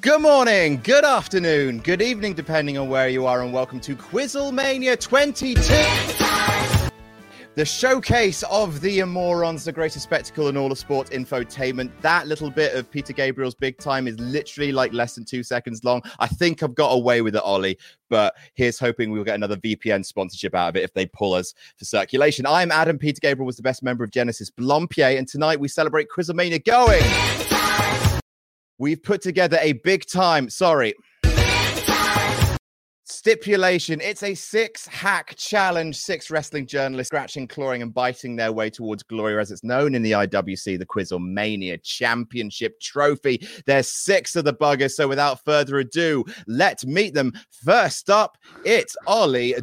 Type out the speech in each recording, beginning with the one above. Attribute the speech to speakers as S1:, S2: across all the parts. S1: Good morning, good afternoon, good evening, depending on where you are, and welcome to Quizzlemania 22, the showcase of the Morons, the greatest spectacle in all of sports infotainment. That little bit of Peter Gabriel's big time is literally like less than two seconds long. I think I've got away with it, Ollie, but here's hoping we'll get another VPN sponsorship out of it if they pull us for circulation. I'm Adam. Peter Gabriel was the best member of Genesis Blompier, and tonight we celebrate Quizzlemania going. We've put together a big time, sorry. Stipulation. It's a six hack challenge. Six wrestling journalists scratching, clawing, and biting their way towards glory, as it's known in the IWC, the Quizlemania Championship Trophy. There's six of the buggers. So without further ado, let's meet them. First up, it's Ollie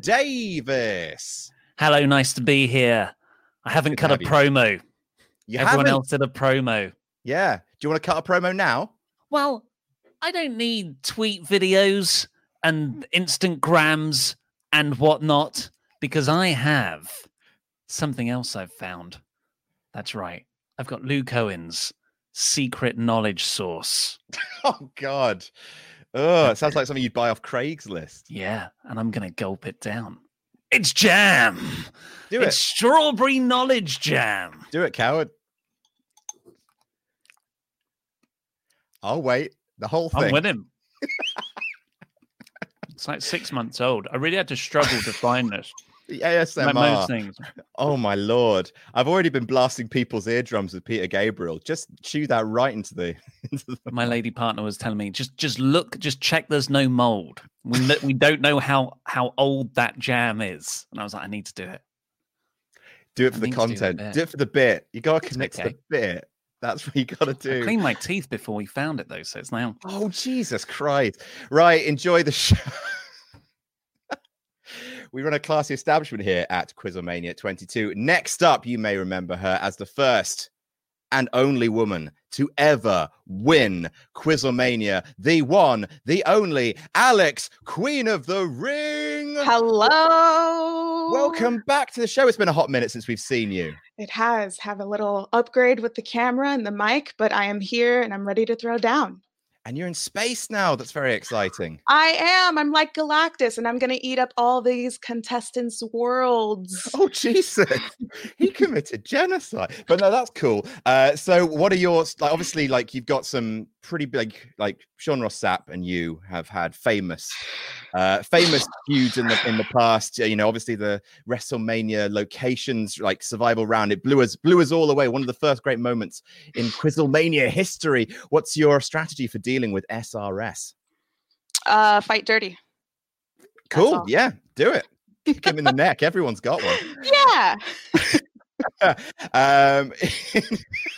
S1: Davis.
S2: Hello, nice to be here. I haven't
S1: Good to
S2: cut a
S1: have you.
S2: promo.
S1: You
S2: Everyone
S1: haven't-
S2: else did a promo.
S1: Yeah. Do you want to cut a promo now?
S2: Well, I don't need tweet videos and instant grams and whatnot because I have something else I've found. That's right. I've got Lou Cohen's secret knowledge source.
S1: Oh, God. Oh, it sounds like something you'd buy off Craigslist.
S2: Yeah, and I'm going to gulp it down. It's jam.
S1: Do
S2: it's
S1: it.
S2: strawberry knowledge jam.
S1: Do it, coward. I'll wait. The whole
S2: I'm
S1: thing.
S2: with him. it's like six months old. I really had to struggle to find this.
S1: The
S2: Like most
S1: ASMR.
S2: things.
S1: Oh my lord! I've already been blasting people's eardrums with Peter Gabriel. Just chew that right into the. Into the...
S2: My lady partner was telling me just just look, just check. There's no mold. We kn- we don't know how how old that jam is. And I was like, I need to do it.
S1: Do it
S2: I
S1: for the
S2: need to do the
S1: content.
S2: bit.
S1: Do it for the bit. You gotta
S2: It's
S1: connect to
S2: okay.
S1: the bit. That's what you gotta
S2: I
S1: do.
S2: cleaned my teeth before we found it though, so it's now.
S1: Oh Jesus Christ! Right, enjoy the show. we run a classy establishment here at Quizomania 22. Next up, you may remember her as the first and only woman to ever win Quizomania. The one, the only, Alex, Queen of the Ring.
S3: Hello.
S1: Welcome back to the show. It's been a hot minute since we've seen you.
S3: It has have a little upgrade with the camera and the mic, but I am here and I'm ready to throw down.
S1: And you're in space now. That's very exciting.
S3: I am. I'm like Galactus and I'm going to eat up all these contestants' worlds.
S1: Oh Jesus! he committed genocide. But no, that's cool. Uh, so, what are your like? Obviously, like you've got some pretty big, like Sean Ross Sapp and you have had famous, uh, famous feuds in the in the past. You know, obviously the WrestleMania locations, like Survival Round, it blew us blew us all away. One of the first great moments in Quizlemania history. What's your strategy for dealing with SRS?
S3: Uh fight dirty. That's
S1: Cool.
S3: all.
S1: Yeah, do it. Kick him in the neck. Everyone's got one.
S3: Yeah.
S1: um,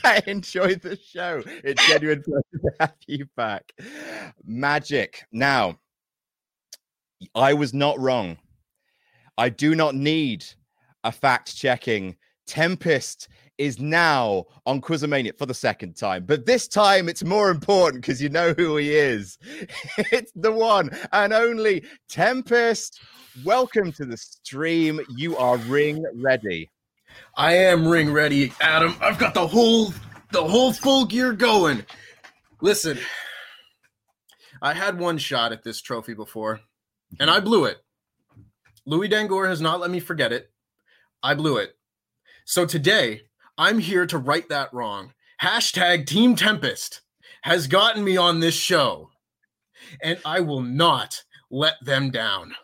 S1: I enjoyed the show. It's genuine pleasure to have you back. Magic. Now, I was not wrong. I do not need a fact checking. Tempest is now on Quizomania for the second time, but this time it's more important because you know who he is. it's the one and only Tempest. Welcome to the stream. You are ring ready.
S4: I am ring ready, Adam. I've got the whole the whole full gear going. Listen, I had one shot at this trophy before, and I blew it. Louis Dangor has not let me forget it. I blew it. So today, I'm here to right that wrong. Hashtag Team Tempest has gotten me on this show, and I will not let them down.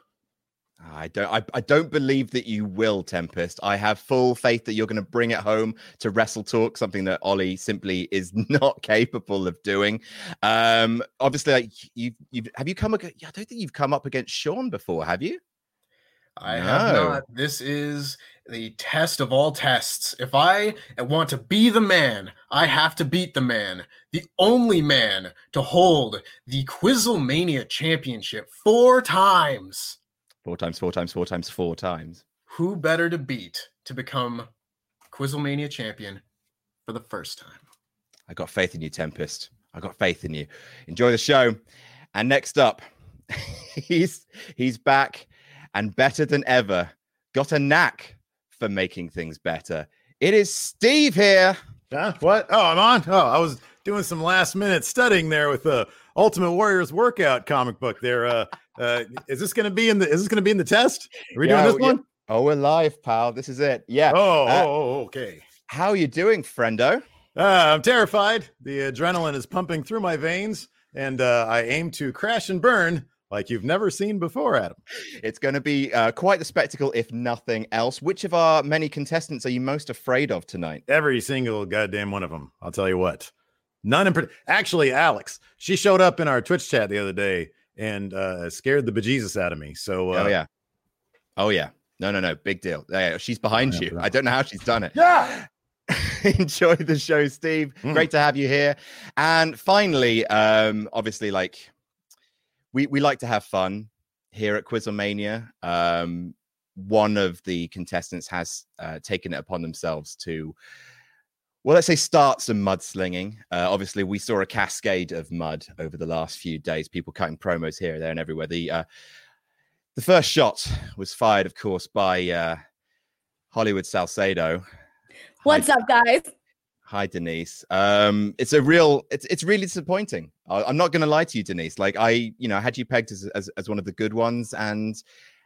S1: I don't. I, I don't believe that you will, Tempest. I have full faith that you're going to bring it home to Wrestle Talk, something that Ollie simply is not capable of doing. Um, obviously, like you, you have you come. ag- I don't think you've come up against Sean before, have you?
S4: I have
S1: No.
S4: not. This is the test of all tests. If I want to be the man, I have to beat the man, the only man to hold the Quizzlemania championship four times.
S1: Four times, four times, four times, four times.
S4: Who better to beat to become Quizzlemania champion for the first time?
S1: I got faith in you, Tempest. I got faith in you. Enjoy the show. And next up, he's he's back and better than ever. Got a knack for making things better. It is Steve here.
S5: Huh? What? Oh, I'm on. Oh, I was doing some last minute studying there with the Ultimate Warriors workout comic book. There, uh, uh, is this going to be in the? Is this going to be in the test? Are we
S1: Yeah,
S5: doing this
S1: we-
S5: one?
S1: Oh, we're live, pal. This is it. Yeah.
S5: Oh,
S1: Uh,
S5: oh, oh, okay.
S1: How you doing, friendo?
S5: Uh, I'm terrified. The adrenaline is pumping through my veins, and uh, I aim to crash and burn like you've never seen before, Adam.
S1: It's going to be uh, quite the spectacle, if nothing else. Which of our many contestants are you most afraid of tonight?
S5: Every single goddamn one of them. I'll tell you what. None in part- actually Alex. She showed up in our Twitch chat the other day and uh, scared the bejesus out of me. So uh,
S1: oh yeah, oh yeah. No, no, no. Big deal. Yeah, she's behind
S5: yeah,
S1: you.
S5: bro.
S1: I don't know how she's done it.
S5: yeah.
S1: enjoy the show steve
S5: Mm.
S1: great to have you here and finally um obviously like we we like to have fun here at quizomania um one of the contestants has uh, taken it upon themselves to well let's say start some mudslinging uh, obviously we saw a cascade of mud over the last few days people cutting promos here there and everywhere the uh the first shot was fired of course by uh hollywood salcedo
S6: What's up, guys?
S1: Hi Denise. Um, it's a real. It's it's really disappointing. I, I'm not going to lie to you, Denise. Like I, you know, I had you pegged as, as as one of the good ones, and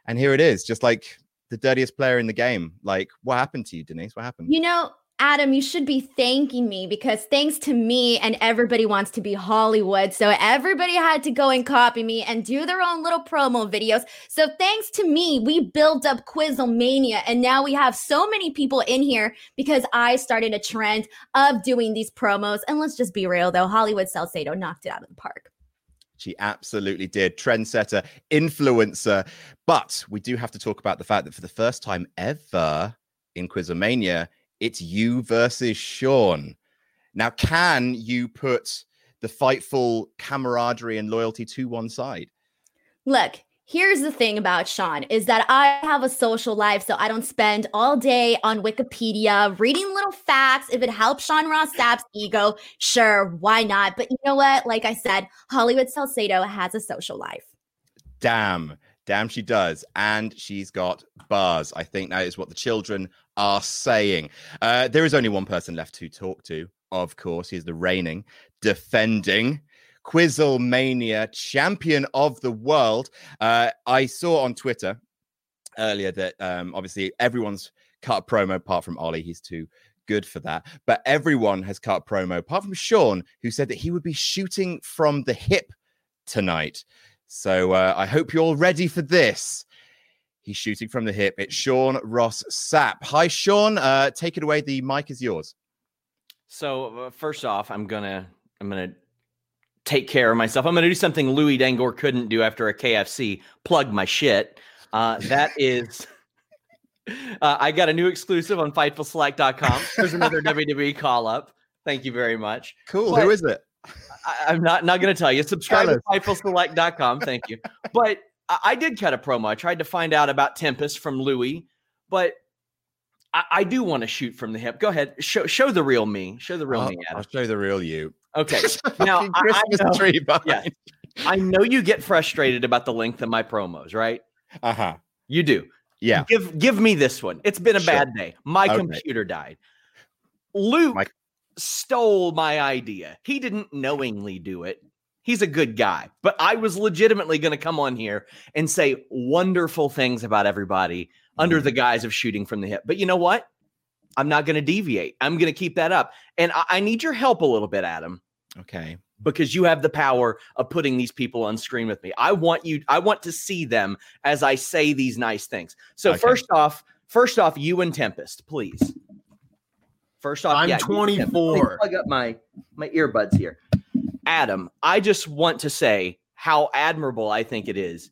S1: and here it is, just like the dirtiest player in the game. Like, what happened to you, Denise? What happened?
S6: You know, Adam, you should be thanking me because thanks to me and everybody wants to be Hollywood. So everybody had to go and copy me and do their own little promo videos. So thanks to me, we built up Quizzlemania and now we have so many people in here because I started a trend of doing these promos. And let's just be real though, Hollywood Salcedo knocked it out of the park.
S1: She absolutely did. Trendsetter, influencer. But we do have to talk about the fact that for the first time ever in Quizomania, it's you versus Sean. Now, can you put the fightful camaraderie and loyalty to one side?
S6: Look, here's the thing about Sean is that I have a social life, so I don't spend all day on Wikipedia reading little facts. If it helps Sean Ross Sapp's ego, sure, why not? But you know what? Like I said, Hollywood Salcedo has a social life.
S1: Damn. Damn, she does. And she's got bars. I think that is what the children are saying. Uh, there is only one person left to talk to. Of course, he's the reigning, defending Quizzlemania champion of the world. Uh, I saw on Twitter earlier that um, obviously everyone's cut a promo apart from Ollie. He's too good for that. But everyone has cut a promo apart from Sean, who said that he would be shooting from the hip tonight. So uh, I hope you're all ready for this. He's shooting from the hip. It's Sean Ross Sapp. Hi, Sean. Uh, take it away. The mic is yours.
S7: So uh, first off, I'm gonna I'm gonna take care of myself. I'm gonna do something Louis Dangor couldn't do after a KFC. Plug my shit. Uh, that is. Uh, I got a new exclusive on FightfulSelect.com. There's another WWE call up. Thank you very much.
S1: Cool.
S7: What?
S1: Who is it?
S7: I, I'm not not going to tell you. Subscribe
S1: Tell
S7: to FightfulSelect.com. Thank you. But I, I did cut a promo. I tried to find out about Tempest from Louis, but I, I do want to shoot from the hip. Go ahead. Show show the real me. Show the real
S1: I'll,
S7: me,
S1: I'll
S7: Adam.
S1: show the real you.
S7: Okay. Now,
S1: Fucking
S7: I- I
S1: Christmas
S7: know-
S1: tree behind.
S7: Yeah. I know you get frustrated about the length of my promos, right?
S1: Uh huh.
S7: You do.
S1: Yeah.
S7: Give give me this one. It's been a
S1: Sure.
S7: bad day. My
S1: Okay.
S7: computer died. Luke stole my idea. He didn't knowingly do it. He's a good guy, but I was legitimately going to come on here and say wonderful things about everybody under
S1: Mm-hmm.
S7: the guise of shooting from the hip. But you know what? I'm not going to deviate. I'm going to keep that up. And I, I need your help a little bit, Adam
S1: Okay.
S7: because you have the power of putting these people on screen with me. I want you I want to see them as I say these nice things. So
S4: Okay.
S7: first off, first off you and Tempest, please. First off,
S4: I'm
S7: yeah, you and Tempest.
S4: 24.
S7: Please Plug up my my earbuds here. Adam, I just want to say how admirable I think it is.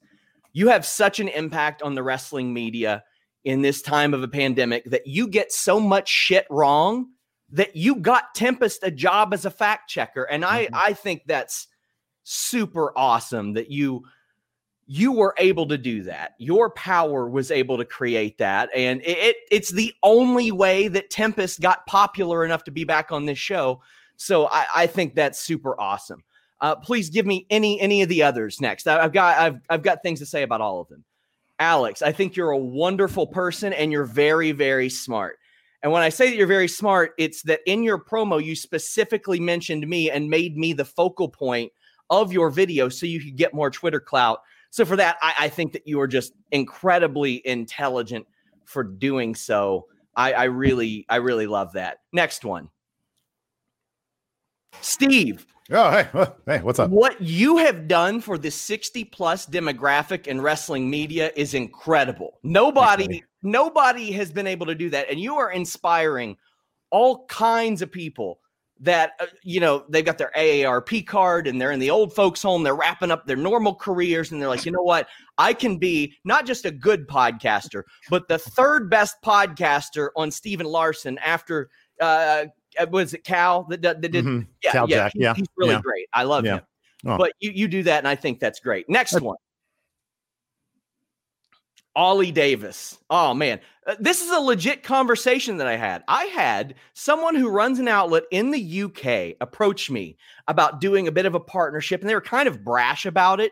S7: You have such an impact on the wrestling media in this time of a pandemic that you get so much shit wrong that you got Tempest a job as a fact checker. And I, I think that's super awesome that you you were able to do that. Your power was able to create that. And it, it- it's the only way that Tempest got popular enough to be back on this show. So I, I think that's super awesome. Uh, please give me any any of the others next. I, I've got I've I've got things to say about all of them. Alex, I think you're a wonderful person and you're very, very smart. And when I say that you're very smart, it's that in your promo, you specifically mentioned me and made me the focal point of your video so you could get more Twitter clout. So for that, I, I think that you are just incredibly intelligent for doing so. I, I really, I really love that. Next one. Steve.
S5: Oh, hey, wha- hey, what's up?
S7: What you have done for the 60 plus demographic in wrestling media is incredible. Nobody, nobody has been able to do that. And you are inspiring all kinds of people that, uh, you know, they've got their AARP card and they're in the old folks home. They're wrapping up their normal careers. And they're like, you know what? I can be not just a good podcaster, but the third best podcaster on Steven Larson after, uh, was it Cal that, that did?
S5: Mhm.
S7: Yeah,
S5: Cal
S7: yeah,
S5: Jack,
S7: he's-
S5: yeah,
S7: he's really
S5: yeah.
S7: great. I love
S5: Yeah.
S7: him.
S5: Oh.
S7: But you, you do that, and I think that's great. Next one. Ollie Davis. Oh man, Uh, this is a legit conversation that I had. I had someone who runs an outlet in the UK approach me about doing a bit of a partnership, and they were kind of brash about it.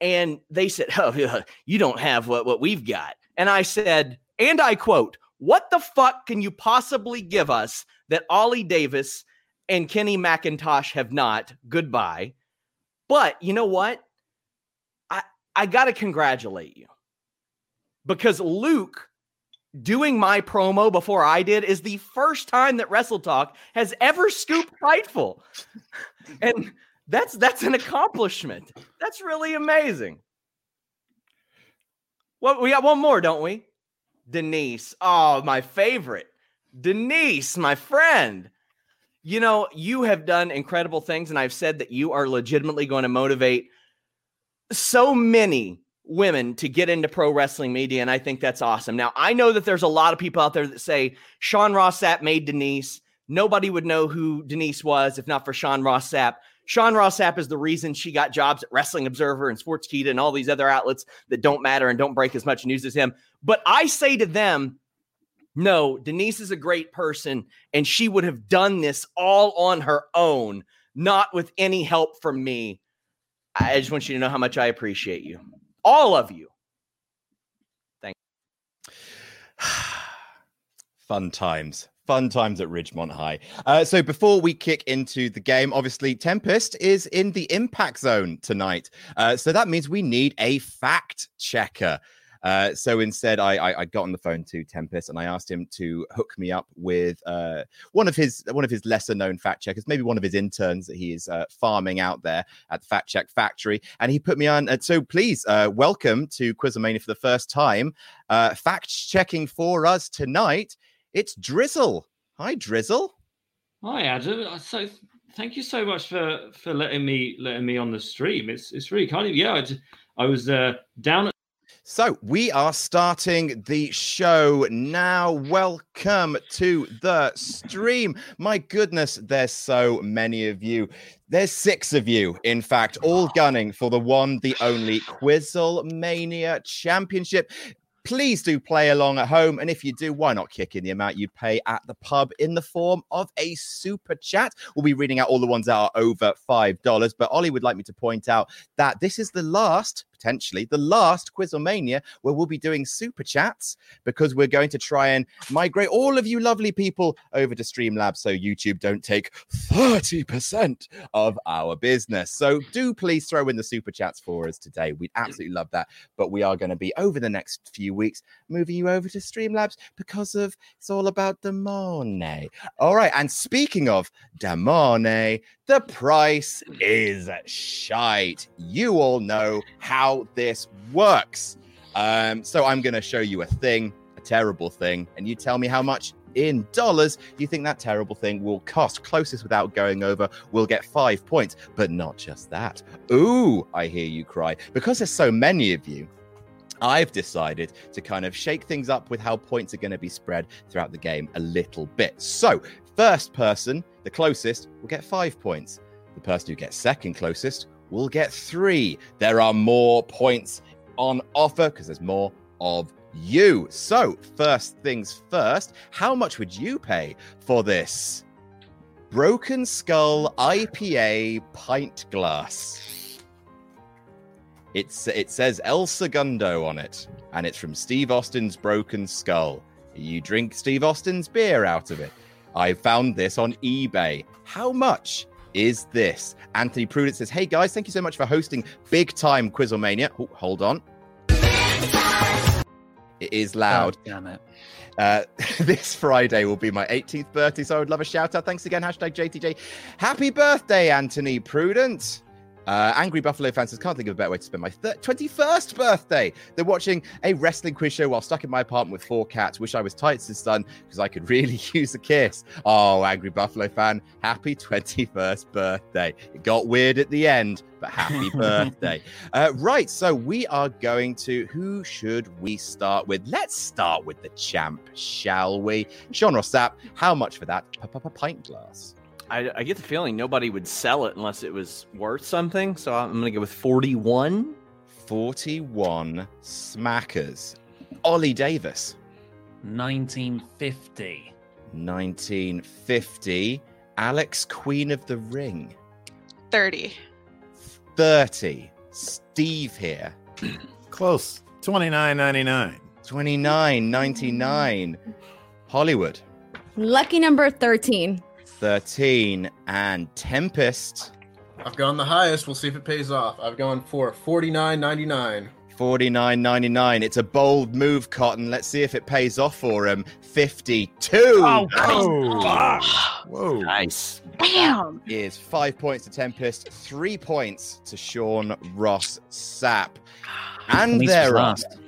S7: And they said, "Oh, yeah, you don't have what what we've got." And I said, and I quote, "What the fuck can you possibly give us that Ollie Davis and Kenny McIntosh have not?" Goodbye. But you know what? I I gotta congratulate you because Luke doing my promo before I did is the first time that Wrestle Talk has ever scooped Fightful, and that's that's an accomplishment. That's really amazing. Well, we got one more, don't we? Denise, oh my favorite, Denise, my friend. You know, you have done incredible things, and I've said that you are legitimately going to motivate so many women to get into pro wrestling media, and I think that's awesome. Now, I know that there's a lot of people out there that say Sean Rossap made Denise. Nobody would know who Denise was if not for Sean Rossap. Sean Rossap is the reason she got jobs at Wrestling Observer and Sports Kita and all these other outlets that don't matter and don't break as much news as him. But I say to them, no, Denise is a great person, and she would have done this all on her own, not with any help from me. I just want you to know how much I appreciate you, all of you. Thank.
S1: Fun times. Fun times at Ridgemont High. Uh, so before we kick into the game, obviously Tempest is in the impact zone tonight. Uh, so that means we need a fact checker. Uh, so instead, I, I I got on the phone to Tempest and I asked him to hook me up with uh, one of his one of his lesser known fact checkers, maybe one of his interns that he is uh, farming out there at the Fact Check Factory. And he put me on. And so please uh, welcome to Quizomania for the first time. Uh, fact checking for us tonight. It's Drizzle. Hi, Drizzle.
S8: Hi Adam. Uh, So th- thank you so much for for letting me letting me on the stream. It's it's really kind of you. Yeah, I, j- I was uh, down at
S1: So we are starting the show now. Welcome to the stream. My goodness, there's so many of you. There's six of you, in fact, all gunning for the one, the only Quizzle Mania Championship. Please do play along at home. And if you do, why not kick in the amount you pay at the pub in the form of a super chat? We'll be reading out all the ones that are over $5. But Ollie would like me to point out that this is the last potentially the last Quizlemania where we'll be doing super chats because we're going to try and migrate all of you lovely people over to Streamlabs so YouTube don't take 30% of our business. So do please throw in the super chats for us today. We'd absolutely love that. But we are going to be over the next few weeks moving you over to Streamlabs because of it's all about the money. All right. And speaking of the money, the price is shite. You all know how this works. Um, so I'm going to show you a thing, a terrible thing, and you tell me how much in dollars you think that terrible thing will cost. Closest without going over will get five points, but not just that. Ooh, I hear you cry. Because there's so many of you, I've decided to kind of shake things up with how points are going to be spread throughout the game a little bit. So, first person, the closest, will get five points. The person who gets second closest will get three. There are more points on offer because there's more of you. So, first things first, how much would you pay for this Broken Skull IPA pint glass? It's it says El Segundo on it, and it's from Steve Austin's Broken Skull. You drink Steve Austin's beer out of it. I found this on eBay. How much is this? Anthony Prudent says, Hey guys, thank you so much for hosting big time Quizlemania. Oh, hold on. It is loud.
S2: Oh, damn it.
S1: Uh, this Friday will be my 18th birthday, so I would love a shout out. Thanks again, hashtag JTJ. Happy birthday, Anthony Prudent. Uh, Angry Buffalo fan says, can't think of a better way to spend my thir- 21st birthday than watching a wrestling quiz show while stuck in my apartment with four cats. Wish I was Titus' son because I could really use a kiss. Oh, Angry Buffalo fan, happy 21st birthday. It got weird at the end, but happy birthday. Uh, right, so we are going to who should we start with? Let's start with the champ, shall we? Sean Rossap, how much for that p- p- p- pint glass?
S7: I, I get the feeling nobody would sell it unless it was worth something. So I'm going to go with 41.
S1: 41 smackers. Ollie Davis.
S2: 1950.
S1: 1950. Alex, Queen of the Ring.
S3: 30.
S1: 30. Steve here.
S5: Close. 29.99.
S1: 29.99. Hollywood.
S6: Lucky number 13.
S1: 13 and Tempest
S4: I've gone the highest. We'll see if it pays off. I've gone for forty nine ninety nine.
S1: 49.99 it's a bold move cotton let's see if it pays off for him 52
S4: Oh,
S1: whoa
S7: nice
S3: Damn.
S1: is five points to tempest three points to sean ross sapp and
S2: Denise was
S1: there are
S2: last.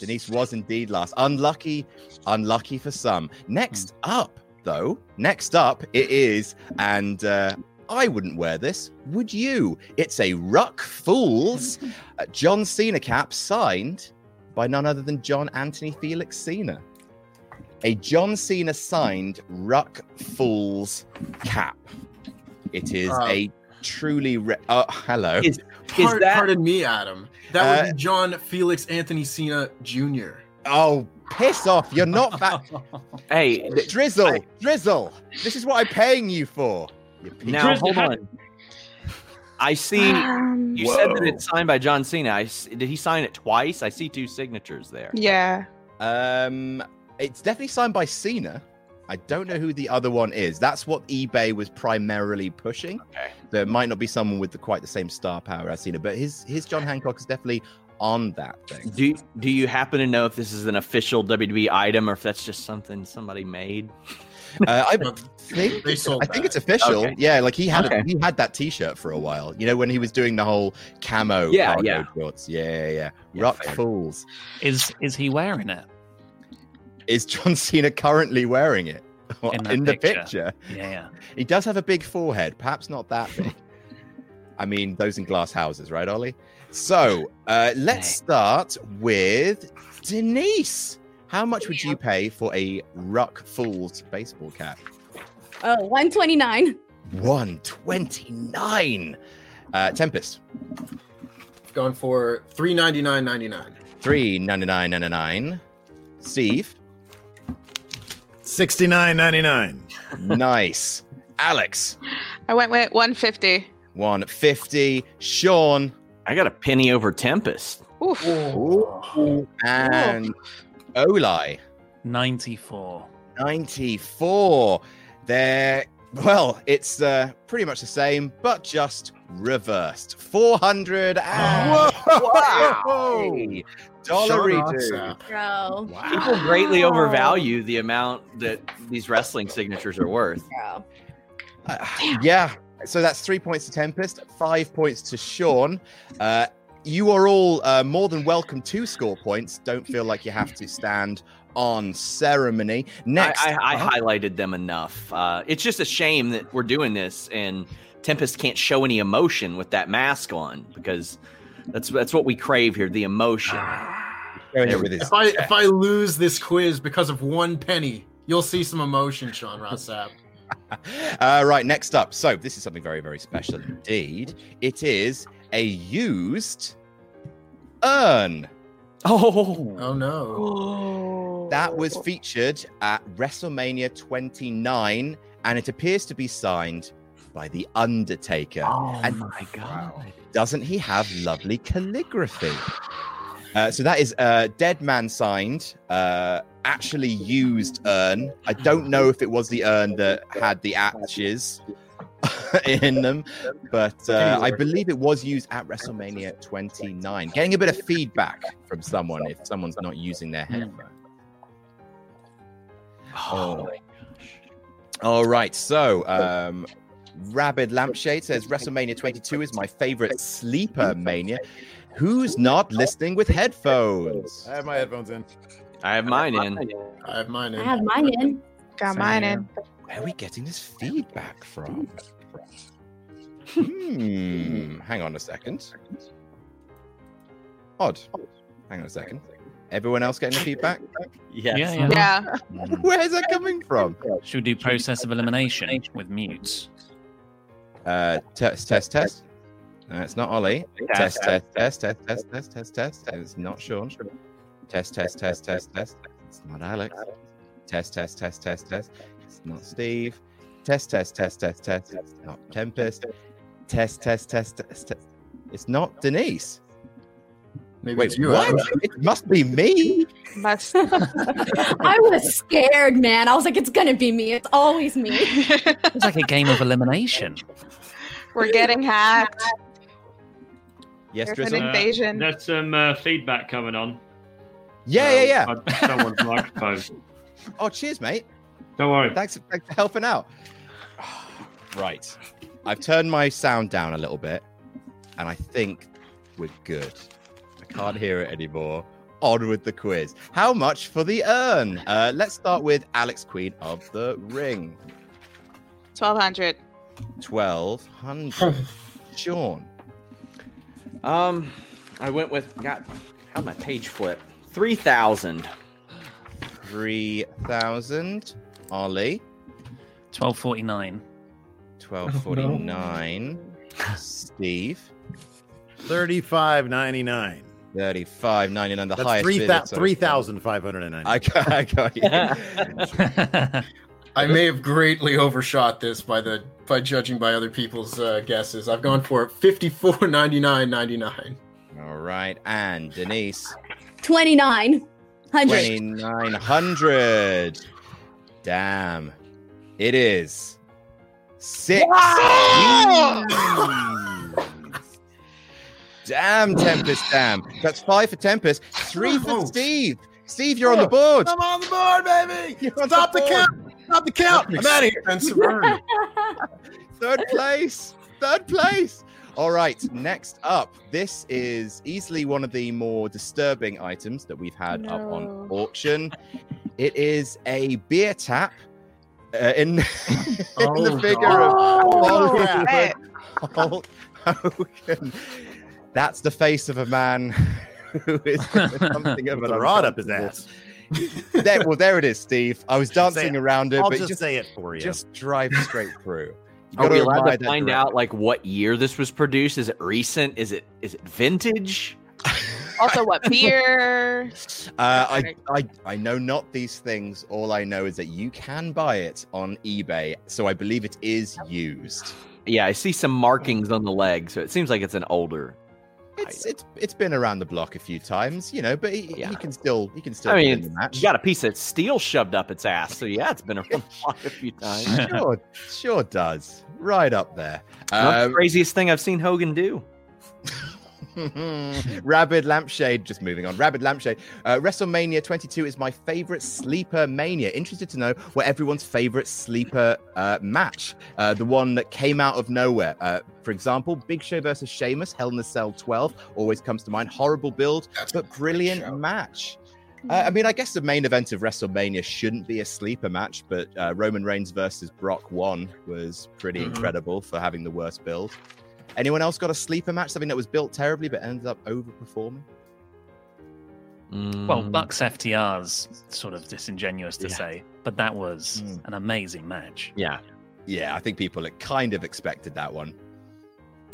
S1: denise was indeed last unlucky unlucky for some next
S2: Hmm.
S1: up though next up it is and uh I wouldn't wear this, would you? It's a Ruck Fools uh, John Cena cap signed by none other than John Anthony Felix Cena. A John Cena signed Ruck Fools cap. It is
S4: Um,
S1: a truly. Re- oh, hello.
S4: Pardon, pardon me, Adam. That
S1: Uh,
S4: would be John Felix Anthony Cena Jr.
S1: Oh, piss off. You're not fat.
S7: hey,
S1: Drizzle. Drizzle. This is what I'm paying you for. You piece
S7: Now,
S1: of-
S7: hold on. I see
S1: Um,
S7: you said that it's signed by John Cena. I s did he sign it twice? I see two signatures there.
S3: Yeah.
S1: Um, it's definitely signed by Cena. I don't know who the other one is. That's what eBay was primarily pushing.
S7: Okay.
S1: So it might not be someone with the, quite the same star power as Cena, but his his John Hancock is definitely on that thing.
S7: Do do you happen to know if this is an official WWE item or if that's just something somebody made?
S1: Uh, I think
S4: they sold
S1: I think it's official.
S7: Okay.
S1: Yeah, like he had a-
S7: Okay.
S1: he had that T-shirt for a while. You know when he was doing the whole camo.
S7: Yeah,
S1: cargo
S7: yeah.
S1: shorts. Yeah, yeah, yeah. Rock fools.
S2: Is is he wearing it?
S1: Is John Cena currently wearing it in,
S2: that
S1: the
S2: picture.
S1: picture?
S2: Yeah.
S1: He does have a big forehead, perhaps not that big. I mean, those in glass houses, right, Ollie? So uh, let's start with Denise. How much would you pay for a Ruck Fools baseball cap?
S6: Oh, 129.
S1: 129. Uh, Tempest,
S4: Gone for three ninety nine ninety nine.
S1: 399.99. Steve,
S5: 69.99.
S1: nice. Alex,
S3: I went with 150.
S1: 150. Sean,
S7: I got a penny over Tempest.
S1: Ooh. And Olai.
S2: 94.
S1: 94. There, well, it's uh, pretty much the same, but just reversed. 400 and. Whoa! Dollar redo.
S6: Bro.
S7: People greatly overvalue the amount that these wrestling signatures are worth.
S1: Uh, Yeah. So that's three points to Tempest, five points to Sean. Uh, you are all uh, more than welcome to score points. Don't feel like you have to stand on ceremony. Next,
S7: I, I, I highlighted them enough. Uh, it's just a shame that we're doing this and Tempest can't show any emotion with that mask on because that's that's what we crave here—the emotion. There we
S4: Ah. If
S7: go.
S4: I if I lose this quiz because of one penny, you'll see some emotion, Sean Rossap.
S1: Uh, right, next up. So this is something very, very special indeed. It is a used urn.
S7: Oh,
S4: oh no!
S1: That was featured at WrestleMania 29, and it appears to be signed by the Undertaker.
S7: Oh
S1: and
S7: my god!
S1: Doesn't he have lovely calligraphy? Uh, so that is uh, Dead Man signed, uh, actually used urn. I don't know if it was the urn that had the ashes in them, but uh, I believe it was used at WrestleMania 29. Getting a bit of feedback from someone if someone's not using their headphone. Oh. All right. So, um, Rabid Lampshade says WrestleMania 22 is my favorite sleeper mania. Who's not listening with headphones?
S5: I have my headphones in.
S7: I have mine in.
S4: I have mine
S6: I have mine in.
S3: Got mine in.
S1: Where are we getting this feedback from? Hmm. Hang on a second. Odd. Hang on a second. Everyone else getting the feedback?
S7: Yes.
S2: Yeah, yeah.
S1: Where's that coming from?
S2: Should we do process of elimination with mutes?
S1: Uh, test, test, test. No, it's not Ollie. Test,
S2: Test.
S1: test, test, test, test, test, test, test. It's not Sean. Test, test, test, test, test. It's not Alex. Test, test, test, test, test. It's not Steve. Test, test, test, test, test. It's not Tempest. Test, test, test, test, test. It's not Denise.
S4: Maybe
S1: Wait,
S4: it's you,
S1: what?
S4: Alex.
S1: It must be me.
S3: Must.
S6: I was scared, man. I was like, it's gonna be me. It's always me.
S2: It's like a game of elimination.
S3: We're getting hacked.
S1: Yes,
S3: There's
S1: Drizzle.
S3: an invasion.
S8: There's some uh, feedback coming on.
S1: Yeah, yeah, yeah.
S8: on Someone's microphone.
S1: Oh, cheers, mate.
S8: Don't worry.
S1: Thanks, thanks for helping out. Right. I've turned my sound down a little bit, and I think we're good. I can't hear it anymore. On with the quiz. How much for the urn? Uh, let's start with Alex Queen of the Ring.
S3: 1200.
S1: 1200. Sean.
S7: Um, I went with got how my page flip three thousand.
S1: 3000. Ollie.
S2: 1249.
S1: 1249. Steve.
S5: Thirty-five ninety-nine.
S1: 35.99. The
S5: That's
S1: highest.
S5: three
S1: bid
S5: thou-
S1: that's on-
S5: 3,590.
S1: I got, I got you.
S4: I may have greatly overshot this by the by judging by other people's uh, guesses. I've gone for fifty four ninety nine ninety nine.
S1: All right, and Denise,
S6: 29. 100.
S1: twenty nine hundred. Damn, it is six. damn, Tempest, damn. That's five for Tempest, three for Steve. Steve, you're on the board.
S5: I'm on the board, baby.
S1: You're on
S5: Stop the
S1: board.
S5: count. Stop the count. I'm out of here.
S4: Expensive urn.
S1: Third place. Third place. All right, next up. This is easily one of the more disturbing items that we've had up on auction. It is a beer tap uh, in, in the
S4: Oh,
S1: figure
S3: God.
S1: of Paul
S3: Oh,
S1: Hogan.
S3: hey.
S1: Paul Hogan. That's the face of a man who is something of
S5: With
S1: an
S5: the rod up his ass.
S1: uncomfortable- There, well, there it is, Steve. I was dancing
S5: it.
S1: around it,
S5: I'll
S1: but
S5: just,
S1: just,
S5: say it for you.
S1: just drive straight through. You
S7: Are
S1: gotta
S7: we allowed
S1: admire
S7: to
S1: that
S7: find
S1: direction.
S7: out like what year this was produced? Is it recent? Is it is it vintage?
S3: Also, what beer?
S1: Uh, I,
S3: Perfect.
S1: I I know not these things. All I know is that you can buy it on eBay, so I believe it is used.
S7: Yeah, I see some markings on the leg, so it seems like it's an older
S1: It's it's it's been around the block a few times, you know, but he, he can still he can still.
S7: I
S1: get in
S7: mean,
S1: the match.
S7: you got a piece of steel shoved up its ass, so yeah, it's been around the block a few times.
S1: sure, sure does. Right up there.
S7: Not the
S1: Um,
S7: craziest thing I've seen Hogan do.
S1: Rabid Lampshade, just moving on. Rabid Lampshade. Uh, WrestleMania 22 is my favorite sleeper mania. Interested to know what everyone's favorite sleeper uh, match, uh, the one that came out of nowhere. Uh, for example, Big Show versus Sheamus, Hell in a Cell 12 always comes to mind. Horrible build, but brilliant match. Uh, I mean, I guess the main event of WrestleMania shouldn't be a sleeper match, but uh, Roman Reigns versus Brock 1 was pretty
S7: Mhm.
S1: incredible for having the worst build. Anyone else got a sleeper match? Something that was built terribly but ended up overperforming?
S2: Well, Bucks FTR's sort of disingenuous to
S1: Mm. Yeah.
S2: say, but that was
S5: Hmm.
S2: an amazing match.
S7: Yeah.
S1: Yeah, I think people had kind of expected that one.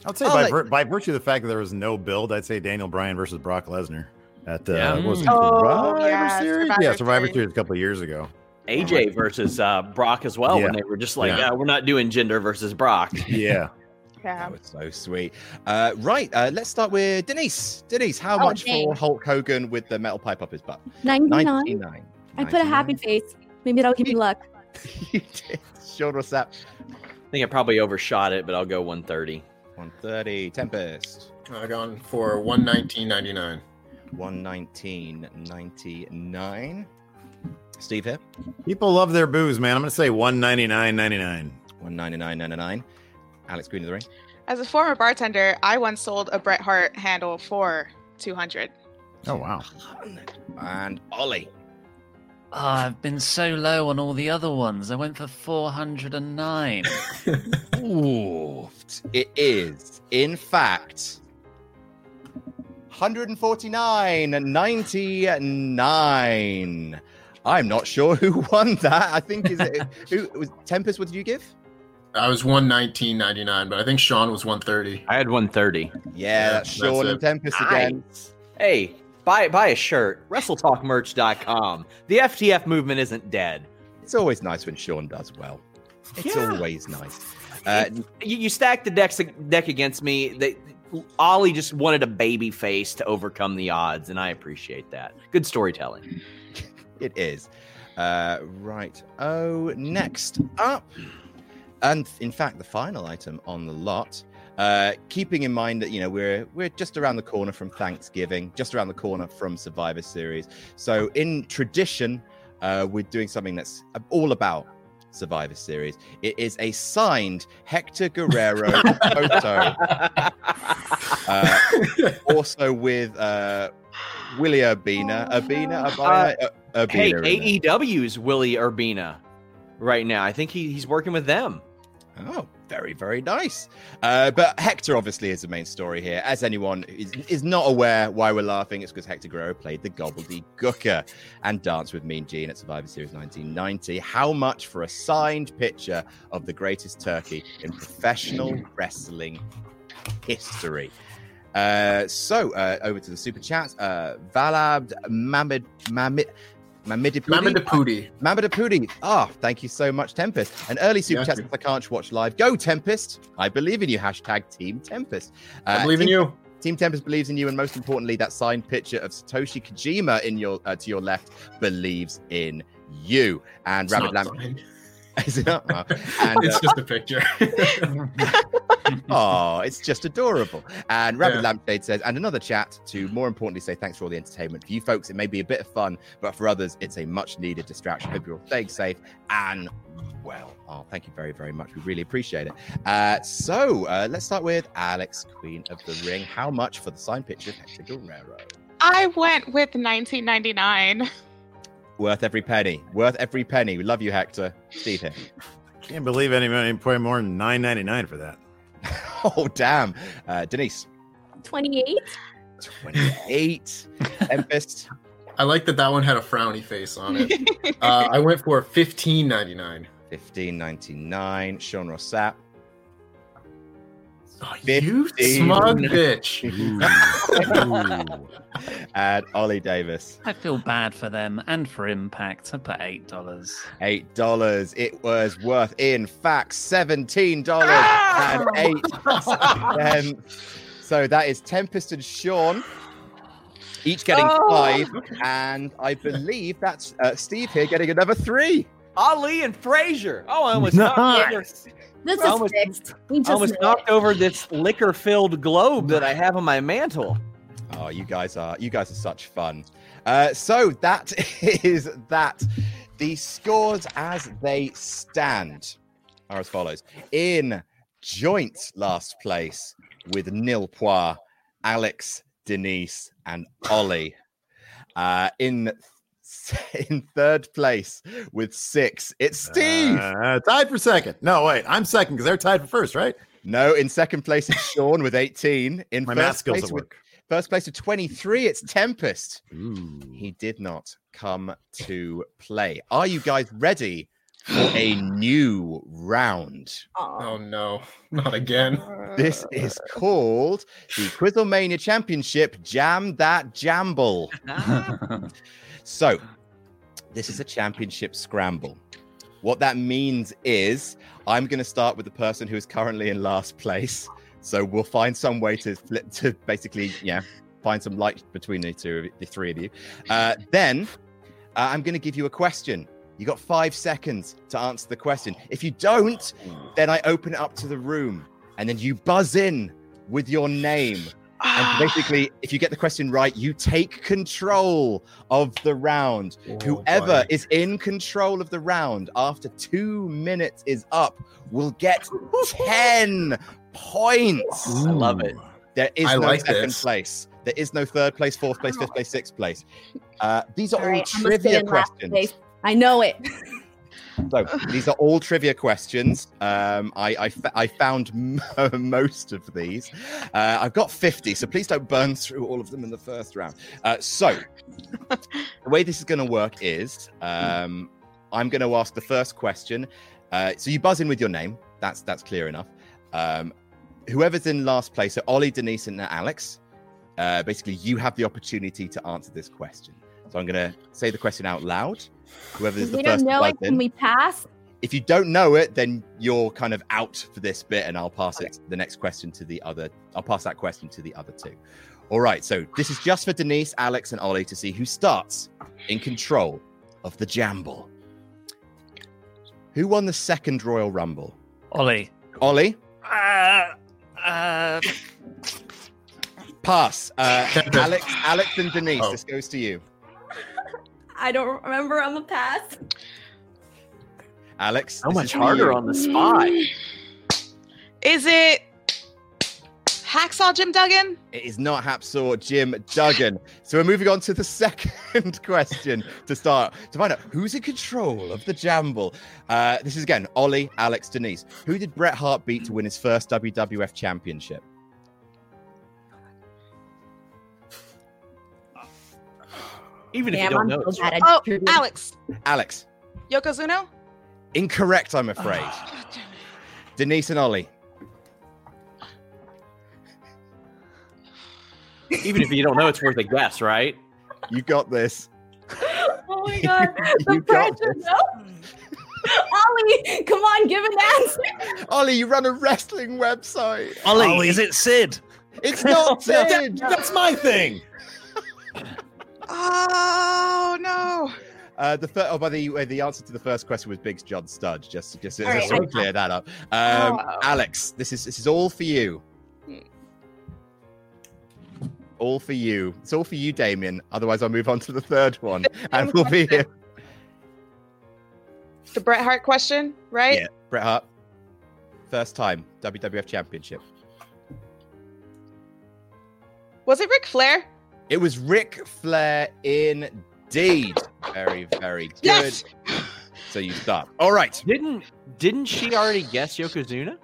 S5: I'd say
S1: Oh,
S5: by,
S1: like-
S5: vir- by virtue of the fact that there was no build, I'd say Daniel Bryan versus Brock Lesnar at uh,
S7: Yeah.
S5: what was it,
S7: Mm. Oh,
S5: Survivor
S7: yeah,
S5: Series?
S7: Survivor
S5: yeah, Survivor
S7: Series.
S5: Series a couple of years ago.
S7: AJ versus uh, Brock as well, when
S1: Yeah.
S7: they were just like,
S1: Yeah.
S7: yeah, we're not doing gender versus Brock.
S5: Yeah.
S3: Yeah.
S1: So sweet. Uh, right, uh, let's start with Denise. Denise, how
S6: Oh,
S1: much
S6: dang.
S1: for Hulk Hogan with the metal pipe up his butt?
S6: 99.
S1: 99.
S6: I put a happy face. Maybe that'll give me luck.
S1: Shoulder slap.
S7: I think I probably overshot it, but I'll go 130.
S1: 130. Tempest.
S4: I gone for 119.99.
S1: 119.99. Steve here.
S5: People love their booze, man. I'm going to say 199.99.
S1: 199.99. Alex Green of the Ring.
S3: As a former bartender, I once sold a Bret Hart handle for 200.
S5: Oh, wow.
S1: And Ollie.
S2: Oh, I've been so low on all the other ones. I went for 409.
S1: Oofed. It is, in fact, 149.99. I'm not sure who won that. I think is it who it was Tempest? What did you give?
S4: I was 119.99, but I think Sean was 130.
S7: I had 130.
S1: Yeah, that's Sean and Tempest again.
S7: Nice. Hey, buy buy a shirt. WrestleTalkMerch.com. The FTF movement isn't dead.
S1: It's always nice when Sean does well. It's
S7: Yeah.
S1: always nice. Uh,
S7: You, you stack the decks, deck against me. They, Ollie just wanted a baby face to overcome the odds, and I appreciate that. Good storytelling.
S1: it is. Uh, right. Oh, next up. And in fact, the final item on the lot. Uh, keeping in mind that you know we're we're just around the corner from Thanksgiving, just around the corner from Survivor Series. So in tradition, uh, we're doing something that's all about Survivor Series. It is a signed Hector Guerrero photo uh, also with uh, Willie Urbina. Urbina? Urbina?
S7: Uh,
S1: Uh, Urbina
S7: Hey,
S1: in there.
S7: AEW's Willie Urbina right now. I think he, he's working with them.
S1: Oh, very, very nice. Uh, but Hector obviously is the main story here. As anyone is, is not aware why we're laughing, it's because Hector Guerrero played the gobbledygooker and danced with Mean Gene at Survivor Series 1990. How much for a signed picture of the greatest turkey in professional wrestling history? Uh, so uh, over to the super chat. Uh, Valabd Mamid Mamid. Mamidapudi.
S4: Mamidapudi.
S1: Mamidapudi. Ah, thank you so much, Tempest. An early super
S4: Yes,
S1: chat
S4: dude.
S1: since I can't watch live. Go, Tempest. I believe in you. Hashtag Team Tempest. Uh,
S4: I believe in
S1: Team-
S4: you.
S1: Team Tempest believes in you, and most importantly, that signed picture of Satoshi Kojima in your uh, to your left believes in you. And
S4: It's
S1: Rabbit
S4: not
S1: Lamp.
S4: signed.
S1: Is it not? Oh. And,
S4: it's
S1: uh,
S4: just a picture.
S1: oh, it's just adorable. And Rabbit
S4: Yeah.
S1: Lampshade says, and another chat to more importantly say thanks for all the entertainment. For you folks, it may be a bit of fun, but for others, it's a much needed distraction. Hope you're all staying safe and well. Oh, thank you very, very much. We really appreciate it. Uh, so uh, let's start with Alex, Queen of the Ring. How much for the signed picture of Hector Guerrero?
S3: I went with 1999.
S1: Worth every penny. Worth every penny. We love you, Hector. Steve here.
S5: Can't believe anyone paid more than 9.99 for that.
S1: oh, damn. Uh, Denise,
S6: 28.
S1: 28. Tempest.
S4: I like that that one had a frowny face on it. Uh, I went for 15.99.
S1: 1599. Sean Rossap.
S4: You smug bitch.
S1: and Ollie Davis.
S2: I feel bad for them and for Impact. I put $8.
S1: Eight dollars. It was worth,
S7: Ah!
S1: in fact, seventeen dollars and eight cents. Um, So that is Tempest and Sean, each getting
S7: Oh.
S1: five, and I believe that's uh, Steve here getting another three.
S7: Ali and Frazier. Oh, I almost knocked over.
S6: This
S7: I
S6: is
S7: almost-
S6: fixed. We just
S7: I almost
S6: knew it.
S7: knocked over this liquor-filled globe that I have on my mantle.
S1: Oh, you guys are you guys are such fun. Uh, so that is that. The scores as they stand are as follows: in joint last place with Nil Poir, Alex, Denise, and Ollie. Uh, in in third place with six, it's Steve.
S5: Uh, tied for second. No, wait, I'm second because they're tied for first, right?
S1: No, in second place is Sean with 18. In
S5: My
S1: first
S5: math skills
S1: place
S5: at
S1: with-
S5: work.
S1: First place with 23, it's Tempest. He did not come to play. Are you guys ready for a new round?
S4: Oh no, not again.
S1: This is called the Quizzlemania Championship Jam That Jamble. so, this is a championship scramble. What that means is I'm going to start with the person who is currently in last place. So we'll find some way to flip, to basically, yeah, find some light between the two, of- the three of you. Uh, then uh, I'm going to give you a question. You got five seconds to answer the question. If you don't, then I open it up to the room, and then you buzz in with your name. And basically, if you get the question right, you take control of the round. Whoever is in control of the round after two minutes is up will get 10 points. I love it. There is
S4: I
S1: no
S4: like
S1: second
S4: this.
S1: place. There is no third place, fourth place, fifth place, sixth place. Uh, these are all,
S6: All right, I'm gonna stay
S1: trivia
S6: in last
S1: questions.
S6: place. I know it.
S1: So these are all trivia questions. Um, I, I, fa- I found mo- most of these. Uh, I've got 50, so please don't burn through all of them in the first round. Uh, so the way this is going to work is um, I'm going to ask the first question. Uh, so you buzz in with your name. That's that's clear enough. Um, whoever's in last place, so Ollie, Denise, and Alex, uh, basically you have the opportunity to answer this question. So I'm going to say the question out loud. Whoever is
S6: If
S1: the
S6: we
S1: first
S6: don't
S1: to
S6: know
S1: buzz
S6: it,
S1: in-
S6: can we pass?
S1: if you don't know it, then you're kind of out for this bit, and I'll pass it the next question to the other. I'll pass that question to the other two. All right, so this is just for Denise, Alex, and Ollie to see who starts in control of the jamble. Who won the second Royal Rumble?
S2: Ollie.
S1: Ollie,
S2: Uh, uh,
S1: pass. Uh, Alex, Alex, and Denise. This goes to you,
S6: I don't remember. I'm a pass.
S1: Alex.
S7: How
S1: this
S7: much
S1: is to
S7: harder
S1: you.
S7: on the spot?
S9: Is it Hacksaw Jim Duggan?
S1: It is not Hapsaw Jim Duggan. So we're moving on to the second question to start to find out who's in control of the jamble. Uh, this is again Ollie, Alex, Denise. Who did Bret Hart beat to win his first WWF championship?
S7: Even
S9: if you
S1: Damn, don't I'm know, so it's bad at
S9: Oh, Alex
S1: Alex,
S9: Yokozuna.
S1: incorrect, I'm afraid. Denise and Ollie.
S7: Even if you don't know, it's worth a guess, right?
S1: You got this.
S6: Oh my god,
S1: You
S6: the
S1: got
S6: pressure! No, Ollie, come on, give an answer.
S1: Ollie, you run a wrestling website.
S2: Ollie, is it Sid?
S1: It's not
S2: That-
S1: Sid.
S5: that's my thing.
S9: Oh no.
S1: Uh, the fir- oh, by the way, the answer to the first question was Big John Studge. Just, just, just
S9: All right,
S1: to
S9: I-
S1: clear that up. Um,
S9: Oh. Hmm.
S1: Alex, this is this is all for you. All for you. It's all for you, Damien. Otherwise, I'll move on to the third one, and we'll be here.
S9: The Bret Hart question, right?
S1: Yeah, Bret Hart, first time WWF Championship.
S9: Was it Ric Flair?
S1: It was Ric Flair indeed. Very, very good.
S9: Yes!
S1: So you start. All right.
S7: Didn't didn't she already guess Yokozuna?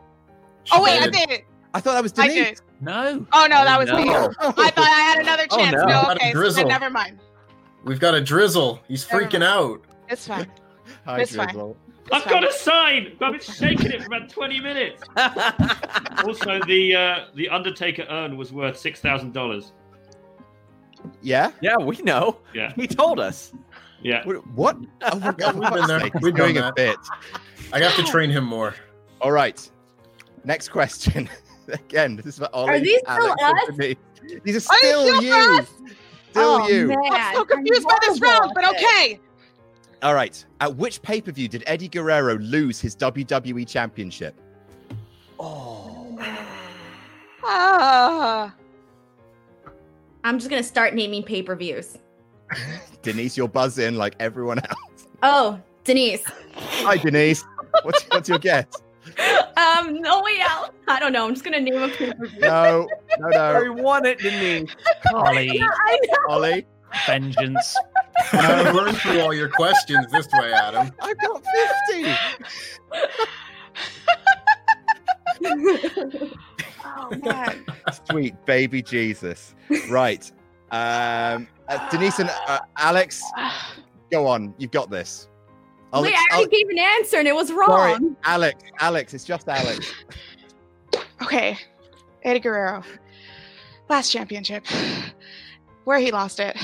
S9: oh wait, I did.
S1: I thought that was
S9: I
S7: Denise.
S9: did.
S2: No.
S9: Oh no, that was me.
S7: no.
S9: I thought I had another
S4: Oh,
S9: chance.
S4: no.
S9: no.
S4: Not a
S9: okay, so
S4: drizzle.
S9: then never mind.
S4: We've got a drizzle. He's
S6: Oh.
S4: freaking out.
S9: It's fine.
S4: Hi,
S9: It's fine.
S8: I've got a sign, but I've been shaking it for about 20 minutes. also, the uh, the Undertaker urn was worth six thousand dollars.
S1: Yeah.
S7: Yeah, we know.
S8: Yeah.
S7: He told us.
S8: Yeah.
S1: What? Oh, for
S4: Yeah, we've been
S1: fuck's
S4: there.
S1: sake, he's
S4: We've done
S1: doing a
S4: that.
S1: bit.
S4: I have to train him more.
S1: All right. Next question. Again, this is for Ollie.
S9: Are these still
S1: Alex, and
S9: us?
S1: for me. These are
S9: Are they
S1: still
S9: still
S1: you.
S9: for us?
S1: Still you.
S9: I'm so confused by this round, but okay.
S1: All right. At which pay per view did Eddie Guerrero lose his WWE Championship?
S6: Ah. I'm just gonna start naming pay-per-views.
S1: Denise, you're buzzing like everyone else.
S6: Oh, Denise.
S1: Hi, Denise. What's, what's your guess?
S6: Um, no way out. I don't know. I'm just gonna name a pay-per-view.
S1: No, no, no.
S7: We won it, didn't
S2: Ollie.
S6: Yeah, I know.
S1: Ollie.
S2: Vengeance.
S4: I've learned through all your questions this way, Adam.
S1: I got 50.
S9: Oh man.
S1: Sweet baby Jesus. Right. Um, uh, Denise and uh, Alex, go on. You've got this.
S6: Wait, I already gave an answer and it was wrong.
S1: sorry, Alex. Alex, it's just Alex.
S3: Okay, Eddie Guerrero, last championship, where he lost it.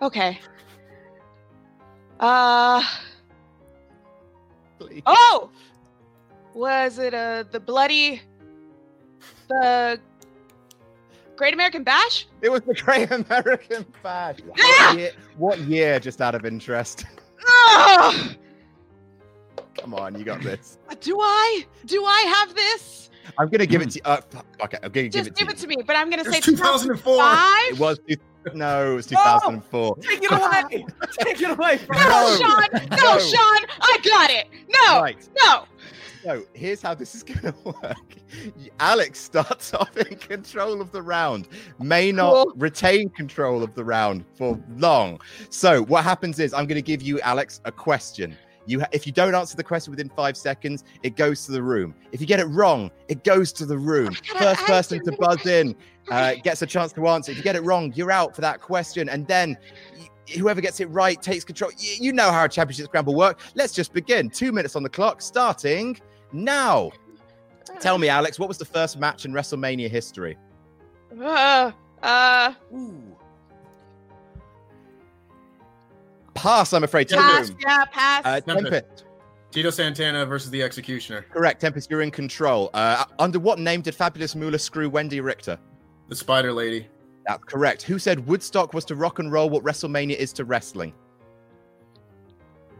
S3: Okay. Uh.
S9: Oh, was it uh the bloody the Great American Bash?
S1: It was the Great American Bash. What, year, what year, just out of interest?
S9: Ugh!
S1: Come on, you got this.
S9: Ah! Do I? Do I have this?
S1: I'm gonna give it to you. Uh, fuck, okay, I'm gonna give
S9: Just
S1: it to
S9: give
S1: you.
S9: it to me, but I'm gonna
S1: It
S9: say
S1: was 2004.
S9: 2005?
S1: It was. two- No, it was 2004.
S9: Take it away!
S7: Take it away
S9: from
S1: No,
S9: No, Sean! No,
S1: no.
S9: Sean! I got it! No!
S1: Right.
S9: No!
S1: So here's how this is gonna work. Alex starts off in control of the round, may not retain control of the round for long. So what happens is I'm gonna give you Alex a question. You ha- if you don't answer the question within five seconds, it goes to the room. If you get it wrong, it goes to the room. First person to buzz in uh, gets a chance to answer. If you get it wrong, you're out for that question, and then whoever gets it right takes control. Y- You know how a championship scramble works. Let's just begin. Two minutes on the clock, starting now. Tell me, Alex, what was the first match in WrestleMania history?
S9: Uh, uh,
S1: Pass, I'm afraid. to the
S9: pass,
S1: room.
S9: yeah, pass.
S1: Uh, Tempest.
S4: Tito Santana versus the Executioner.
S1: Correct, Tempest, you're in control. Uh, under what name did Fabulous Moolah screw Wendy Richter?
S4: The Spider Lady.
S1: That's correct. Who said Woodstock was to rock and roll what WrestleMania is to wrestling?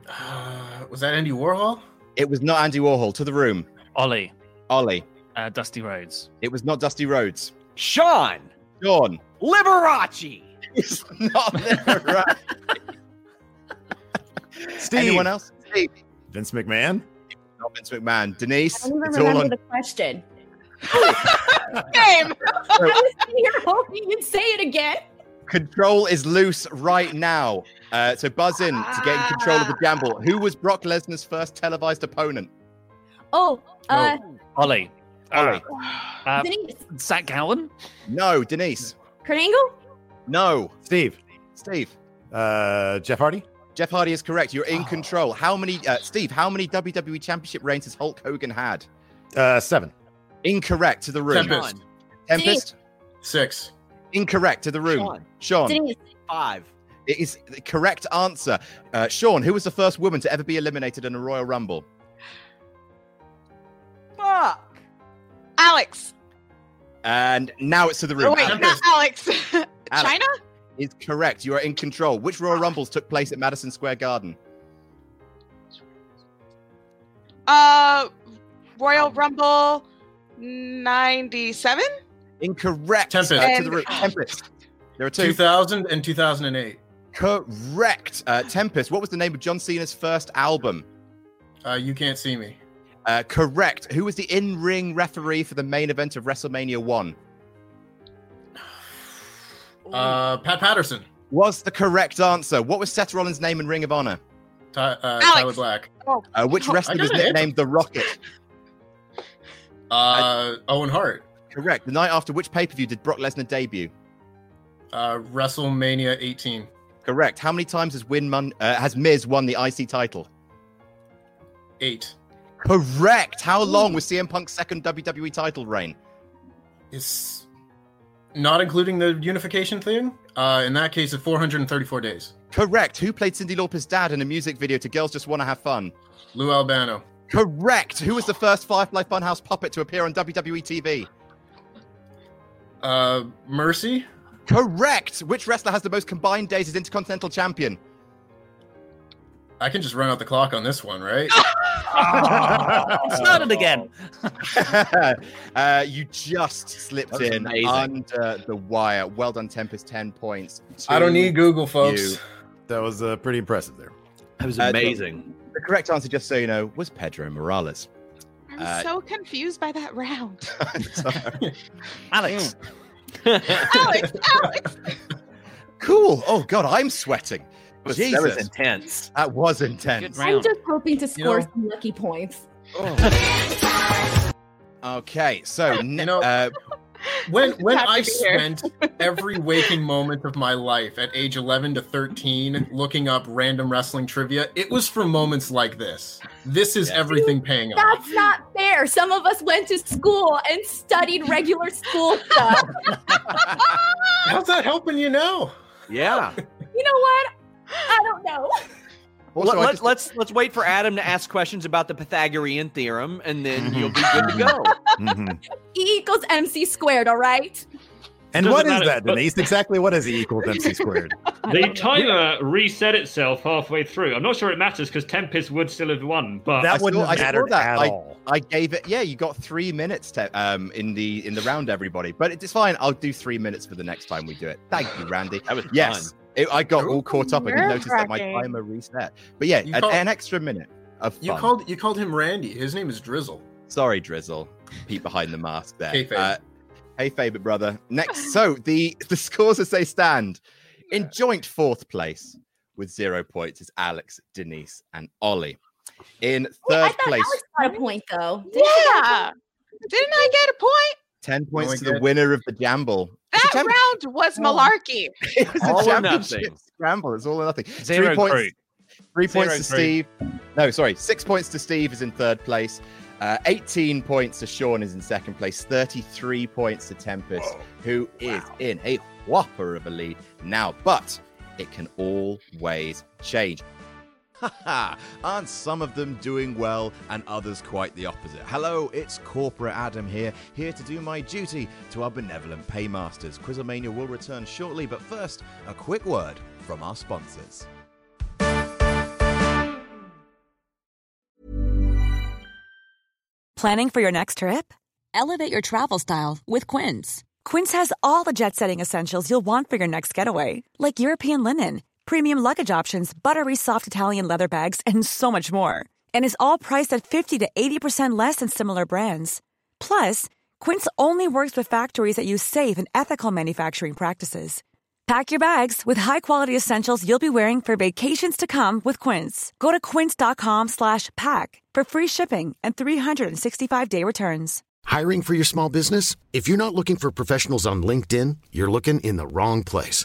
S4: Uh, was that Andy Warhol?
S1: It was not Andy Warhol. To the room.
S2: Ollie.
S1: Ollie.
S2: Uh, Dusty Rhodes.
S1: It was not Dusty Rhodes.
S7: Sean.
S1: Sean.
S7: Liberace.
S1: It's not Liberace.
S5: Steve.
S1: Anyone else? Steve.
S5: Vince McMahon.
S1: Not Vince McMahon. Denise.
S6: I don't even
S1: It's all
S6: remember
S1: on.
S6: the question.
S9: Game.
S6: I was sitting here hoping you'd say it again.
S1: Control is loose right now. Uh, so buzz in to get in control
S6: Ah.
S1: of the gamble. Who was Brock Lesnar's first televised opponent?
S6: Oh, uh,
S2: Ollie.
S1: Ollie.
S2: Uh,
S6: Denise.
S2: Zach Gowan.
S1: No, Denise.
S6: Kurt Angle?
S1: No.
S5: Steve.
S1: Steve.
S5: Uh, Jeff Hardy.
S1: Jeff Hardy is correct. You're in control. How many, uh, Steve? How many WWE Championship reigns has Hulk Hogan had?
S5: Uh, seven.
S1: Incorrect to the room.
S4: Tempest.
S1: Tempest.
S4: Six.
S1: Incorrect to the room. Sean.
S6: Denise.
S7: Five.
S1: It is the correct answer. Uh, Sean, who was the first woman to ever be eliminated in a Royal Rumble?
S9: Fuck. Alex.
S1: And now it's to the room.
S9: Oh, wait,
S1: Alex
S9: not Alex.
S1: Alex.
S9: China?
S1: is correct. You are in control. Which Royal Rumbles took place at Madison Square Garden?
S9: Uh, Royal Rumble 97?
S1: Incorrect.
S4: Tempest.
S1: Uh, to the
S9: And-
S1: room. Tempest. There are two.
S4: 2000 and 2008.
S1: Correct. Uh, Tempest. What was the name of John Cena's first album?
S4: Uh, you can't see me.
S1: Uh, correct. Who was the in-ring referee for the main event of WrestleMania One?
S4: Uh, Pat Patterson.
S1: Was the correct answer. What was Seth Rollins' name in Ring of Honor?
S4: Ty- uh,
S9: Alex.
S4: Tyler Black.
S9: Oh.
S1: Uh, which
S9: Oh, I
S1: wrestler was
S4: got it.
S1: nicknamed the Rocket?
S4: Uh, Owen Hart.
S1: Correct. The night after which pay-per-view did Brock Lesnar debut?
S4: Uh, WrestleMania 18.
S1: Correct. How many times has Win Mun- uh, has Miz won the IC title?
S4: Eight.
S1: Correct. How long was CM Punk's second WWE title reign?
S4: Is not including the unification thing. Uh, in that case, of 434 days.
S1: Correct. Who played Cindy Lauper's dad in a music video to Girls Just Wanna Have Fun?
S4: Lou Albano.
S1: E Correct. Who was the first Firefly Funhouse puppet to appear on WWE TV?
S4: Uh, Mercy?
S1: Correct. Which wrestler has the most combined days as Intercontinental Champion?
S4: I can just run out the clock on this one, right?
S2: Started again.
S1: uh, you just slipped
S4: That was
S1: in
S4: amazing.
S1: under the wire. Well done, Tempest. 10 points.
S4: I don't need Google, folks.
S1: That was uh, pretty impressive there.
S7: That was
S4: amazing.
S1: the, correct answer, just so you know, was Pedro Morales.
S9: I'm
S1: Uh,
S9: so confused by that round.
S1: Alex.
S9: Alex,
S1: Cool. Oh, God, I'm sweating.
S7: was- that
S1: Jesus.
S7: was intense.
S1: That was intense.
S6: I'm just hoping to
S1: You
S6: score
S1: know-
S6: some lucky points.
S1: Okay, so uh, you know,
S4: when when
S6: happy
S4: I
S6: to be here.
S4: spent every waking moment of my life at age 11 to 13 looking up random wrestling trivia, it was for moments like this. This is everything paying off.
S6: That's not fair. Some of us went to school and studied regular school stuff.
S4: How's that helping you now?
S7: Yeah.
S6: You know what? I don't know.
S1: Also, I
S7: Let,
S1: just-
S7: us let's wait for Adam to ask questions about the Pythagorean theorem, and then
S1: Mm-hmm.
S7: you'll be good to go.
S6: E equals MC squared, all right?
S5: And
S8: Doesn't
S5: what is
S8: matter,
S5: that,
S8: but-
S5: Denise? exactly what is E equals MC squared?
S8: The timer reset itself halfway through. I'm not sure it matters because Tempest would still have won,
S7: Uh,
S8: but
S1: I saw- I saw that. I, I gave it. Yeah, you got three minutes to, um, in the in the round, everybody. But it's fine. I'll do three minutes for the next time we do it. Thank you, Randy. that was yes.
S7: fun.
S1: It- I got all caught up. I didn't notice that my
S4: nerve-wracking.
S1: timer reset. But yeah,
S4: You
S1: an,
S4: call-
S1: an extra minute of
S4: You
S1: fun.
S4: called you called him Randy. His name is Drizzle.
S1: Sorry, Drizzle. Peep behind the mask there. Uh,
S4: Kayfabe.
S1: hey, favorite brother. Next, so the the scores as they stand in joint fourth place with zero points is Alex, Denise, and Ollie. In
S6: Wait, I
S1: third
S6: thought
S1: place,
S6: Alex got a point, though. Didn't she get a
S9: yeah. Didn't I get a point?
S1: ten points
S9: my
S1: to the
S9: God.
S1: winner of the jamble.
S9: That round was malarkey.
S1: It's a championship scramble. It's all or nothing.
S7: Zero
S1: three points.
S7: crew.
S1: Three
S7: Zero
S1: points to
S7: crew.
S1: Steve. No, sorry. Six points to Steve is in third place. Uh, 18 points to Sean is in second place. 33 points to Tempest, who is in a whopper of a lead now. But it can always change. Haha, aren't some of them doing well and others quite the opposite? Hello, it's Corporate Adam here, here to do my duty to our benevolent paymasters. Quizomania will return shortly, but first, a quick word from our sponsors.
S10: Planning for your next trip? Elevate your travel style with Quince. Quince has all the jet setting essentials you'll want for your next getaway, like European linen, premium luggage options, buttery soft Italian leather bags, and so much more. And is all priced at 50 to 80% less than similar brands. Plus, Quince only works with factories that use safe and ethical manufacturing practices. Pack your bags with high-quality essentials you'll be wearing for vacations to come with Quince. Go to quince.com slash pack for free shipping and 365-day returns.
S11: Hiring for your small business? If you're not looking for professionals on LinkedIn, you're looking in the wrong place.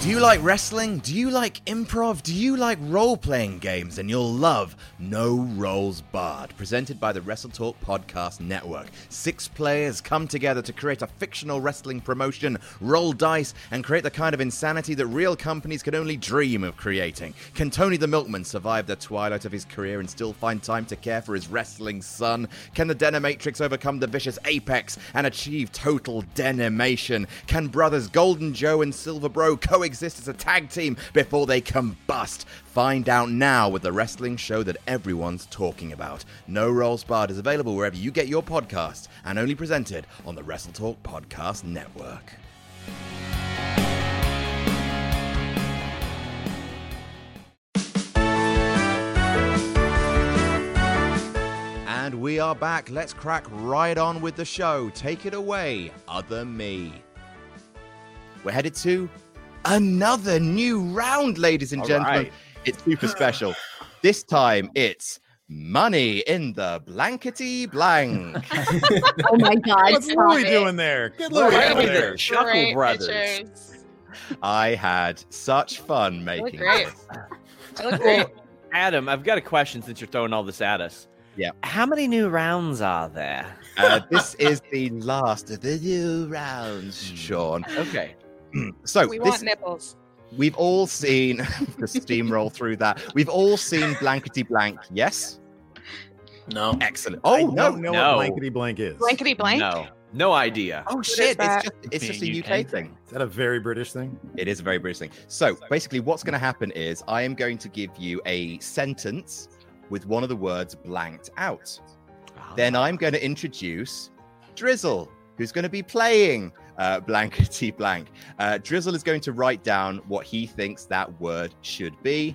S12: Do you like wrestling? Do you like improv? Do you like role playing games? Then you'll love No Roles Barred, presented by the Wrestle Talk Podcast Network. Six players come together to create a fictional wrestling promotion, roll dice, and create the kind of insanity that real companies could only dream of creating. Can Tony the Milkman survive the twilight of his career and still find time to care for his wrestling son? Can the Denimatrix overcome the vicious apex and achieve total denimation? Can brothers Golden Joe and Silver Bro coexist?
S1: exist as a tag team before they combust. Find out now with the wrestling show that everyone's talking about. No Rolls Barred is available wherever you get your podcasts and only presented on the Wrestle Talk Podcast Network. And we are back. Let's crack right on with the show. Take it away, other me. We're headed to another new round, ladies and
S12: All
S1: gentlemen.
S12: right.
S1: It's super special. This time it's money in the blankety blank.
S6: Oh my God.
S5: What's
S6: stop
S5: Louis
S6: it.
S5: doing there? Good
S1: Louis
S5: Louis
S1: out
S5: over
S1: there.
S5: there.
S1: Chuckle Great Brothers. I had such fun
S7: look
S1: making
S7: great.
S1: this.
S7: Adam, I've got a question since you're throwing all this at us.
S1: Yeah.
S7: How many new rounds are there?
S1: Uh, this is the last of the new rounds, Sean.
S7: Okay.
S1: So
S9: we
S1: this,
S9: want nipples.
S1: we've all seen the steamroll through that. We've all seen blankety blank. Yes.
S13: No.
S1: Excellent. Oh no,
S5: don't know what No. blankety blank is.
S9: Blankety blank?
S7: No. No idea.
S1: Oh
S9: What is
S1: shit!
S9: that?
S1: It's just it's just a UK, thing.
S5: Is that a very British thing?
S1: It is a very British thing. So basically, what's going to happen is I am going to give you a sentence with one of the words blanked out. Then I'm going to introduce Drizzle, who's going to be playing uh, blankety blank. Uh, Drizzle is going to write down what he thinks that word should be,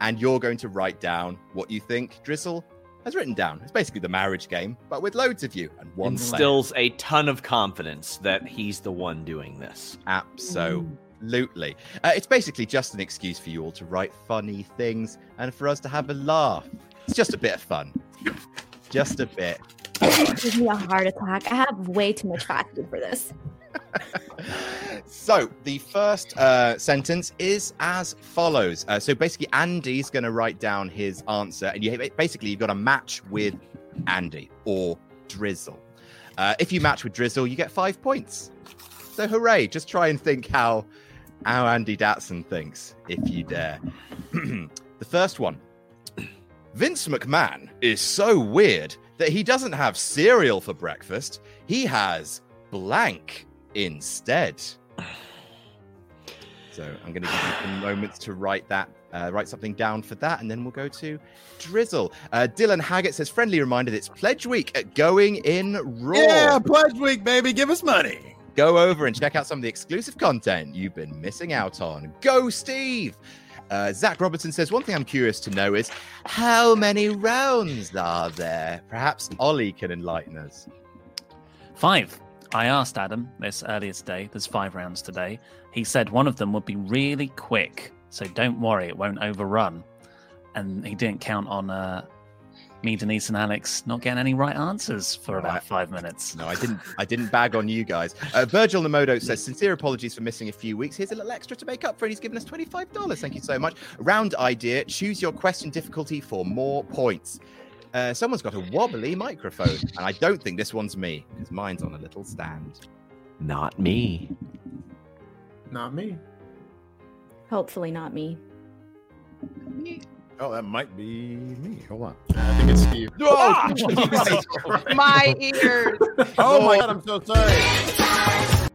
S1: and you're going to write down what you think Drizzle has written down. It's basically the marriage game, but with loads of you and one player.
S7: Instills a ton of confidence that he's the one doing this.
S1: Absolutely. Uh, it's basically just an excuse for you all to write funny things and for us to have a laugh. It's just a bit of fun. Just a bit.
S6: Give me a heart attack. I have way too much fast food for this.
S1: So the first uh, sentence is as follows. Uh, so basically, Andy's going to write down his answer, and you basically you've got a match with Andy or Drizzle. Uh, if you match with Drizzle, you get five points. So hooray! Just try and think how how Andy Datson thinks, if you dare. the first one. Vince McMahon is so weird that he doesn't have cereal for breakfast. He has blank instead. So I'm going to give you some moments to write that, uh, write something down for that, and then we'll go to Drizzle. Uh, Dylan Haggett says, "Friendly reminder: that it's Pledge Week at Going in Raw.
S5: Yeah, Pledge Week, baby. Give us money."
S1: Go over and check out some of the exclusive content you've been missing out on. Go, Steve! Uh, Zach Robertson says, One thing I'm curious to know is how many rounds are there? Perhaps Ollie can enlighten us.
S2: Five. I asked Adam this earlier today. There's five rounds today. He said one of them would be really quick, so don't worry, it won't overrun. And he didn't count on uh, me, Denise, and Alex not getting any right answers for about five minutes.
S1: No, I didn't. I didn't bag on you guys. Uh, Virgil Namodo says, Sincere apologies for missing a few weeks. Here's a little extra to make up for it. He's given us $25. Thank you so much. Round idea choose your question difficulty for more points. Uh, someone's got a wobbly microphone, and I don't think this one's me because mine's on a little stand.
S7: Not me.
S13: Not me.
S6: Hopefully not me.
S5: Oh, that might be me. Hold on.
S13: I think it's Steve.
S6: Ah!
S5: Oh,
S9: My ears.
S5: my god, I'm so sorry.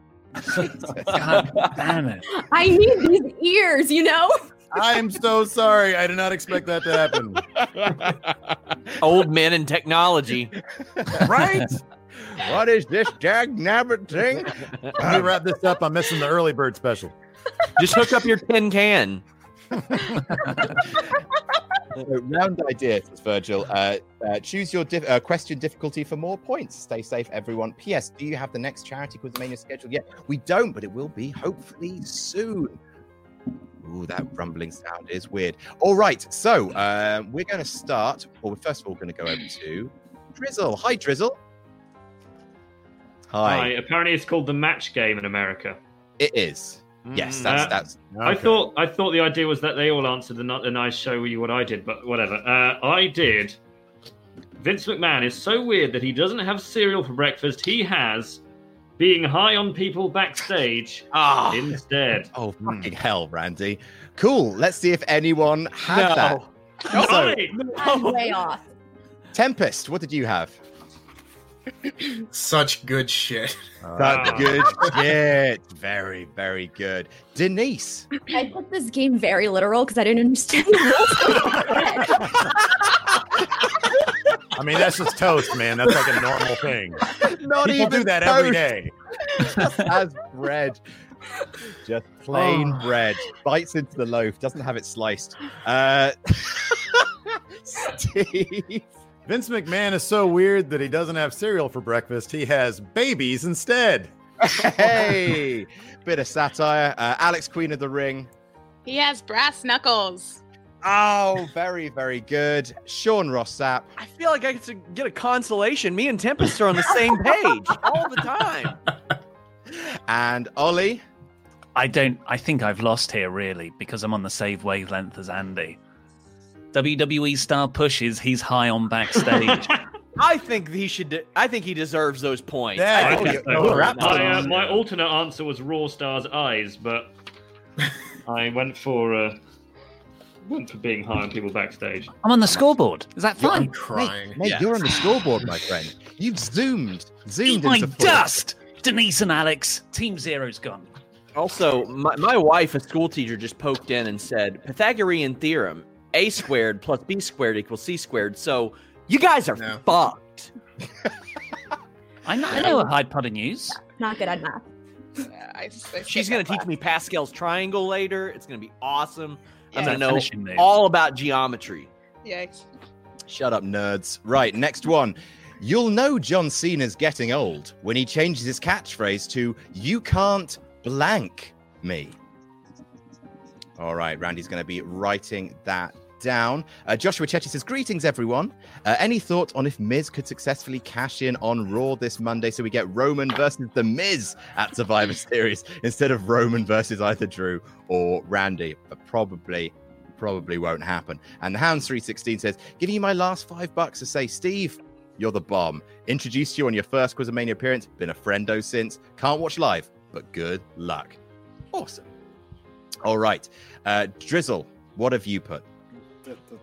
S2: God damn it.
S6: I need these ears, you know?
S5: I am so sorry. I did not expect that to happen.
S7: Old men in technology.
S5: Right?
S1: what is this jagnabbit thing?
S5: Let me wrap this up. I'm missing the early bird special.
S7: Just hook up your tin can.
S1: So, round idea, says Virgil. Uh, uh, choose your dif- uh, question difficulty for more points. Stay safe, everyone. P.S. Do you have the next charity quiz mania scheduled yet? We don't, but it will be hopefully soon. Ooh, that rumbling sound is weird. All right, so um, we're going to start. Well, we're first of all going to go over to Drizzle. Hi, Drizzle. Hi.
S8: Apparently, it's called the match game in America.
S1: It is. Yes, that's
S8: Uh,
S1: that's.
S8: I thought I thought the idea was that they all answered and not and I show you what I did, but whatever. Uh, I did. Vince McMahon is so weird that he doesn't have cereal for breakfast. He has being high on people backstage instead.
S1: Ah. Oh fucking hell, Randy. Cool. Let's see if anyone had
S8: No.
S1: that.
S8: No.
S1: So,
S6: I'm way off.
S1: Tempest, what did you have?
S4: Such good shit.
S1: That's good shit. Very, very good. Denise.
S6: I took this game very literal because I didn't understand the rules.
S5: I mean, that's just toast, man. That's like a normal thing.
S1: Not
S5: People
S1: even
S5: do that every
S1: toast.
S5: day.
S1: Just as bread. Just plain
S5: Oh.
S1: bread. Bites into the loaf, doesn't have it sliced. Uh, Steve.
S5: Vince McMahon is so weird that he doesn't have cereal for breakfast. He has babies instead.
S1: hey, bit of satire. Uh, Alex, Queen of the Ring.
S9: He has brass knuckles.
S1: Oh, very, very good. Sean Rossap.
S7: I feel like I get to get a consolation. Me and Tempest are on the same page all the time.
S1: And Ollie?
S2: I don't. I think I've lost here, really, because I'm on the same wavelength as Andy. E WWE style pushes, he's high on backstage.
S7: I think he should. De- I think he deserves those points.
S2: Yeah,
S7: I
S2: I
S7: think
S2: think
S7: it's
S2: so.
S7: over.
S2: Wrap
S7: No,
S8: My, uh, my alternate answer was Raw Star's eyes, but I went for uh, went for being high on people backstage.
S2: I'm on the scoreboard. Is that
S8: Yeah,
S2: fine?
S8: I'm crying.
S1: Mate, mate,
S8: Yeah.
S1: you're on the scoreboard, Oh my friend. You've zoomed. Zoomed
S2: Eat my
S1: into fourth.
S2: dust! Denise and Alex, Team Zero's gone.
S7: Also, my, my wife, a school teacher, just poked in and said Pythagorean theorem: a squared plus b squared equals c squared. So you guys are fucked.
S2: I know, I know a Hyde Pod of news.
S6: Not good at math.
S7: She's gonna teach me Pascal's triangle later. It's gonna be awesome.
S9: Yeah.
S7: I'm gonna know
S1: Finishing move.
S7: all about geometry.
S9: Yikes.
S1: Shut up, nerds. Right, next one. You'll know John Cena's getting old when he changes his catchphrase to "You can't blank me." All right, Randy's going to be writing that down. Uh, Joshua Chetty says, "Greetings, everyone. Uh, any thought on if Miz could successfully cash in on Raw this Monday, so we get Roman versus the Miz at Survivor Series instead of Roman versus either Drew or Randy? But probably probably won't happen. And the Hounds 316 says, giving you my last five bucks to say, Steve, you're the bomb. Introduced you on your first Quizmania appearance, been a friendo since. Can't watch live, but good luck. Awesome. All right. Uh, Drizzle, what have you put?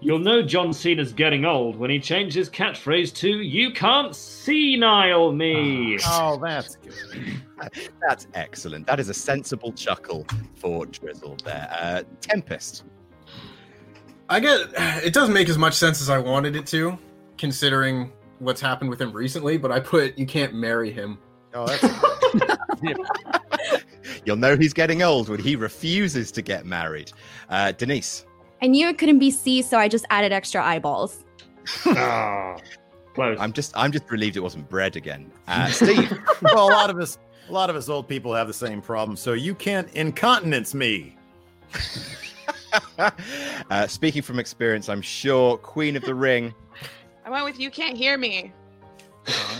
S8: You'll know John Cena's getting old when he changed his catchphrase to "You can't senile me."
S2: Ah.
S5: Oh, that's good.
S1: That's excellent. That is a sensible chuckle for Drizzle there. Uh, Tempest.
S4: I get it doesn't make as much sense as I wanted it to, considering what's happened with him recently, but I put you can't marry him.
S5: Oh, that's
S1: You'll know he's getting old when he refuses to get married. Uh, Denise.
S6: I knew it couldn't be C, so I just added extra eyeballs.
S1: I'm just I'm just relieved it wasn't bread again. Uh, Steve.
S5: well, a lot of us, a lot of us old people have the same problem. So you can't incontinence me.
S1: Uh, speaking from experience, I'm sure Queen of the Ring.
S9: I went with you can't hear me.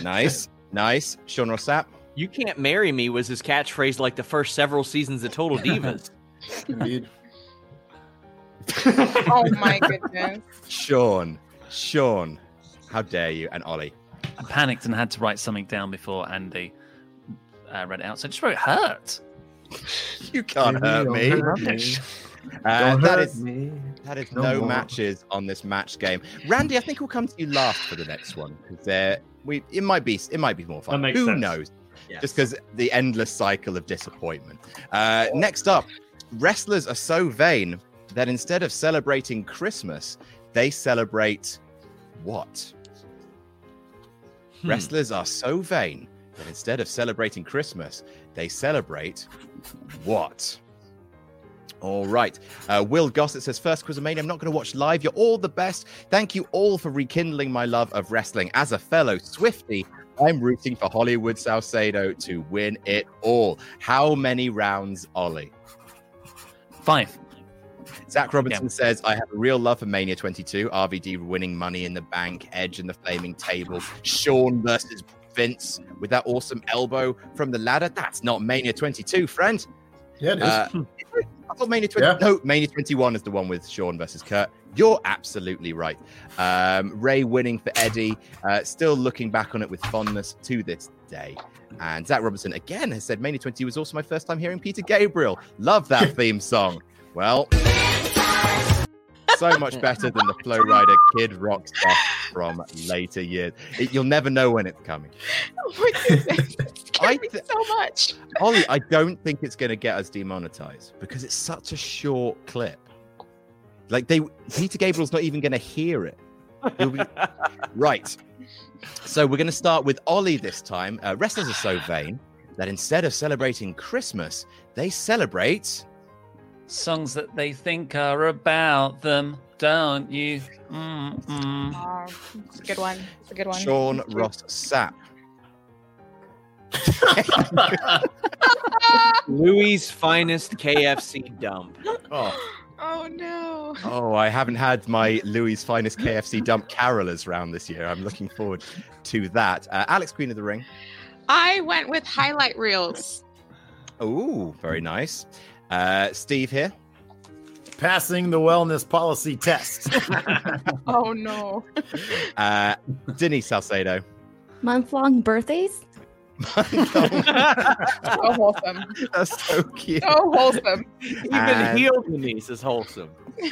S1: Nice, nice. Sean Rossap.
S7: You can't marry me was his catchphrase like the first several seasons of Total Divas.
S4: Indeed.
S9: Oh my goodness.
S1: Sean, Sean, how dare you? And Ollie.
S2: I panicked and had to write something down before Andy uh, read it out. So I just wrote hurt.
S1: You can't hurt me. Uh,
S2: Don't
S1: that
S2: hurt
S1: is that is
S2: No
S1: no,
S2: more.
S1: matches on this match game. Randy, I think we'll come to you last for the next one because there we it might be it might be more fun.
S8: That makes
S1: Who
S8: sense.
S1: knows?
S7: Yes.
S1: Just because the endless cycle of disappointment. Uh, Next up, wrestlers are so vain that instead of celebrating Christmas, they celebrate what?
S2: Hmm.
S1: Wrestlers are so vain that instead of celebrating Christmas, they celebrate what? All right. Uh, Will Gossett says, First Quizmania, I'm not going to watch live. You're all the best. Thank you all for rekindling my love of wrestling. As a fellow Swifty, I'm rooting for Hollywood Salcedo to win it all. How many rounds, Ollie?
S2: Five.
S1: Zach Robinson says, I have a real love for Mania 22, RVD winning Money in the Bank, Edge and the Flaming Table, Sean versus Vince with that awesome elbow from the ladder. That's not Mania 22, friend. Uh,
S4: Yeah, it is.
S1: I thought Mania 20. No, Mania 21 is the one with Sean versus Kurt. You're absolutely right. Um, Ray winning for Eddie, uh, still looking back on it with fondness to this day. And Zach Robinson again has said Mania 20 was also my first time hearing Peter Gabriel. Love that theme song. Well, so much better than the Flow Rider Kid Rock stuff from later years. It- you'll never know when it's coming.
S9: I so much.
S1: Ollie, I don't think it's going to get us demonetized because it's such a short clip. Like they, Peter Gabriel's not even going to hear it. He'll be- right. So we're going to start with Ollie this time. Uh, wrestlers are so vain that instead of celebrating Christmas, they celebrate.
S2: Songs that they think are about them, don't you? Mm, mm.
S9: Um, it's a good one. It's a good one.
S1: Sean Ross Sapp.
S7: Louis' finest KFC dump.
S1: Oh.
S9: Oh no.
S1: Oh, I haven't had my Louis' finest KFC dump carolers round this year. I'm looking forward to that. Uh, Alex, Queen of the Ring.
S9: I went with highlight reels.
S1: Ooh, very nice. Uh, Steve here.
S5: Passing the wellness policy test.
S9: Oh no.
S1: Uh, Denise Salcedo.
S6: Month long birthdays?
S9: so wholesome.
S1: That's so cute.
S9: So wholesome.
S7: Even
S4: And-
S7: heel Denise is wholesome.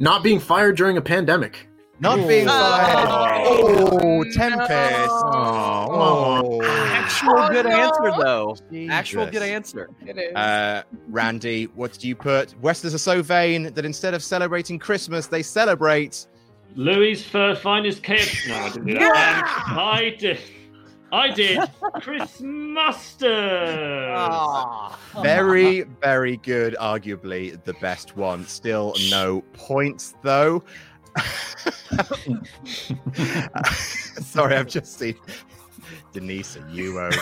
S4: Not being fired during a pandemic.
S1: Not
S7: being
S1: fired. Oh, Tempest. Oh.
S7: Actual
S1: Oh,
S7: good
S1: no.
S7: answer, though. Actual
S1: Jesus.
S7: good answer.
S9: It is.
S1: Uh, Randy, what do you put? Wrestlers are so vain that instead of celebrating Christmas, they celebrate.
S8: Louis' fir- finest KFC. No, I didn't do that. Um, I did. I did. Chris Mustard. Um,
S1: Very, very good. Arguably the best one. Still no points, though. Sorry, I've just seen Denise, are you okay?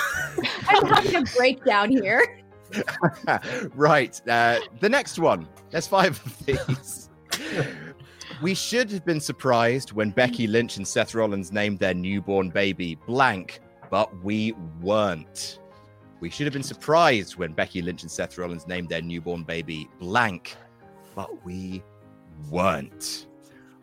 S6: I'm having a breakdown here.
S1: right. Uh, the next one. There's five of these. we should have been surprised when Becky Lynch and Seth Rollins named their newborn baby blank, but we weren't. We should have been surprised when Becky Lynch and Seth Rollins named their newborn baby blank, but we weren't.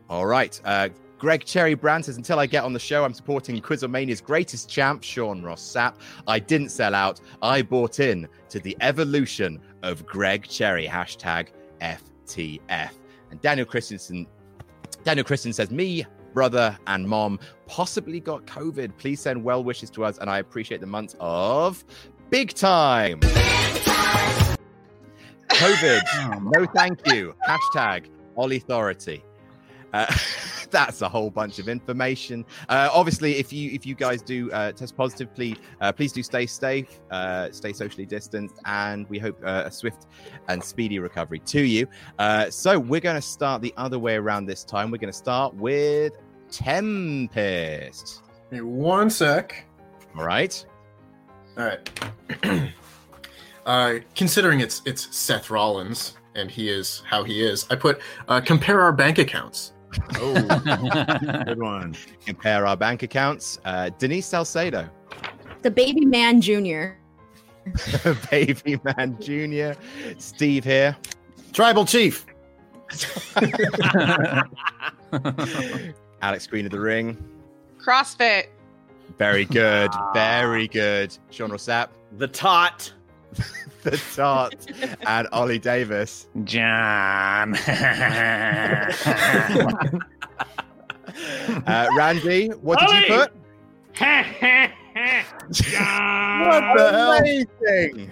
S1: All right. Uh, Greg Cherry Brand says, until I get on the show, I'm supporting Quizomania's greatest champ, Sean Ross Sapp. I didn't sell out. I bought in to the evolution of Greg Cherry. Hashtag FTF. And Daniel Christensen Daniel Christian says, Me, brother, and mom possibly got COVID. Please send well wishes to us. And I appreciate the month of big time. COVID. no, thank you. Hashtag Authority. Uh, that's a whole bunch of information. Uh, obviously, if you if you guys do uh, test positive, please uh, please do stay safe, uh, stay socially distanced, and we hope uh, a swift and speedy recovery to you. Uh, so we're going to start the other way around this time. We're going to start with Tempest.
S4: Hey, one sec.
S1: All right.
S4: All right. uh, considering it's it's Seth Rollins and he is how he is, I put uh, compare our bank accounts.
S1: Oh, good one. Compare our bank accounts. Uh, Denise Salcedo,
S6: The baby man junior.
S1: Baby Man Junior, Steve here,
S5: Tribal Chief.
S1: Alex Green of the Ring.
S9: CrossFit.
S1: Very good. Very good. Sean Rossap.
S7: The tot.
S1: the tot. and Ollie Davis.
S2: John.
S1: Uh, Randy, what did you
S8: Ollie!
S1: put?
S8: what
S1: Amazing.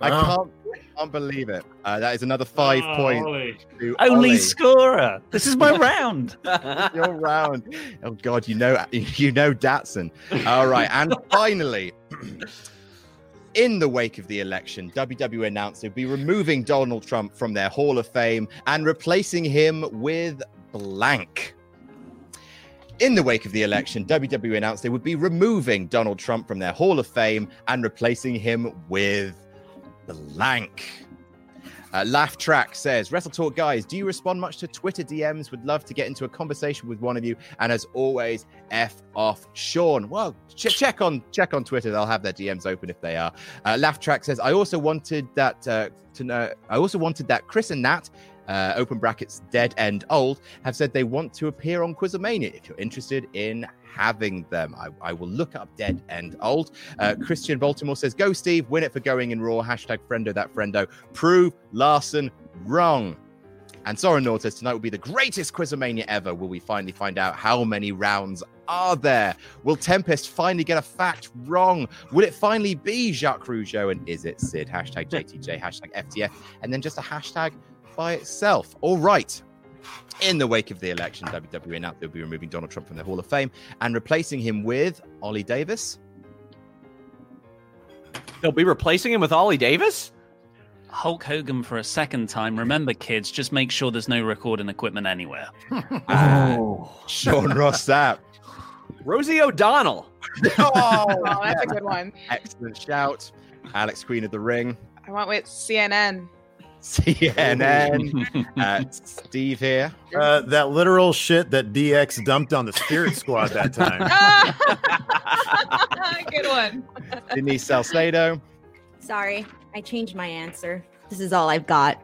S1: I can't, can't believe it. Uh, that is another five
S2: Oh,
S1: points.
S2: Ollie.
S1: to
S2: Only
S1: Ollie.
S2: scorer. This is my round.
S1: Your round. Oh God, you know, you know Datsun. All right, and finally, in the wake of the election, WWE announced they'd be removing Donald Trump from their Hall of Fame and replacing him with blank. In the wake of the election, WWE announced they would be removing Donald Trump from their Hall of Fame and replacing him with blank. Uh, Laugh Track says, Wrestle Talk guys, do you respond much to Twitter DMs? Would love to get into a conversation with one of you. And as always, F off Sean. Well, ch- check on check on Twitter. They'll have their DMs open if they are. Uh, Laugh Track says, I also wanted that uh, to know. I also wanted that Chris and Nat. Uh, open brackets, dead end old, have said they want to appear on Quizomania. If you're interested in having them, I, I will look up dead end old. Uh, Christian Baltimore says, Go, Steve, win it for going in raw. Hashtag friendo that friendo. Prove Larson wrong. And Soren Nord says tonight will be the greatest Quizomania ever. Will we finally find out how many rounds are there? Will Tempest finally get a fact wrong? Will it finally be Jacques Rougeau? And is it Sid? Hashtag JTJ, hashtag FTF, and then just a hashtag by itself. All right. In the wake of the election, WWE announced they'll be removing Donald Trump from the Hall of Fame and replacing him with Ollie Davis.
S7: They'll be replacing him with Ollie Davis?
S2: Hulk Hogan for a second time. Remember, kids, just make sure there's no recording equipment anywhere.
S1: Oh. Sean Ross Sapp.
S7: Rosie O'Donnell.
S9: Oh, that's a good one.
S1: Excellent shout. Alex Queen of the Ring.
S9: I went with CNN.
S1: CNN. uh, Steve here.
S5: Uh, that literal shit that DX dumped on the Spirit Squad that time.
S9: good one.
S1: Denise Salcedo. Uh,
S6: Sorry, I changed my answer. This is all I've got.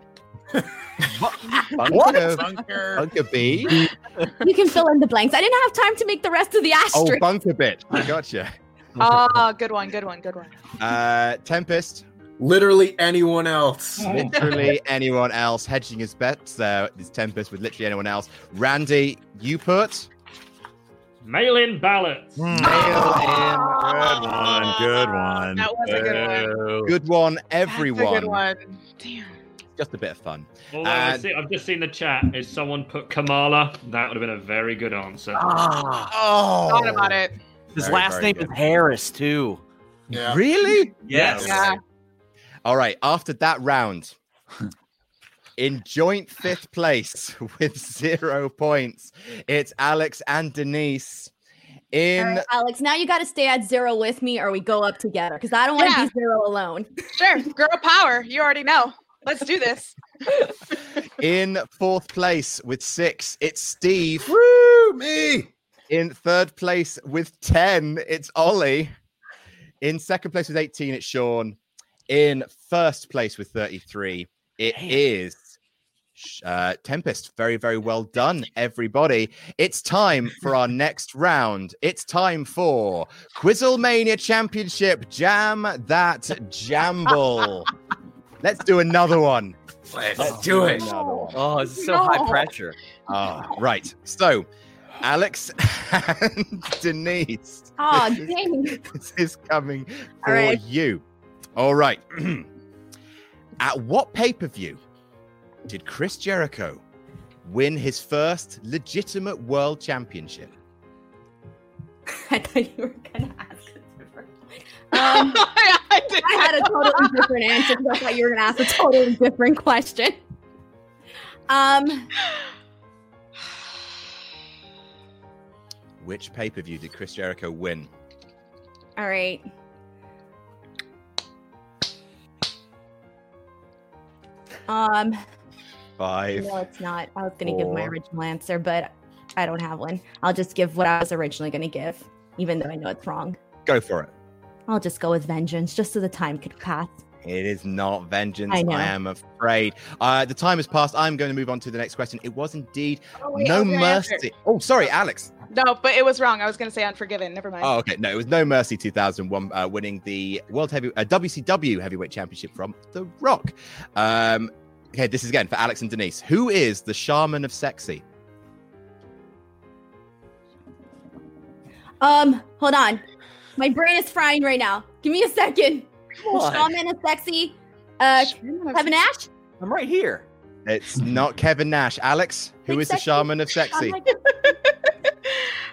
S1: Bunker,
S6: Bunker.
S1: Bunker B.
S6: You can fill in the blanks. I didn't have time to make the rest of the
S1: Oh,
S6: asterisk.
S1: Bunker Bit. I gotcha.
S9: Oh, good one, good one, good one.
S1: Uh, Tempest.
S12: Literally anyone else.
S1: Literally anyone else hedging his bets there is Tempest with literally anyone else. Randy, you put Hmm.
S8: Mail in ballots.
S1: good one, good one.
S9: Ah! That was a good one.
S1: Good one,
S9: That's a
S1: everyone.
S9: good one. Damn.
S1: Just a bit of fun.
S8: Although I see, I've just seen the chat. If someone put Kamala, that would have been a very good answer.
S2: Ah!
S1: Oh.
S9: Thought about it.
S7: His
S1: Very,
S7: last
S1: very
S7: name
S1: good.
S7: is Harris, too.
S12: Yeah.
S1: Really?
S7: Yes.
S9: Yeah.
S1: All right. After that round, in joint fifth place with zero points, it's Alex and Denise.
S6: All
S1: In
S6: right, Alex, now you got to stay at zero with me, or we go up together. Because I don't want to
S9: Yeah.
S6: be zero alone.
S9: Sure, girl power. You already know. Let's do this.
S1: in fourth place with six, it's Steve.
S5: Woo, me.
S1: In third place with 10, it's Ollie. In second place with 18, it's Sean. In first place with 33, it is uh, Tempest. Very, very well done, everybody. It's time for our next round. It's time for Quizzlemania Championship Jam That Jamble. Let's do another one.
S12: Let's
S7: do it.
S1: another one.
S7: Oh, it's so high
S1: No.
S7: pressure.
S1: Ah, right. So, Alex and Denise.
S12: Ah,
S6: Oh,
S1: this is-
S6: dang.
S1: This is coming for
S6: right.
S1: you. All right. At what pay per view did Chris Jericho win his first legitimate world championship?
S6: I thought you were gonna ask a different. Um,
S9: I,
S6: had a totally different answer. 'cause I thought you were gonna ask a totally different question. Um,
S1: Which pay per view did Chris Jericho win?
S6: all right. Um,
S1: Five.
S6: no, it's not. I was gonna give my
S1: four.
S6: original answer, but I don't have one. I'll just give what I was originally gonna give, even though I know it's wrong.
S1: Go for it.
S6: I'll just go with vengeance, just so the time could pass.
S1: It is not vengeance.
S6: I
S1: I,
S6: know.
S1: am afraid. Uh, the time has passed. I'm going to move on to the next question. It was indeed
S9: Oh, wait,
S1: no
S9: that was your
S1: mercy.
S9: answer.
S1: Oh, sorry, Alex.
S9: No, but it was wrong. I was gonna say Unforgiven. Never mind.
S1: Oh, okay. No, it was No Mercy 2001, uh, winning the World Heavy uh, WCW Heavyweight Championship from The Rock. Um, okay, this is again for Alex and Denise. Who is the Shaman of Sexy?
S6: Um, hold on. My brain is frying right now. Give me a second.
S7: on.
S6: Shaman is sexy. Uh, Kevin Ash.
S7: I'm right here.
S1: It's not Kevin Nash. Alex, who is the Shaman of Sexy?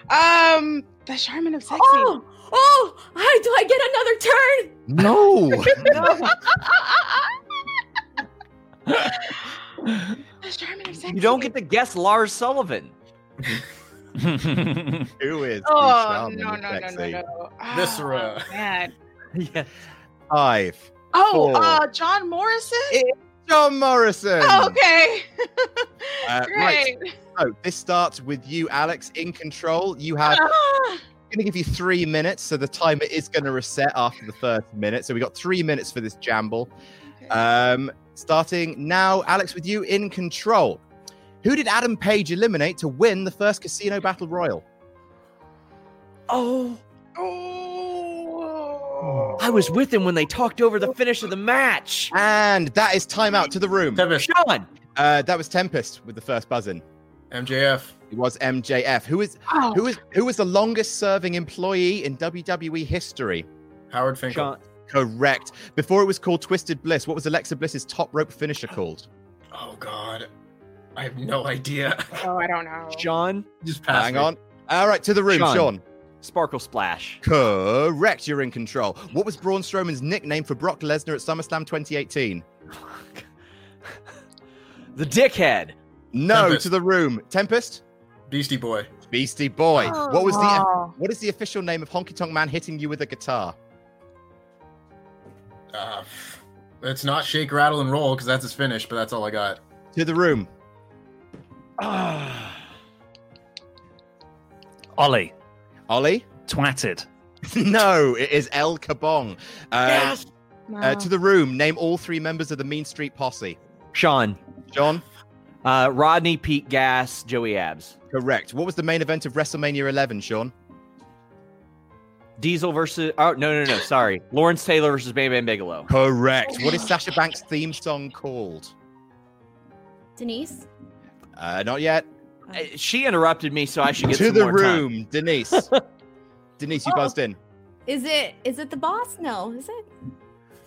S9: Um, the Charmin of Sexy.
S6: Oh, oh! I, do I get
S1: No.
S6: another turn?
S9: the Charmin of Sexy.
S7: You don't get to guess Lars Sullivan.
S1: who is the
S9: Oh
S1: Shaman
S9: no
S1: of
S9: no no
S1: Sexy?
S9: no no. Oh,
S1: Viscera.
S9: man.
S1: Five.
S9: Oh,
S1: four,
S9: uh, John Morrison.
S1: John Morrison.
S9: Oh, okay.
S1: Uh, right.
S9: Great.
S1: So this starts with you, Alex, in control. You have.
S9: Ah.
S1: going to give you three minutes, so the timer is going to reset after the first minute. So we got three minutes for this jamble. Um, starting now, Alex, with you in control. Who did Adam Page eliminate to win the first Casino Battle Royal?
S7: Oh.
S1: Oh.
S7: I was with him when they talked over the finish of the match.
S1: And that is timeout to the room.
S7: Sean,
S1: Uh, that was Tempest with the first buzzing.
S4: MJF.
S1: It was MJF. Who is
S4: Oh.
S1: who is who was the longest serving employee in WWE history?
S4: Howard Finkel.
S1: Correct. Before it was called Twisted Bliss, what was Alexa Bliss's top rope finisher called?
S4: Oh God, I have no idea.
S9: Oh, I don't know.
S7: Sean,
S4: just
S1: Hang on. All right, to the room, Sean.
S7: Sparkle Splash.
S1: Correct. You're in control. What was Braun Strowman's nickname for Brock Lesnar at SummerSlam 2018?
S7: the Dickhead.
S1: No,
S4: Tempest.
S1: to the room. Tempest.
S4: Beastie Boy.
S1: Beastie Boy.
S4: Oh,
S1: what was
S4: wow.
S1: the What is the official name of Honky Tonk Man hitting you with a guitar?
S4: Uh, it's not shake, rattle, and roll because that's his finish, but that's all I got.
S1: To the room. Ah.
S2: Ollie.
S1: Ollie?
S2: Twatted.
S1: no, it is El Kabong. Uh,
S2: Yes!
S1: uh, to the room. Name all three members of the Mean Street Posse.
S7: Sean.
S1: John.
S7: Uh, Rodney, Pete Gas, Joey Abs.
S1: Correct. What was the main event of WrestleMania 11, Sean?
S7: Diesel versus. Oh no no no! Sorry, Lawrence Taylor versus Bam Bam Bigelow.
S1: Correct. What is
S9: Oh.
S1: Sasha Banks' theme song called?
S6: Denise?
S1: Uh, not yet.
S7: She interrupted me, so I should get
S1: to
S7: some
S1: the
S7: more time.
S1: room, Denise. Denise, you
S9: Oh.
S1: buzzed in.
S6: Is it is it the boss? No, is it?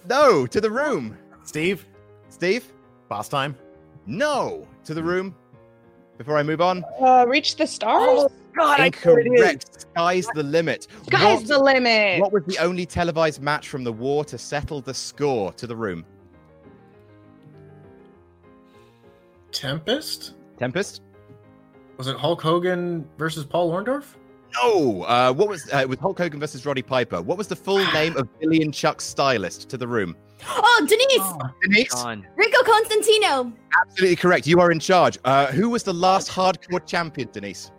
S1: No, to the room. Steve. Steve. Boss time. No, to the room. Before I move on.
S9: Uh, reach the stars. Oh, God,
S1: Incorrect. Sky's the limit.
S9: Sky's
S1: What-
S9: the limit.
S1: What was the only televised match from the war to settle the score? To the room.
S4: Tempest.
S1: Tempest.
S4: Was it Hulk Hogan versus Paul Orndorff?
S1: No. Uh, what was uh, with Hulk Hogan versus Roddy Piper? What was the full name of Billy and Chuck's stylist? To the room.
S6: Oh, Denise!
S1: Denise.
S6: Rico Constantino.
S1: Absolutely correct. You are in charge. Uh, who was the last hardcore champion, Denise?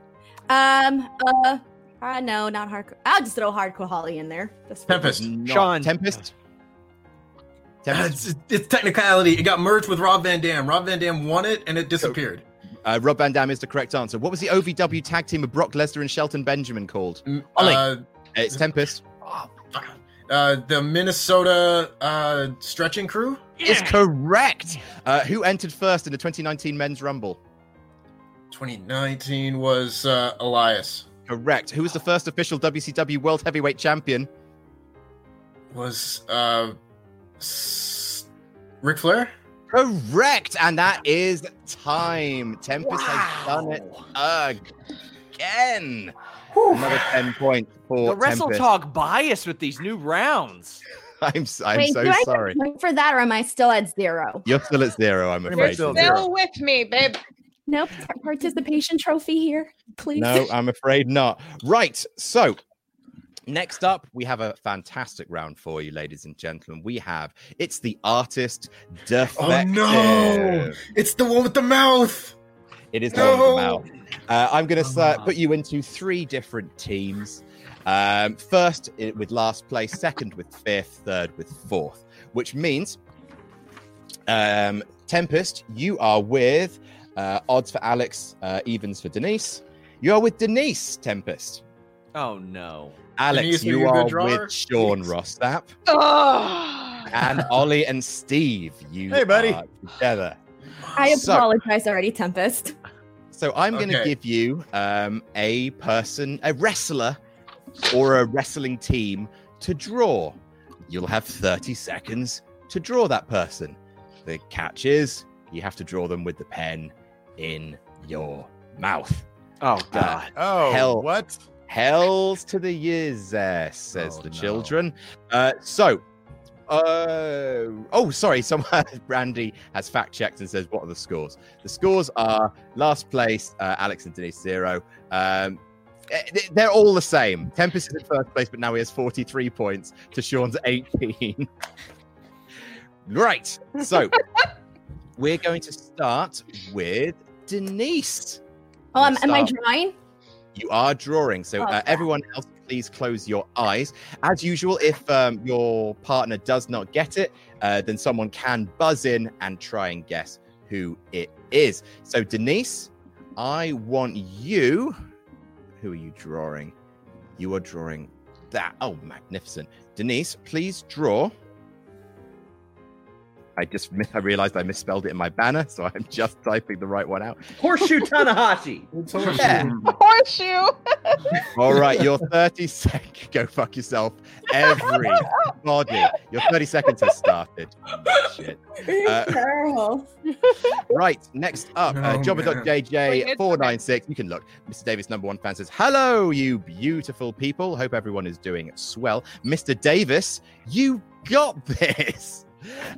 S6: Um, uh, uh no, not hardcore. I'll just throw hardcore Holly in there. That's fine.
S1: Not
S7: Sean.
S1: Tempest.
S4: It's, Uh, it's technicality. It got merged with Rob Van Dam. Rob Van Dam won it, and it disappeared.
S1: Uh, Rob Van Dam is the correct answer. What was the OVW tag team of Brock Lesnar and Shelton Benjamin called?
S4: Ollie. uh, Oh,
S1: it's Tempest.
S4: Uh, the Minnesota uh, stretching crew.
S1: It's correct. Uh, who entered first in the 2019 Men's Rumble?
S4: 2019 was uh, Elias.
S1: Correct. Who was the first official WCW World Heavyweight Champion?
S4: Was uh, s- Ric Flair?
S1: Correct. And that is time. Tempest has done it again. Another 10 points for
S7: The Wrestle
S1: Tempest.
S7: Talk bias with these new rounds.
S1: I'm, s- I'm
S6: Wait,
S1: so
S6: do I get
S1: sorry.
S6: a point for that, or am I still at zero?
S1: You're still at zero, I'm
S9: You're
S1: afraid.
S9: still with me, babe.
S6: No participation trophy here, please.
S1: No, I'm afraid not. Right. So next up, we have a fantastic round for you, ladies and gentlemen. We have it's the artist
S4: Oh
S1: defective.
S4: no! It's the one with the mouth.
S1: It is no.
S4: No. Oh,
S1: Uh, I'm going to put you into three different teams. Um, first i- with last place, second with fifth, third with fourth, which means um, Tempest, you are with uh, odds for Alex, uh, evens for Denise. You are with Denise Tempest.
S7: Oh no.
S1: Alex, you are with Sean Rossap. and Ollie and Steve, you
S6: Hey, buddy.
S1: are together.
S6: I
S1: So-
S6: apologize already, Tempest.
S1: So I'm going to
S6: Okay.
S1: give you um, a person, a wrestler, or a wrestling team to draw. You'll have 30 seconds to draw that person. The catch is you have to draw them with the pen in your mouth.
S7: Oh
S1: God!
S5: Oh,
S1: what? Hell's to the years, uh, says the children. Uh, so, uh, oh, sorry. Someone, Brandy has fact checked and says, "What are the scores?" The scores are last place, uh, Alex and Denise zero. Um, eh, th- they're all the same. Tempest is in first place, but now he has forty-three points to Sean's eighteen. right. So, we're going to start with Denise.
S6: Oh, am, am I
S1: Stop.
S6: drawing?
S1: You are drawing, so
S6: Oh,
S1: uh,
S6: crap.
S1: everyone else, please close your eyes. As usual, if um, your partner does not get it, uh, then someone can buzz in and try and guess who it is. So, Denise, I want you. Who are you drawing? You are drawing that. Oh, magnificent. Denise, please draw I just mi- I realized I misspelled it in my banner, so I'm just typing the right one out.
S7: Horseshoe Tanahashi.
S1: Yeah.
S9: Horseshoe.
S1: All right, your 30 seconds. Go fuck yourself. Everybody. Your 30 seconds has started. Shit. Uh,
S6: Terrible.
S1: right, next up, uh,
S6: Oh,
S12: man.
S1: jobber.jj 496. You can look. Mr. Davis, number one fan says, Hello, you beautiful people. Hope everyone is doing swell. Mr. Davis, you got this.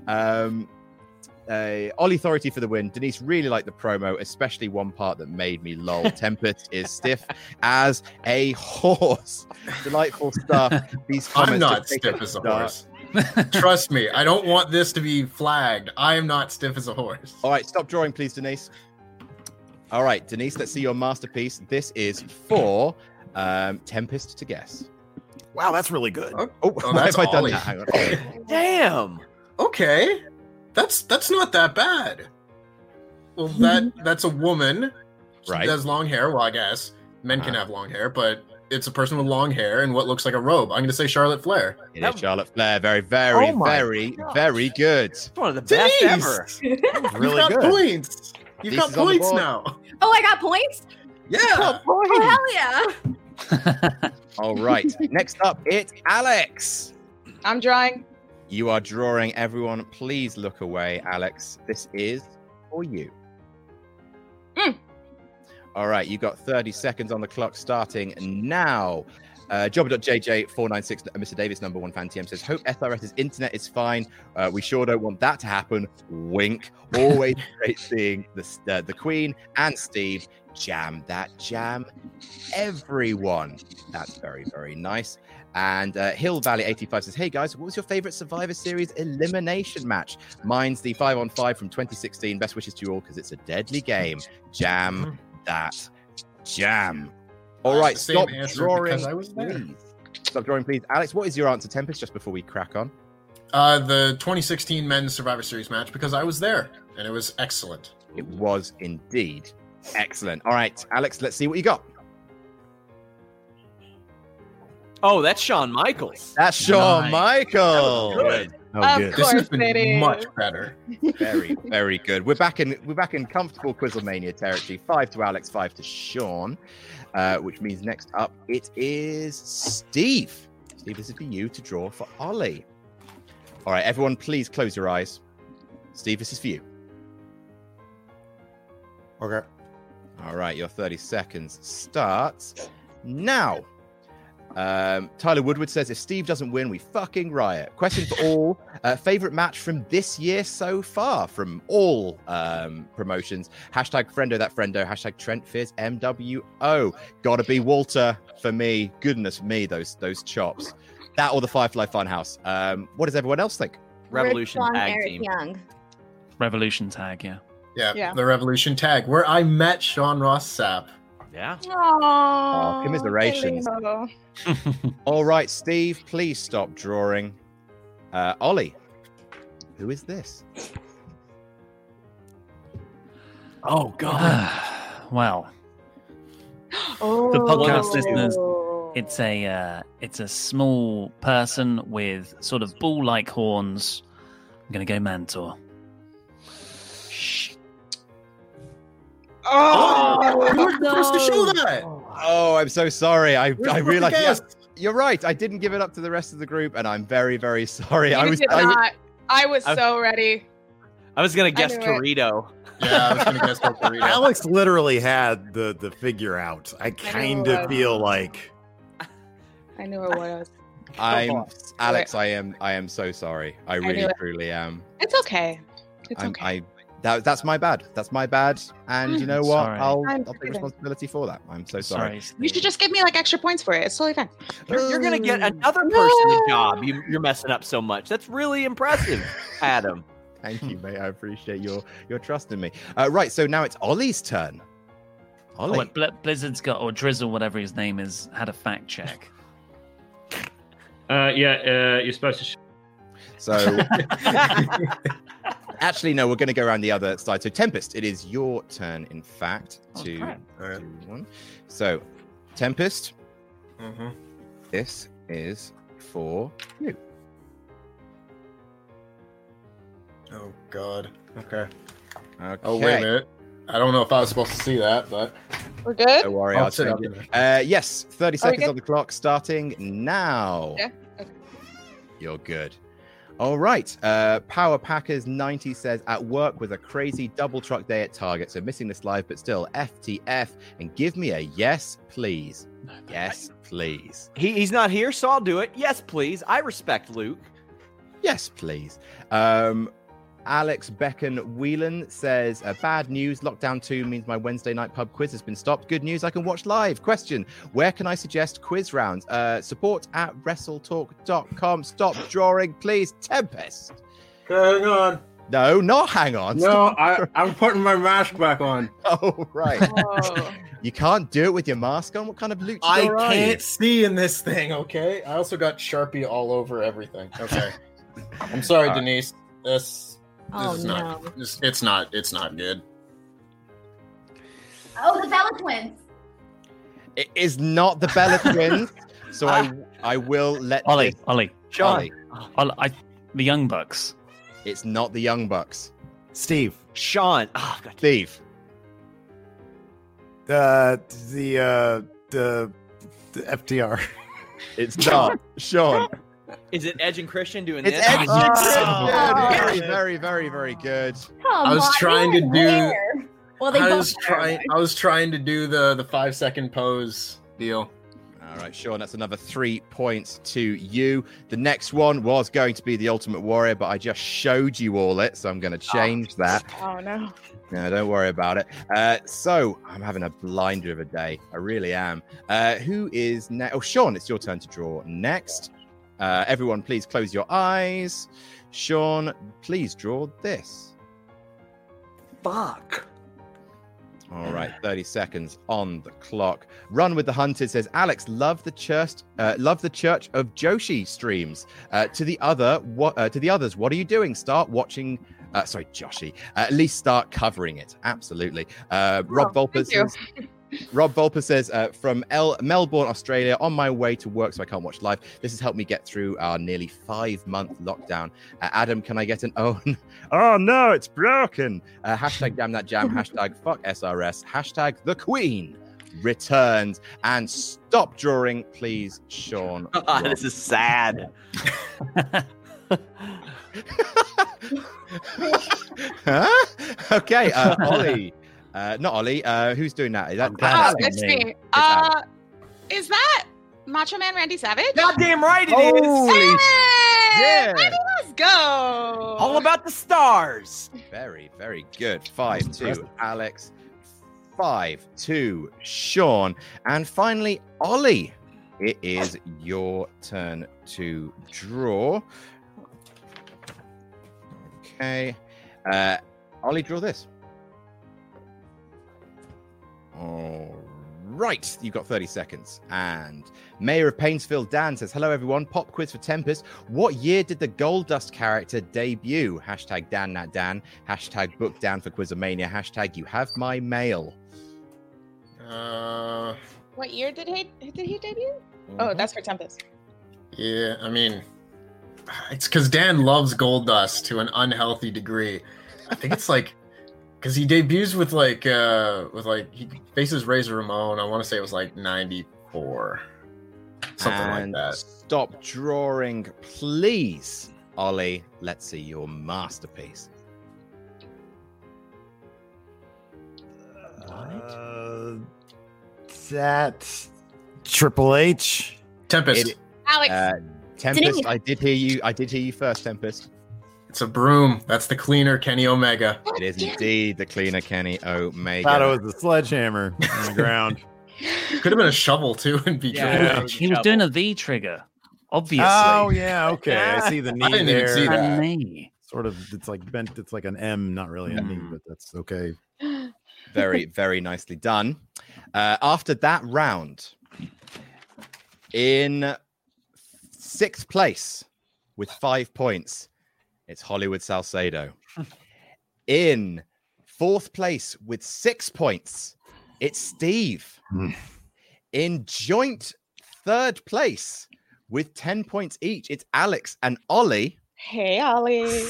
S1: Um, uh, Ollie Authority for the win. Denise really liked the promo, especially one part that made me lol. Tempest is stiff as a horse. Delightful stuff. These comments
S4: I'm not
S1: just make
S4: stiff
S1: us
S4: as a
S1: start.
S4: horse. Trust me, I don't want this to be flagged. I am not stiff as a horse.
S1: All right, stop drawing, please, Denise. All right, Denise, let's see your masterpiece. This is for um, Tempest to guess.
S5: Wow, that's really good.
S4: Oh,
S1: why have I done that? Hang on.
S7: Damn.
S4: Okay, that's that's not that bad. Well, that that's a woman. She
S1: Right.
S4: has long hair. Well, I guess men can
S1: Uh-huh.
S4: have long hair, but it's a person with long hair and what looks like a robe. I'm going to say Charlotte Flair.
S1: It is Charlotte Flair. Very, very,
S4: Oh my
S1: very, very good.
S7: One of the
S4: best Denise!
S7: ever.
S1: Really
S4: You've got
S1: good.
S4: points. You've
S1: This
S4: got
S1: is on the
S4: points
S1: board.
S4: now.
S6: Oh, I got points?
S4: Yeah.
S6: Oh, hell yeah.
S1: All right. Next up, it's Alex.
S9: I'm drawing.
S1: You are drawing everyone. Please look away, Alex. This is for you. All right, you got 30 seconds on the clock starting now. Uh, Jobber.jj496, uh, Mr. Davis, number one fan TM says, Hope SRS's internet is fine. Uh, we sure don't want that to happen. Wink. Always great seeing the, uh, the Queen and Steve jam that jam. Everyone. That's very, very nice. And uh, Hill Valley 85 says, Hey guys, what was your favorite Survivor Series elimination match? Mine's the five on five from 2016. Best wishes to you all because it's a deadly game. Jam that jam. All right,
S4: That's Mm-hmm. the same
S1: stop
S4: answer
S1: drawing,
S4: because I was there.
S1: please. Stop drawing, please. Alex, what is your answer, Tempest, just before we crack on?
S4: Uh, the 2016 men's Survivor Series match because I was there and it was excellent.
S1: It was indeed excellent. All right, Alex, let's see what you got.
S7: Oh, that's Shawn Michaels.
S1: That's Shawn Michael.
S7: good.
S1: Oh,
S7: Of
S1: good.
S7: This has course been it is. much
S4: better.
S1: very, very good. We're back in we're back in comfortable Quizzlemania territory. Five to Alex, five to Sean, uh, which means next up it is Steve. Steve, this is for you to draw for Ollie. All right, everyone, please close your eyes. Steve, this is for you.
S5: Okay.
S1: All right, your 30 seconds starts now. Um, Tyler Woodward says, if Steve doesn't win, we fucking riot. Question for all. Uh, favorite match from this year so far from all um, promotions? Hashtag friendo that friendo. Hashtag Trent Fizz MWO. Gotta be Walter for me. Goodness me, those those chops. That or the Firefly Funhouse. Um, what does everyone else think?
S6: Rick Swan, Eric Young.
S2: Revolution tag, yeah.
S4: Yeah,
S6: Yeah.
S4: the Revolution tag where I met Sean Ross Sapp.
S7: Yeah.
S9: Oh,
S1: commiserations. All right, Steve, please stop drawing. Uh, Ollie, who is this?
S2: Oh god. well,
S9: Oh.
S2: the podcast listeners, it's a uh, it's a small person with sort of ball-like horns. I'm gonna go Mantor.
S4: Oh, you were supposed to show that.
S1: Oh, I'm so sorry. I,
S4: Where's
S1: I
S4: the
S1: realized. yeah,
S4: guest?
S1: you're right. I didn't give it up to the rest of the group, and I'm very, very sorry.
S9: You
S1: I was.
S9: did
S1: I, was-
S9: not. I was
S1: I-
S9: so ready.
S7: I was going
S9: to guess I knew it.
S4: Yeah, I was gonna guess El Torito.
S5: Alex literally had the the figure out. I kind
S9: was.
S5: of feel like
S9: I knew it was.
S1: I'm Alex. I am. I am so sorry. I
S9: knew
S1: really,
S9: it.
S1: truly am.
S9: It's okay. It's
S1: I'm,
S9: okay.
S1: I. That, that's my bad. That's my bad. And you
S9: Mm,
S1: know what?
S2: sorry.
S1: I'll,
S9: I'm
S1: I'll take
S9: forgiven.
S1: responsibility for that. I'm so
S2: Sorry.
S1: sorry.
S9: You should just give me like extra points for it. It's totally fine.
S7: You're, you're going to get another person the job. You, you're messing up so much. That's really impressive, Adam.
S1: Thank you, mate. I appreciate your your trust in me. Uh, right. So now it's Ollie's turn.
S2: Oh,
S1: Ollie.
S2: wait, Bl- Blizzard's got or Drizzle, whatever his name is, had a fact check.
S8: Uh, yeah, uh, you're supposed to. Sh-
S1: So actually, no, we're going to go around the other side. So Tempest, it is your turn. In fact, to
S4: Oh, crap.
S1: do one. So Tempest,
S4: Mm-hmm.
S1: this is for you.
S4: Oh God. Okay. Oh wait a minute. I don't know if I was supposed to see that, but
S9: We're good.
S1: Don't worry,
S4: I'll
S1: I'll,
S4: sit
S1: change
S4: up
S1: it. Uh, yes, 30
S9: Are we
S1: seconds
S9: good?
S1: on the clock starting now.
S9: Yeah. Okay.
S1: You're good. All right. Uh, Power Packers 90 says, at work with a crazy double truck day at Target. So missing this live, but still, FTF. And give me a yes, please. Yes, please.
S7: He, he's not here, so I'll do it. Yes, please. I respect Luke.
S1: Yes, please. Um, Alex Beckon Whelan says, uh, Bad news. Lockdown 2 means my Wednesday night pub quiz has been stopped. Good news. I can watch live. Question Where can I suggest quiz rounds? Uh, support at wrestletalk.com. Stop drawing, please. Tempest.
S4: Hang on.
S1: Oh, No, not hang on.
S4: No, I, I'm putting my mask back on.
S1: Oh, right. you can't do it with your mask on. What kind of loot?
S4: I can't see in this thing, okay? I also got Sharpie all over everything. Okay. I'm sorry,
S1: All right.
S4: Denise. This, this
S6: Oh,
S4: is not
S6: no.
S4: this, it's not it's not good.
S6: Oh, the Bella twins.
S1: It is not the Bella Twins. So I, I will let
S2: Ollie,
S1: this-
S2: Ollie,
S1: John.
S2: Ollie, I, the Young Bucks.
S1: It's not the Young Bucks.
S5: Steve. Ah.
S7: Sean.
S1: Steve.
S5: Uh, the uh, the, the FTR.
S1: It's not Sean.
S7: Is it Edge and Christian doing
S1: It's
S7: this?
S1: Edge and Christian.
S7: Ah, Oh.
S1: Very, very, very, very good.
S4: I was trying to do
S6: Well, they
S4: I
S6: both
S4: was
S6: are.
S4: trying I was trying to do the the 5 second pose deal.
S1: All right, Sean, that's another three points to you. The next one was going to be the Ultimate Warrior, but I just showed you all it, so I'm going to change that.
S3: Oh no.
S1: No, don't worry about it. Uh, so I'm having a blinder of a day. I really am. Uh, who is next? Oh, Sean, it's your turn to draw next. Uh, everyone, please close your eyes. Sean, please draw this.
S8: Fuck.
S1: All right, 30 seconds on the clock. Run with the Hunted says, Alex, love the church, uh, love the Church of Joshi streams. Uh, to the other, what uh, to the others, what are you doing? Start watching. Uh, sorry, Joshi. Uh, at least start covering it. Absolutely. Uh, Rob
S9: Oh,
S1: Volper
S9: thank you.
S1: says, Rob Volper says, uh, from El- Melbourne, Australia, on my way to work, so I can't watch live. This has helped me get through our nearly five month lockdown. Uh, Adam, can I get an own? oh, no, it's broken. Uh, hashtag damn that jam, hashtag fuck SRS, hashtag the queen returns. And stop drawing, please, Sean.
S7: Ah, this is sad.
S1: huh? Okay, uh, Ollie. Uh, not Ollie. Uh, who's doing that? Is that
S9: Oh,
S1: Alex?
S9: it's me. Uh, is that Macho Man Randy Savage?
S7: Goddamn right
S9: it
S7: it
S9: is.
S7: is. Holy-
S9: Yeah.
S1: yeah.
S9: Let's go. All
S7: about the stars.
S1: Very, very good. Five two, Alex. Five two, Sean, and finally Ollie. It is your turn to draw. Okay, uh, Ollie, draw this. All right, you've got 30 seconds. And Mayor of Painesville, Dan says, Hello, everyone. Pop quiz for Tempest. What year did the Gold Dust character debut? Hashtag Dan, not Dan. Hashtag book Dan for Quizomania. Hashtag you have my mail.
S4: Uh
S9: What year did he did he debut? Oh, that's for Tempest.
S4: yeah, I mean it's cuz Dan loves gold dust to an unhealthy degree. I think it's like cuz he debuts with like uh with like he faces Razor Ramon. I want to say it was like 94. Something
S1: and
S4: like
S1: Stop drawing, please. Ollie, let's see your masterpiece.
S5: Uh, that Triple H.
S4: Tempest.
S9: Alex.
S1: Uh, Tempest, I did hear you. I did hear you first, Tempest.
S4: It's a broom. That's the cleaner, Kenny Omega.
S1: It is indeed the cleaner, Kenny Omega.
S5: Thought it was a sledgehammer on the ground.
S4: Could have been a shovel too, and be
S5: Yeah.
S4: good.
S2: He was doing a V trigger, obviously.
S5: Oh yeah, okay. I see the knee
S4: I didn't even
S5: there.
S4: see that.
S2: The knee.
S5: Sort of, it's like bent. It's like an M, not really a knee,
S4: Mm.
S5: but that's okay.
S1: very very nicely done uh, after that round in sixth place with five points it's hollywood salcedo in fourth place with six points it's steve in joint third place with 10 points each it's alex and ollie
S9: Hey, Ollie.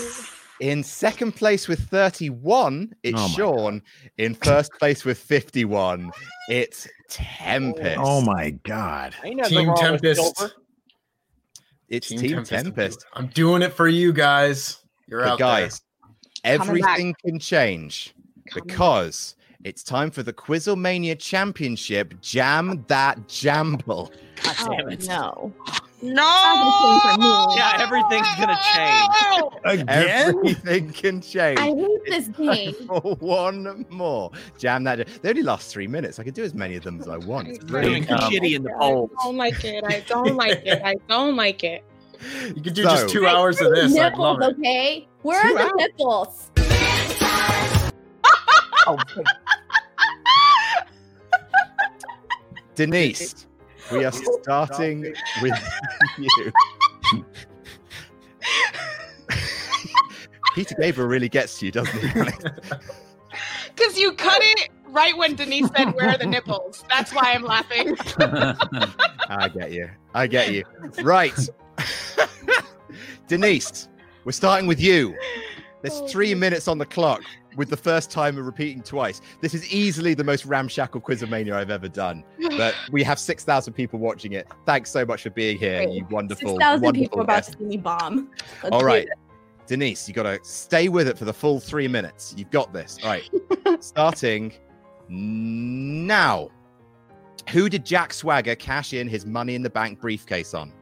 S1: In second place with 31, it's
S12: Oh my
S1: Sean. In first place with 51, it's Tempest.
S5: Oh my God.
S7: Ain't nothing Team wrong with Tempest. silver.
S1: It's Team, Tempest.
S4: I'm doing it for you guys. You're
S1: But
S4: out there.
S1: guys, everything can change because it's time for the Quizzlemania Championship. Jam that jamble.
S6: Oh,
S9: damn it.
S3: No.
S9: No.
S7: Yeah, everything's gonna
S9: change.
S1: Everything can change.
S6: I hate this
S1: Time
S6: game.
S1: for one more. Jam that. They only last three minutes. I could do as many of them as I want. It's
S9: Doing
S1: really
S7: shitty in the
S1: polls.
S9: I don't like it. I don't like it. I don't like it.
S4: You could do
S1: So-
S4: just two hours of this. I'd love it.
S6: okay? Where are the nipples?
S1: Denise, we are starting with you. Peter Gabriel really gets to you, doesn't he? Alex?
S9: Because you cut it right when Denise said, Where are the nipples? That's why I'm laughing.
S1: I get you. I get you. Right. Denise, we're starting with you. There's
S6: Oh,
S1: three minutes on the clock with the first timer repeating twice. This is easily the most ramshackle Quizomania I've ever done. But we have 6,000 people watching it. Thanks so much for being here, you wonderful,
S6: Six thousand
S1: wonderful
S6: people are about
S1: guests.
S6: to see me bomb. Let's
S1: All
S6: do
S1: right.
S6: this.
S1: Denise, you got to stay with it for the full three minutes. You've got this. All right. Starting now. Who did Jack Swagger cash in his money in the bank briefcase on?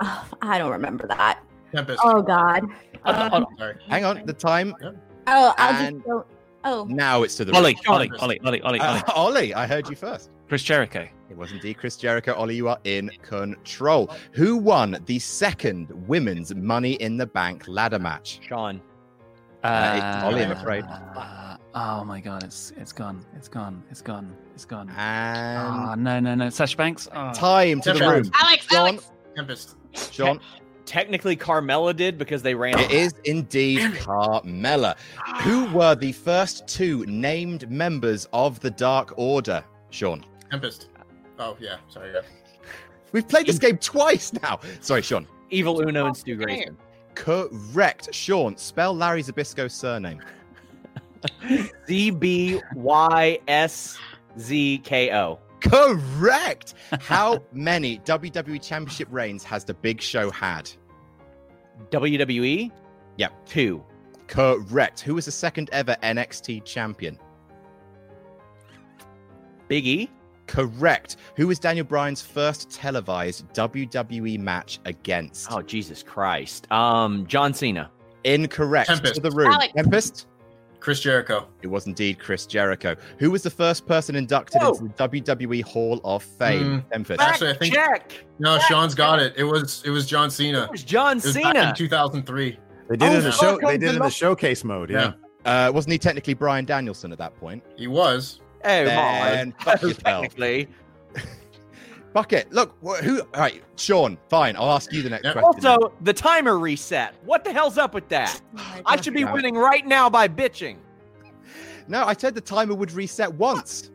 S6: Oh, I don't remember that.
S4: Tempest.
S6: Oh God. Um,
S1: Hang on. The time.
S6: oh, I'll
S1: And-
S6: just go. Oh,
S1: Now it's to the
S2: Ollie,
S1: right.
S2: Ollie, Ollie, Ollie, Ollie,
S1: Uh,
S2: Ollie.
S1: Ollie, I heard you first.
S2: Chris Jericho.
S1: It was indeed Chris Jericho. Ollie, you are in control. Who won the second women's Money in the Bank ladder match?
S7: Sean.
S1: Uh, it's Ollie, I'm afraid.
S2: Uh, oh my god, it's it's gone, it's gone, it's gone, it's gone.
S1: And
S2: oh, no, no, no, Sasha Banks. Oh.
S1: Time to the room.
S9: Alex, Alex.
S4: Tempest.
S1: Sean.
S7: Technically, Carmella did because they ran.
S1: It is indeed Carmella. Who were the first two named members of the Dark Order, Sean?
S4: Tempest. Oh yeah, sorry. Yeah.
S1: We've played this game twice now. Sorry, Sean.
S7: Evil Uno and Stu Grayson.
S1: Correct. Sean, spell Larry Zabisco's surname.
S7: Z B Y S Z K O.
S1: Correct. How many WWE Championship reigns has the Big Show had?
S7: WWE?
S1: Yeah.
S7: E? Two.
S1: Correct. Who was the second ever NXT champion?
S7: Big E?
S1: Correct. Who was Daniel Bryan's first televised WWE match against?
S7: Oh, Jesus Christ. Um, John Cena.
S1: Incorrect.
S7: Tempest.
S1: To the room.
S7: Alex.
S1: Tempest.
S4: Chris Jericho.
S1: It was indeed Chris Jericho. Who was the first person inducted
S7: Whoa.
S1: into the WWE Hall of Fame?
S4: Mm.
S1: Tempest.
S4: Actually, I think
S7: Check.
S4: no. Sean's got it. It was it was John Cena. It
S7: was John Oh,
S4: back
S1: Cena.
S4: in 2003.
S5: They did it in the show.
S4: Oh, welcome
S5: They did
S4: to
S5: it in the
S4: Los-
S5: showcase mode. Yeah.
S1: Uh, wasn't he technically Brian Danielson at that point?
S4: He was.
S7: Oh,
S1: Then
S7: my.
S1: fuck yourself.
S7: Technically.
S1: Bucket, look, wh- who? All right, Sean, fine. I'll ask you the next question.
S7: Also, the timer reset. What the hell's up with that?
S4: Oh
S7: I should be
S1: Yeah.
S7: winning right now by bitching.
S1: no, I said the timer would reset once.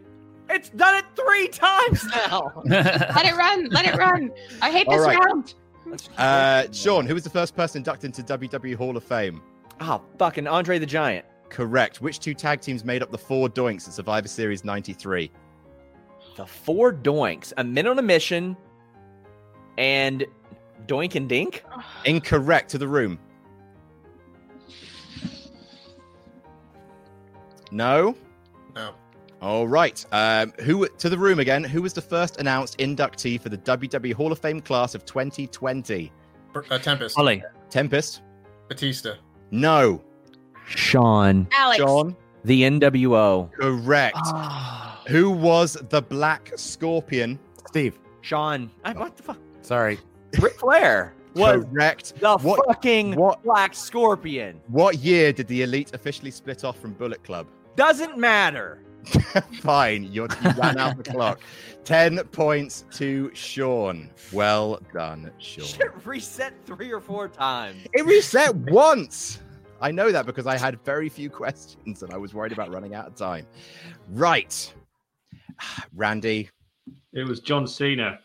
S7: It's done it three times now.
S9: Let it run. Let it run. I hate
S1: All
S9: this
S1: right.
S9: round.
S1: Uh, Sean, who was the first person inducted into WWE Hall of Fame?
S7: Ah, fucking Andre the Giant.
S1: Correct. Which two tag teams made up the four doinks at Survivor Series 93?
S7: The four doinks, a men on a mission, and doink and dink.
S1: Incorrect to the room. No?
S4: No.
S1: All right. Um, who to the room again? Who was the first announced inductee for the WWE Hall of Fame class of 2020?
S4: Uh, Tempest.
S1: Tempest?
S4: Batista.
S1: No.
S7: Sean.
S9: Alex.
S1: John?
S7: The NWO.
S1: Correct. Who was the Black Scorpion?
S5: Steve.
S7: Sean. I, what the fuck?
S5: Sorry.
S7: Ric Flair was
S1: Correct.
S7: the
S1: What-
S7: fucking Black Scorpion.
S1: What year did the Elite officially split off from Bullet Club?
S7: Doesn't matter.
S1: Fine, you're, you ran out the clock. Ten points to Sean. Well done, Sean.
S7: Shit reset three or four times.
S1: It reset once. I know that because I had very few questions and I was worried about running out of time. Right, Randy.
S8: It was John Cena.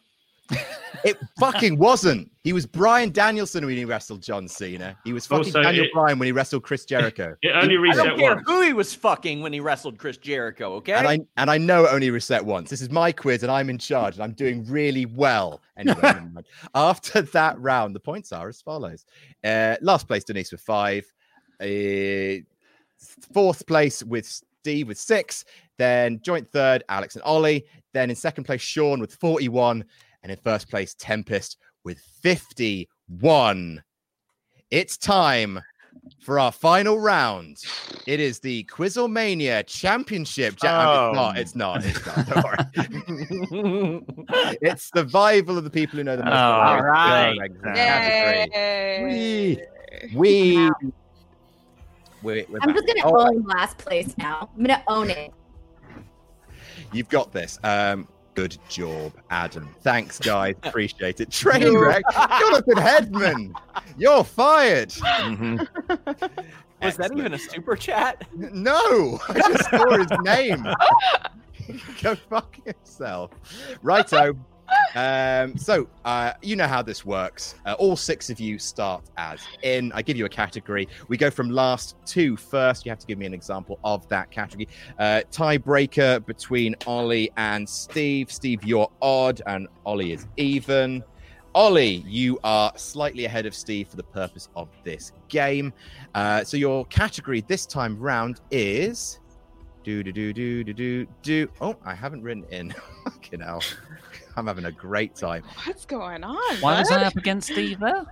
S1: It fucking wasn't. He was Brian Danielson when he wrestled John Cena. He was fucking
S7: Also,
S1: Daniel
S7: it-
S1: Bryan when he wrestled Chris Jericho.
S7: It
S1: He-
S7: only reset I
S1: I
S7: don't care who he was fucking when he wrestled Chris Jericho. Okay.
S1: And I and I know it only reset once. This is my quiz, and I'm in charge, and I'm doing really well. Anyway, never mind. after that round, the points are as follows: uh, last place Denise with five, uh, fourth place with Steve with six, then joint third Alex and Ollie, then in second place Sean with 41, and in first place Tempest with 51. It's time for our final round. It is the Quizlemania Championship. Ja-
S5: Oh.
S1: It's not. It's not. It's not. Don't worry. it's survival of the people who know the most. about
S5: Oh,
S1: it.
S5: right.
S1: Yeah, exactly. We. We're, we're back. Oh, uh,
S6: I'm just gonna
S5: Oh,
S1: All right,
S6: own last place now. I'm gonna own it.
S1: You've got this. Um, good job, Adam. Thanks, guys. Appreciate it. Trainwreck, Jonathan Headman. You're fired.
S7: Was that even a super chat?
S1: No, I just saw his name. Go fuck yourself. Righto. Um, so uh, you know how this works. Uh, all six of you start as in. I give you a category. We go from last to first. You have to give me an example of that category. Uh, tiebreaker between Ollie and Steve. Steve, you're odd, and Ollie is even. Ollie, you are slightly ahead of Steve for the purpose of this game. Uh, so your category this time round is do do do do do do do. Oh, I haven't written it in. Fucking hell, I'm having a great time.
S9: What's going on?
S1: Why was I
S9: bud?
S1: up
S2: against Steve there?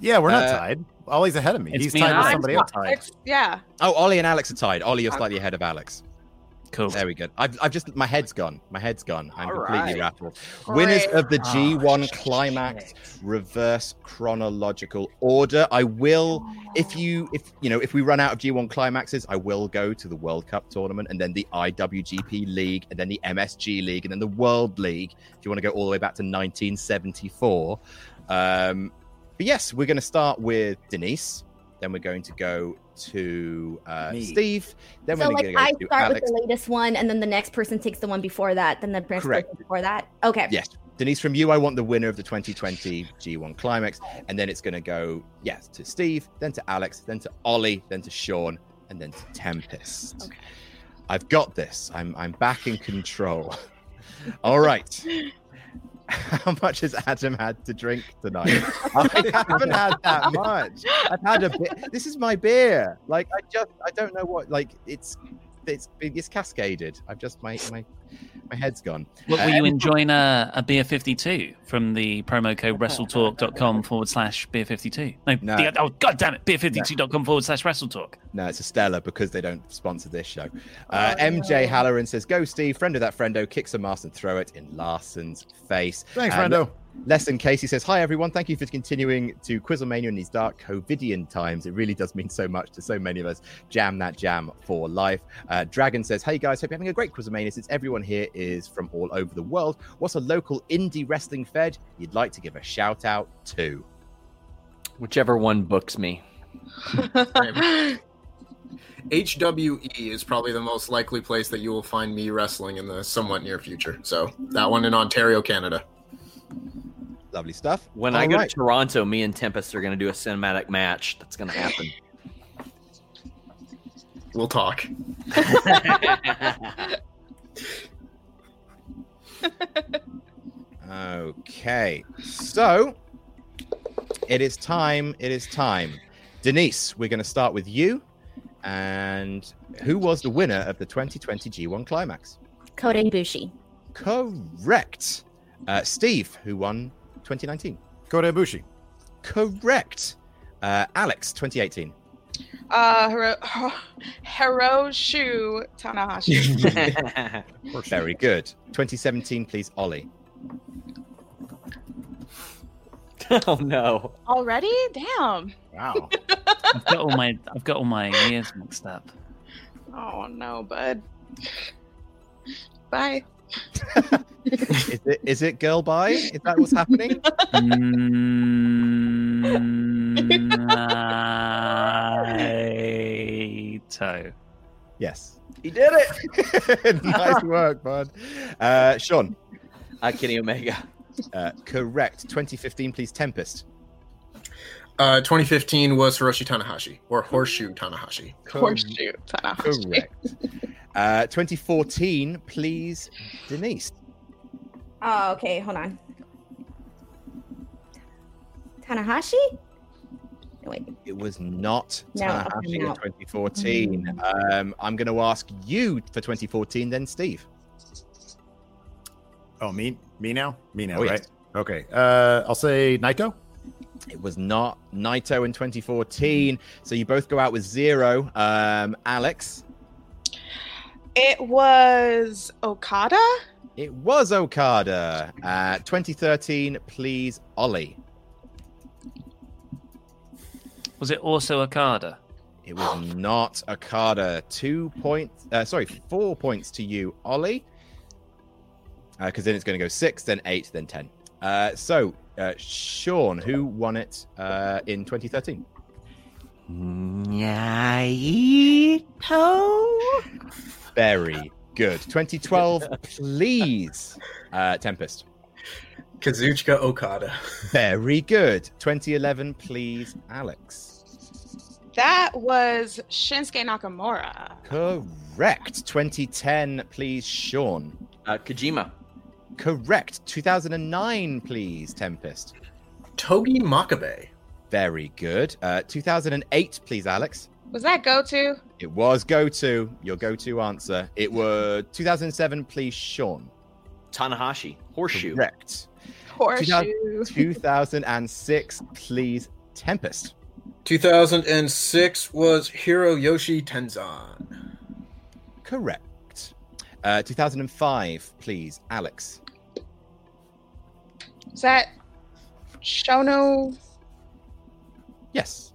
S1: Yeah,
S5: we're not tied.
S1: Ollie's ahead of me.
S5: It's He's me tied and with I. somebody else.
S9: It's, yeah.
S1: Oh, Ollie and Alex are tied. Ollie, you're slightly ahead of Alex.
S2: Cool.
S1: There we go. I've, I've just my head's gone. My head's gone. I'm
S7: All
S1: completely
S7: right.
S1: rattled. Winners of the
S7: Great.
S1: G1 climax reverse chronological order. I will if you if you know if we run out of G1 climaxes, I will go to the World Cup tournament and then the IWGP League and then the MSG League and then the World League. If you want to go all the way back to 1974. Um, but yes, we're going to start with Denise. Then we're going to go to uh,
S6: Me.
S1: Steve. Then
S6: so
S1: we're
S6: like
S1: going
S6: I
S1: to go to
S6: start with
S1: Alex.
S6: the latest one, and then the next person takes the one before that, then the next
S1: Correct.
S6: person before that. Okay.
S1: Yes. Denise, from you, I want the winner of the 2020 G1 Climax. And then it's going to go, yes, to Steve, then to Alex, then to Ollie, then to Sean, and then to Tempest. I've got this. I'm, I'm back in control. All right. How much has Adam had to drink tonight? I haven't had that much. I've had a bit. This is my beer. Like I just, I don't know what. Like it's, it's, it's cascaded. I've just my my my head's gone.
S2: What were
S1: Uh,
S2: you enjoying a, a beer 52 from the promo code wrestletalk.com forward slash beer 52? No,
S1: No.
S2: The, oh, god damn it, beer52.com forward slash wrestletalk.
S1: No, it's a Stella because they don't sponsor this show.
S5: Oh,
S1: Uh, MJ Halloran says, "Go, Steve, friend of that friendo, kick some ass and throw it in Larson's face." Uh,
S5: Thanks,
S1: And
S5: friendo.
S1: Lesson Casey says, "Hi everyone, thank you for continuing to Quizzlemania in these dark Covidian times. It really does mean so much to so many of us. Jam that jam for life." Uh, Dragon says, "Hey guys, hope you're having a great Quizzlemania since everyone here is from all over the world. What's a local indie wrestling fed you'd like to give a shout out to?"
S7: Whichever one books me.
S4: HWE E is probably the most likely place that you will find me wrestling in the somewhat near future. So that one in Ontario, Canada.
S1: Lovely stuff.
S7: When I go to Toronto, me and Tempest are going to do a cinematic match. That's going to happen.
S4: We'll talk.
S1: Okay. So it is time. It is time. Denise, we're going to start with you. And who was the winner of the 2020 G1 Climax?
S6: Kota Ibushi.
S1: Correct. Uh, Steve, who won 2019? Kota Ibushi. Correct. Uh, Alex, 2018.
S9: Uh, Hiro- Hiroshu Tanahashi.
S1: Very good. 2017, please, Ollie.
S7: oh no.
S9: Already? Damn.
S1: Wow.
S2: I've got all my I've got all my years mixed up.
S9: Oh no, bud. Bye.
S1: is it is it girl bye? Is that what's happening?
S2: Naito.
S1: Yes.
S7: He did it.
S1: nice work, bud. Uh, Sean.
S7: Uh, Kenny Omega.
S1: Uh, correct. 2015, please. Tempest.
S4: Uh, 2015 was Hiroshi Tanahashi or Horseshoe Tanahashi.
S1: Horseshoe
S4: Tanahashi.
S1: Correct. Uh, 2014, please. Denise.
S6: Oh, okay. Hold on. Tanahashi? Wait.
S1: It was not
S6: No,
S1: Tanahashi
S6: okay,
S1: in
S6: no.
S1: 2014. Um, I'm going to ask you for 2014, then Steve.
S5: Oh, me, me now, me now,
S1: Oh, yes.
S5: right? Okay. Uh, I'll say Naito.
S1: It was not Naito in 2014. So you both go out with zero. Um, Alex.
S9: It was Okada.
S1: It was Okada. Uh, 2013, please, Ollie.
S2: Was it also Okada?
S1: It was not Okada. Two points, uh, sorry, four points to you, Ollie. Because then it's going to go six, then eight, then ten. Uh, so, uh, Sean, who won it uh, in 2013?
S14: Naito?
S1: Very good. 2012, please, uh, Tempest.
S4: Kazuchika Okada.
S1: Very good. 2011, please, Alex.
S9: That was Shinsuke Nakamura.
S1: Correct. 2010, please, Sean.
S7: Uh, Kojima.
S1: Correct. 2009, please, Tempest.
S4: Togi Makabe.
S1: Very good. Uh, 2008, please, Alex.
S9: Was that go to?
S1: It was go to, your go to answer. It was 2007, please, Sean.
S7: Tanahashi. Horseshoe.
S1: Correct. 2000-
S9: Horseshoe.
S1: 2006, please, Tempest.
S4: 2006 was Hiroyoshi Tenzan.
S1: Correct. Uh, 2005, please, Alex.
S9: Was that Shono?
S1: Yes.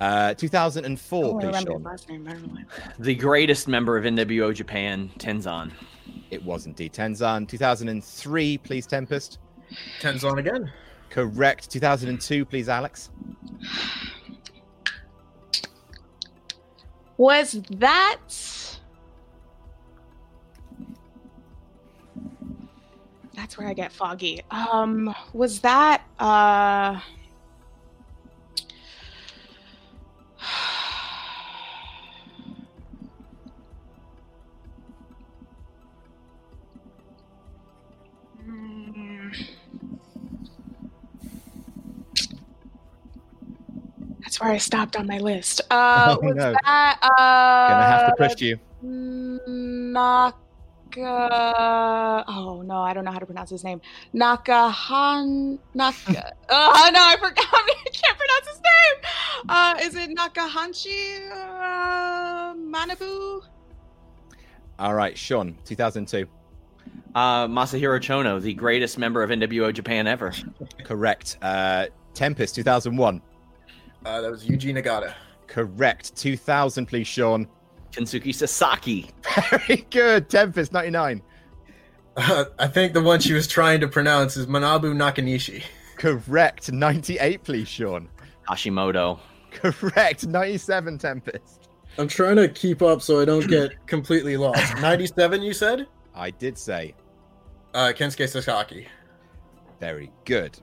S1: Uh, 2004,
S9: I don't
S1: please,
S9: remember his
S1: Sean.
S9: last name. Never mind.
S7: The greatest member of NWO Japan, Tenzan.
S1: It was indeed Tenzan. 2003, please, Tempest.
S4: Tenzan again.
S1: Correct. 2002, please, Alex.
S9: Was that? That's where I get foggy. Um, was that uh? Mm. That's where I stopped on my list. Uh,
S1: Oh,
S9: was
S1: no.
S9: that uh?
S1: Gonna have to push you.
S9: Naka. Oh no, I don't know how to pronounce his name. Nakahan. Naka. oh no, I forgot. I can't pronounce his name. Uh, is it Nakahanchi uh, Manabu?
S1: All right, Sean, 2002.
S7: Uh, Masahiro Chono, the greatest member of NWO Japan ever.
S1: Correct. Uh, Tempest, 2001.
S4: Uh, that was Yuji Nagata.
S1: Correct. 2000, please, Sean.
S7: Kensuke Sasaki.
S1: Very good. Tempest, 99.
S4: Uh, I think the one she was trying to pronounce is Manabu Nakanishi.
S1: Correct. 98, please, Sean.
S7: Hashimoto.
S1: Correct. 97, Tempest.
S4: I'm trying to keep up so I don't get completely lost. 97, you said?
S1: I did say.
S4: Uh, Kensuke Sasaki.
S1: Very good.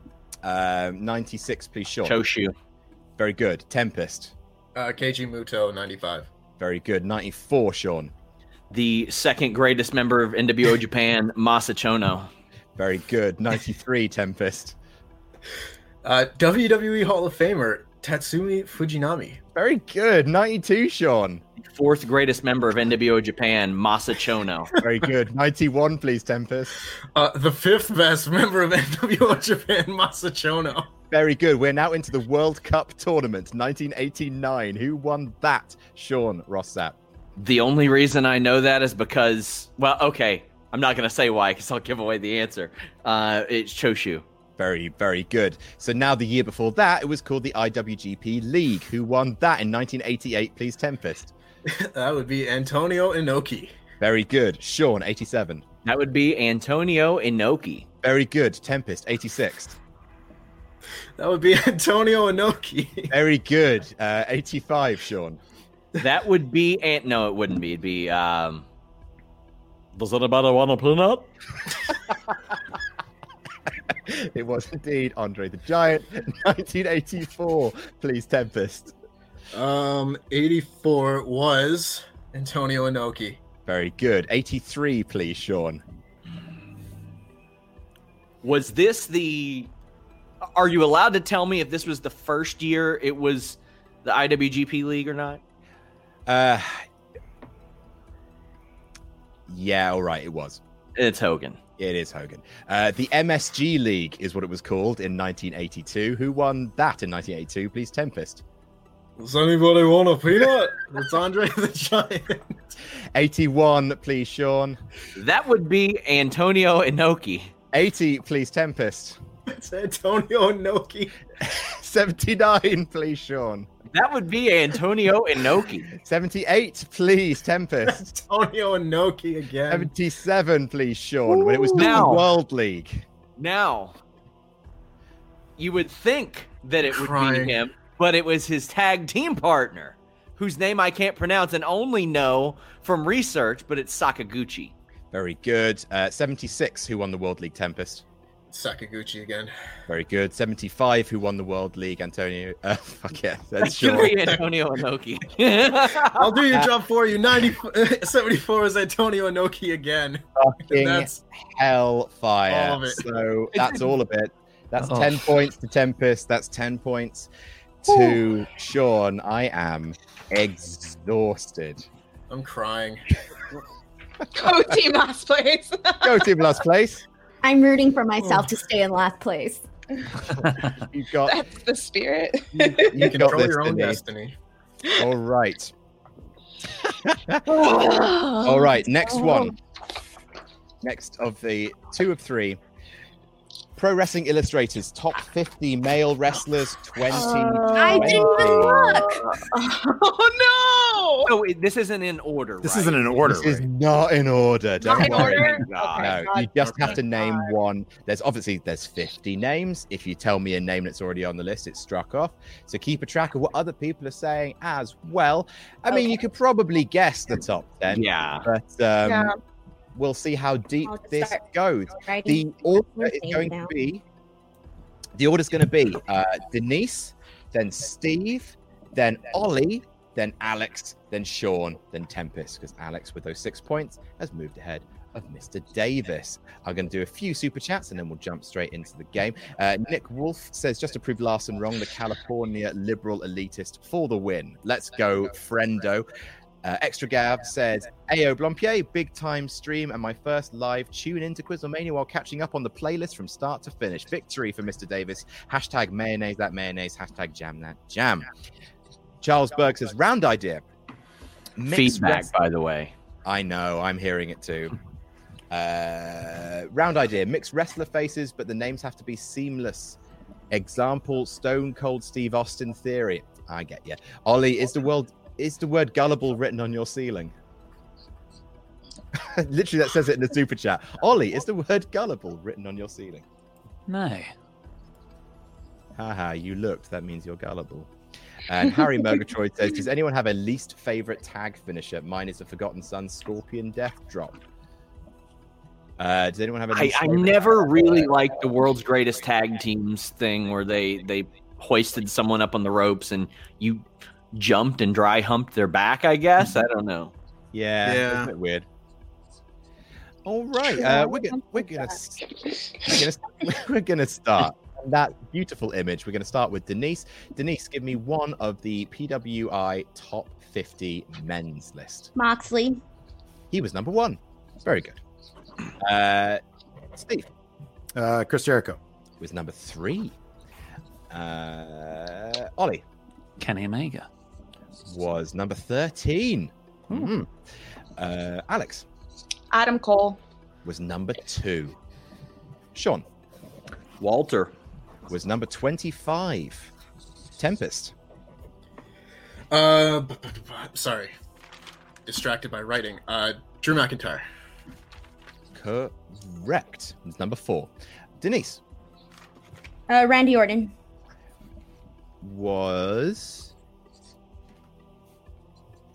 S1: Um, 96, please, Sean.
S7: Choshu.
S1: Very good. Tempest.
S4: Uh, Keiji Muto, 95.
S1: Very good. 94, Sean.
S7: The second greatest member of NWO Japan, Masa Chono.
S1: Very good. 93, Tempest.
S4: Uh, WWE Hall of Famer, Tatsumi Fujinami.
S1: Very good. 92, Sean.
S7: Fourth greatest member of NWO Japan, Masa Chono.
S1: Very good. 91, please, Tempest.
S4: Uh, the fifth best member of NWO Japan, Masachono.
S1: Very good. We're now into the World Cup tournament, 1989. Who won that? Sean Rossap.
S7: The only reason I know that is because, well, okay, I'm not going to say why because I'll give away the answer. Uh, it's Choshu.
S1: Very, very good. So now the year before that, it was called the IWGP League. Who won that in 1988? Please, Tempest.
S4: that would be Antonio Inoki.
S1: Very good. Sean, 87.
S7: That would be Antonio Inoki.
S1: Very good. Tempest, 86.
S4: That would be Antonio Inoki.
S1: Very good. Uh, 85, Sean.
S7: That would be Ant. No, it wouldn't be. It'd be. Um, Does anybody want to put up?
S1: It was indeed Andre the Giant, 1984. Please, Tempest.
S4: Um, 84 was Antonio Inoki.
S1: Very good. 83, please, Sean.
S7: Was this the? Are you allowed to tell me if this was the first year it was the IWGP League or not?
S1: Uh, yeah, all right, it was.
S7: It's Hogan.
S1: It is Hogan. Uh, the MSG League is what it was called in 1982. Who won that in 1982? Please, Tempest.
S4: Does anybody want a peanut? it's Andre the Giant.
S1: 81, please, Sean.
S7: That would be Antonio Inoki.
S1: 80, please, Tempest.
S4: It's Antonio Inoki.
S1: 79, please, Sean.
S7: That would be Antonio Inoki.
S1: 78, please, Tempest.
S4: Antonio Inoki again.
S1: 77, please, Sean, when it was still
S7: Now.
S1: the World League.
S7: Now, you would think that it would
S1: Crying.
S7: be him, but it was his tag team partner, whose name I can't pronounce and only know from research, but it's Sakaguchi.
S1: Very good. Uh, 76, who won the World League, Tempest.
S4: Sakaguchi again.
S1: Very good. 75, who won the World League, Antonio. Uh, fuck yeah, that's
S7: That should
S1: Sean.
S7: be Antonio Inoki.
S4: I'll do your
S1: Uh,
S4: job for you. 90, 74 is Antonio Inoki again.
S1: Fucking
S4: And that's
S1: hellfire.
S4: all of it.
S1: So that's all of it. That's
S4: Oh.
S1: 10 points to Tempest. That's 10 points to Sean. I am exhausted.
S4: I'm crying.
S6: Go team last place.
S1: Go team last place.
S6: I'm rooting for myself to stay in last place.
S1: You've got
S6: That's the spirit.
S1: you
S4: Control
S1: got this,
S4: your own
S1: Denise.
S4: destiny.
S1: All right.
S6: Oh,
S1: All right, next
S12: Oh.
S1: one. Next of the two of three. Pro Wrestling Illustrators top 50 male wrestlers 20.
S6: Uh,
S12: Oh.
S6: I didn't even look.
S7: oh no! No, it- this isn't in order.
S1: This
S7: right?
S1: isn't in order. This is not in order. Don't
S7: in
S1: worry.
S7: order?
S1: No,
S7: Okay,
S1: you
S7: God.
S1: just have
S7: Okay.
S1: to name one. There's obviously there's 50 names. If you tell me a name that's already on the list, it's struck off. So keep a track of what other people are saying as well. I mean, you could probably guess the top 10.
S7: Yeah.
S1: But um,
S6: Yeah.
S1: we'll see how deep
S6: I'll just
S1: this
S6: start
S1: goes. The
S6: writing
S1: order
S6: everything
S1: is going
S6: down.
S1: to be the order's going to be uh, Denise, then Steve, then Ollie, then Alex, then Sean, then Tempest, because Alex, with those six points, has moved ahead of Mr. Davis. I'm going to do a few super chats and then we'll jump straight into the game. Uh, Nick Wolf says, just to prove Larson wrong, the California liberal elitist for the win. Let's go, friendo. Uh, Extra Gav says, Ayo Blompier, big time stream and my first live tune into Quizlemania while catching up on the playlist from start to finish. Victory for Mr. Davis. Hashtag mayonnaise that mayonnaise. Hashtag jam that jam. Charles Berg says, round idea. Mixed
S7: Feedback,
S1: wrest-
S7: by the way.
S1: I know. I'm hearing it too. Uh, round idea. Mixed wrestler faces, but the names have to be seamless. Example: Stone Cold Steve Austin theory. I get you. Ollie, is the world is the word gullible written on your ceiling? Literally, that says it in the super chat. Ollie, is the word gullible written on your ceiling?
S2: No.
S1: Haha, you looked. That means you're gullible. And Harry Murgatroyd says, Does anyone have a least favorite tag finisher? Mine is the Forgotten Son Scorpion Death Drop. Uh, does anyone have a
S7: I,
S1: least
S7: I
S1: favorite-
S7: never really liked the world's greatest tag teams thing where they they hoisted someone up on the ropes and you jumped and dry humped their back. I guess I don't know.
S1: Yeah, it's a
S7: Yeah.
S1: bit weird. All right, uh, we're gonna we're gonna s- we're gonna, we're gonna start on that beautiful image. We're gonna start with Denise. Denise, give me one of the PWI top 50 men's list.
S6: Moxley.
S1: He was number one. Very good. Uh, Steve
S5: Uh, Chris Jericho.
S1: was number three. Uh, Ollie
S2: Kenny Omega.
S1: was number 13. Mhm. Uh, Alex
S9: Adam Cole.
S1: was number two. Sean
S7: Walter
S1: was number 25. Tempest.
S4: Uh, b- b- b- sorry. Distracted by writing. Uh, Drew McIntyre.
S1: Correct. It's number four. Denise
S6: Uh, Randy Orton.
S1: was.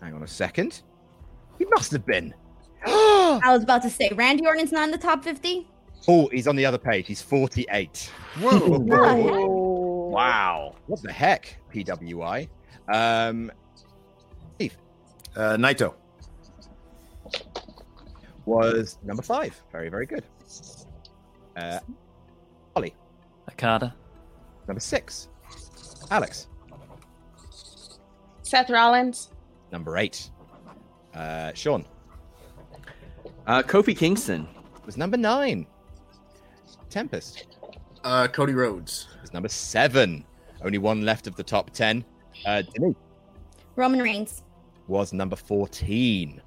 S1: Hang on a second. He must have been.
S6: I was about to say Randy Orton's not in the top 50.
S1: Oh, he's on the other page. He's 48.
S12: Whoa.
S1: Wow. What the heck, PWI? Um, Keith.
S5: Uh, Naito.
S1: Was number five. Very, very good. Uh, Ollie.
S2: Akada.
S1: Number six. Alex.
S3: Seth Rollins.
S1: Number eight. Uh, Sean.
S7: Uh, Kofi Kingston
S1: was number nine. Tempest.
S4: Uh, Cody Rhodes
S1: was number seven. Only one left of the top ten. Uh, Denise
S6: Roman Reigns.
S1: was number fourteen.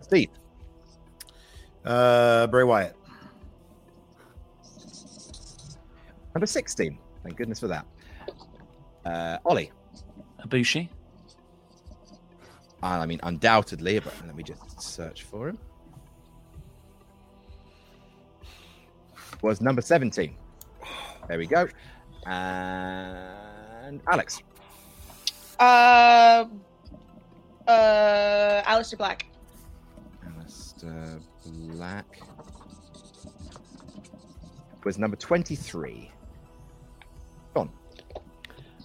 S1: Steve.
S5: Uh, Bray Wyatt.
S1: Number sixteen. Thank goodness for that. Uh, Ollie.
S2: Abushi.
S1: I mean, undoubtedly, but let me just search for him. Was number 17. There we go. And Alex.
S3: Uh, uh, Alistair Black.
S1: Alistair Black was number 23.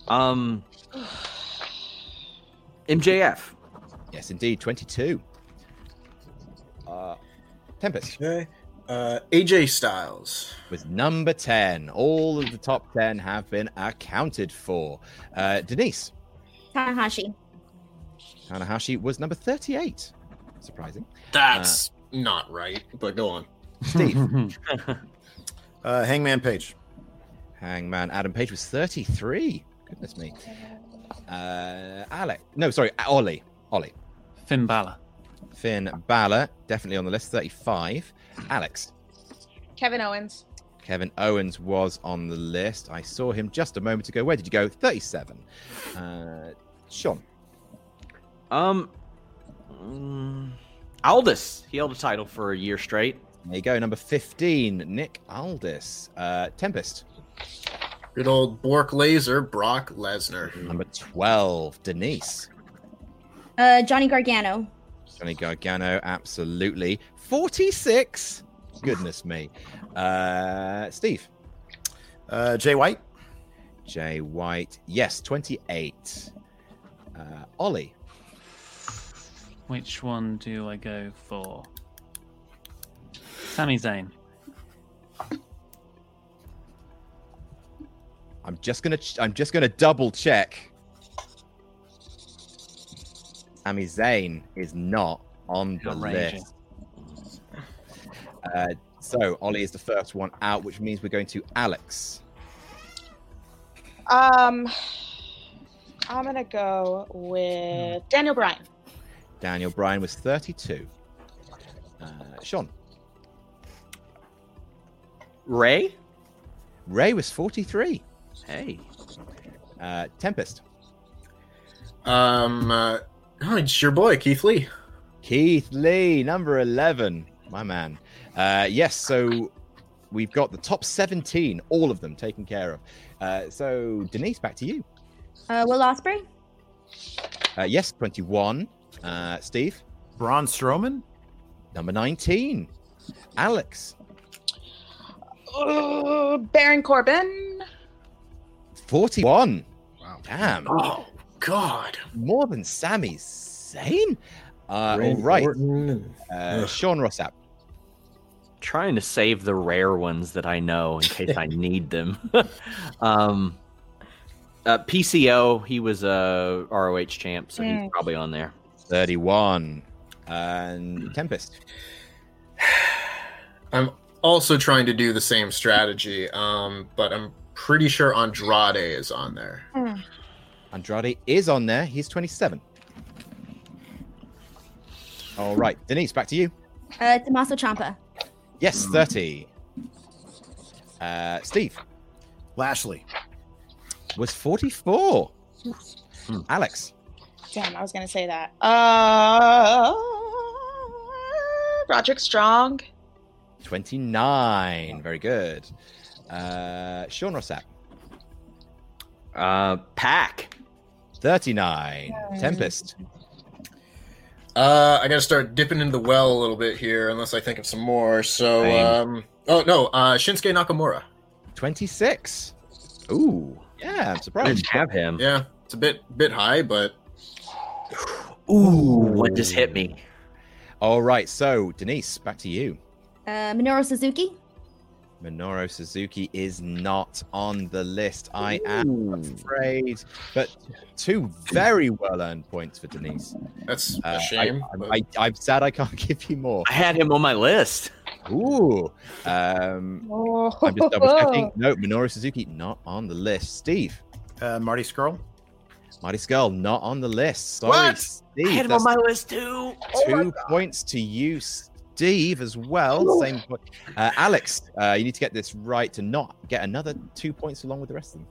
S7: Um, MJF.
S1: Yes, indeed. 22. Uh, Tempest.
S4: Uh, AJ Styles
S1: was number 10. All of the top 10 have been accounted for. Uh, Denise.
S6: Tanahashi.
S1: Tanahashi was number 38. Surprising.
S4: That's not right, but go on.
S1: Steve.
S5: uh, Hangman Page.
S1: Hangman Adam Page was 33. Goodness me. Uh, Alec. No, sorry. Ollie. Ollie.
S2: Finn Balor.
S1: Finn Balor. Definitely on the list. 35. Alex.
S3: Kevin Owens.
S1: Kevin Owens was on the list. I saw him just a moment ago. Where did you go? 37. Uh, Sean.
S7: Um, mm, Aldous. He held a title for a year straight.
S1: There you go. Number 15. Nick Aldis. Uh, Tempest.
S4: Good old Bork Laser, Brock Lesnar.
S1: Number 12. Denise.
S6: Uh, Johnny Gargano.
S1: Johnny Gargano. Absolutely. 46. Goodness me. Uh, Steve.
S5: Uh, Jay White.
S1: Jay White. Yes, 28. Uh, Ollie.
S2: Which one do I go for? Sami Zayn.
S1: I'm just gonna ch- I'm just gonna double check. Sami Zayn is not on the
S2: Outrageous.
S1: list. Uh, so Ollie is the first one out, which means we're going to Alex.
S3: Um, I'm gonna go with Daniel Bryan.
S1: Daniel Bryan was 32. Uh, Sean.
S7: Ray.
S1: Ray was 43.
S7: Hey.
S1: Uh, Tempest.
S4: Um, uh, oh, it's your boy Keith Lee.
S1: Keith Lee, number 11, my man. Uh, yes, so we've got the top 17, all of them taken care of. Uh, so, Denise, back to you.
S6: Uh, Will Osprey.
S1: Uh, yes, 21. Uh, Steve?
S5: Braun Strowman?
S1: Number 19. Alex,
S3: Uh, Baron Corbin.
S1: 41. Wow. Damn.
S4: Oh, God.
S1: More than Sammy Zayn? Uh, all
S4: Randy
S1: right.
S4: Orton.
S1: Uh, Sean Rossap.
S7: Trying to save the rare ones that I know in case I need them. um, uh, PCO. He was a ROH champ, so
S3: Mm.
S7: he's probably on there.
S1: 31. And Tempest.
S4: I'm also trying to do the same strategy, um, but I'm pretty sure Andrade is on there.
S1: Andrade is on there. He's 27. All right. Denise, back to you.
S6: Uh, Tommaso Ciampa.
S1: Yes,
S7: Hmm.
S1: 30. Uh, Steve
S5: Lashley
S1: was 44.
S7: Hmm.
S1: Alex,
S3: Damn, I was gonna say that. Uh, Roderick Strong.
S1: 29. Very good. Uh, Sean Rossap,
S7: Uh, Pack.
S1: 39. Tempest,
S4: Uh, I gotta start dipping into the well a little bit here, unless I think of some more. So,
S1: Same.
S4: um, oh no, uh, Shinsuke Nakamura.
S1: 26. Ooh. Yeah, I'm surprised.
S7: Didn't have him.
S4: Yeah, it's a bit bit high, but
S7: Ooh, what just hit me?
S1: All right, so Denise, back to you.
S6: Uh, Minoru Suzuki.
S1: Minoru Suzuki is not on the list. I am afraid, but two very well earned points for Denise.
S4: That's
S1: a
S4: shame,
S1: I, am sad I can't give you more. I
S7: had him on my list.
S1: Ooh. Um, I'm just double checking.
S12: Oh.
S1: No, Minoru Suzuki not on the list. Steve.
S15: Uh, Marty Skrull.
S1: Marty Skrull not on the list. Sorry, Steve.
S7: I had him on my
S1: that's-
S7: list too.
S12: Oh
S1: Two points to you, Steve, as well. Same point. Uh, Alex, uh, you need to get this right to not get another two points along with the rest of them.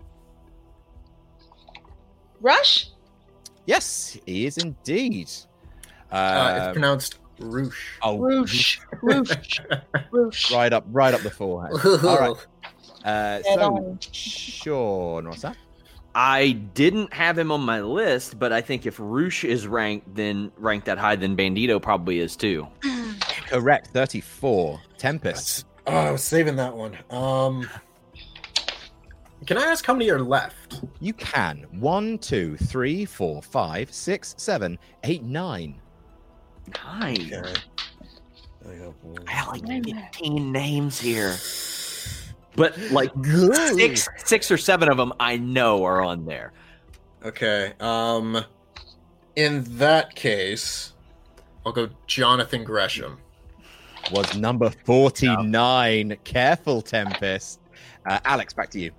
S12: Rush?
S1: Yes, he is indeed. Uh,
S4: it's pronounced Roosh.
S1: Oh,
S12: Roosh. Roosh. Roosh.
S1: Right up, right up the forehead. All right. Uh,
S12: Dead
S1: so,
S12: on.
S1: Sean, what's that?
S7: I didn't have him on my list, but I think if Roosh is ranked, then ranked that high, then Bandito probably is too.
S1: Correct, thirty-four. Tempest.
S4: oh, I was saving that one. Um, can I ask how many are left?
S1: You can. One, two, three, four, five, six, seven, eight, nine.
S7: Nine. I like fifteen names here, but like six, six or seven of them I know are on there.
S4: Okay. Um, in that case, I'll go Jonathan Gresham.
S1: Was number forty-nine. Careful, Tempest. Uh, Alex, back to you.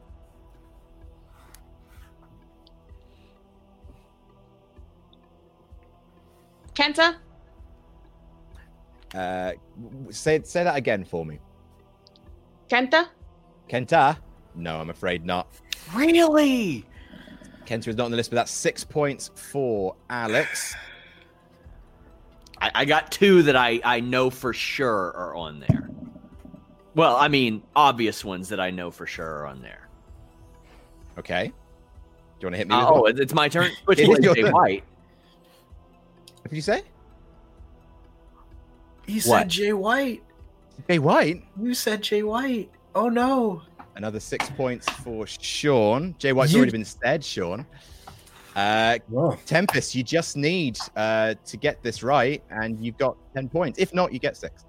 S12: Kenta?
S1: Uh, w- say say that again for me.
S12: Kenta?
S1: Kenta? No, I'm afraid not.
S7: Really?
S1: Kenta is not on the list, but that's six points for Alex.
S7: I, I got two that I I know for sure are on there. Well, I mean, obvious ones that I know for sure are on there.
S1: Okay. Do you want to hit me? with
S7: Oh,
S1: one?
S7: it- it's my turn. Which
S1: It is
S7: one is
S1: your
S7: Jay
S1: turn.
S7: White?
S1: What did you say? What?
S4: You said Jay White.
S1: Jay White.
S4: You said Jay White. Oh no.
S1: Another six points for Sean. Jay White's
S4: You-
S1: already been said, Sean. Uh, Tempest, you just need uh, to get this right, and you've got 10 points. If not, you get six.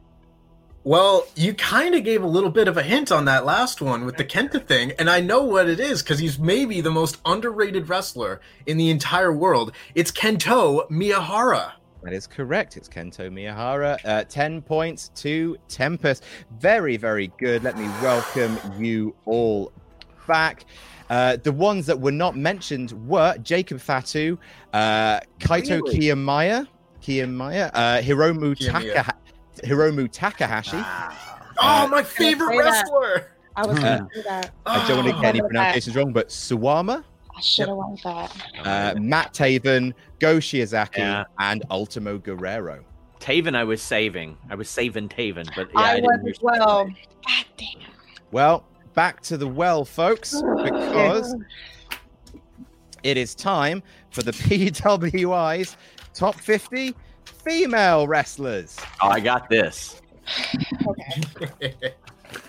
S4: Well, you kind of gave a little bit of a hint on that last one with the Kenta thing, and I know what it is because he's maybe the most underrated wrestler in the entire world. It's Kento Miyahara.
S1: That is correct. It's Kento Miyahara. Uh, 10 points to Tempest. Very, very good. Let me welcome you all back. Uh, the ones that were not mentioned were Jacob Fatu, uh, Kaito
S4: Really?
S1: Kiyomaya, Kiyomaya, uh, Hiromu,
S4: Kiyomiya.
S1: Taka- Hiromu Takahashi.
S4: Oh, my favorite
S12: say that.
S4: wrestler.
S12: I was
S1: Uh,
S12: going to do Oh, that.
S1: I don't want
S7: Oh.
S1: to get any pronunciations wrong, but Suwama,
S12: I should have wanted
S1: uh,
S12: that.
S1: Matt Taven, Go Shiozaki,
S7: Yeah.
S1: and Ultimo Guerrero.
S7: Taven, I was saving. I was saving Taven, but yeah, I,
S12: I was
S7: didn't
S12: as well.
S1: Well, back to the well, folks, because it is time for the PWI's top 50 female wrestlers.
S7: Oh, I got this.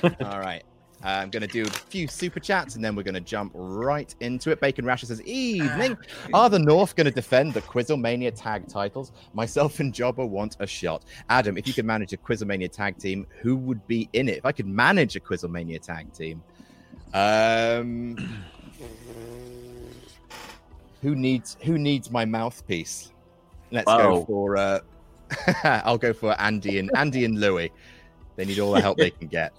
S1: All right. I'm going to do a few super chats and then we're going to jump right into it. Bacon Rasher says, Evening. Are the North going to defend the Quizlemania tag titles? Myself and Jobber want a shot. Adam, if you could manage a Quizlemania tag team, who would be in it? If I could manage a Quizlemania tag team, um, who needs who needs my mouthpiece? Let's
S7: Oh.
S1: go for. Uh, I'll go for Andy and Andy and Louie. They need all the help they can get.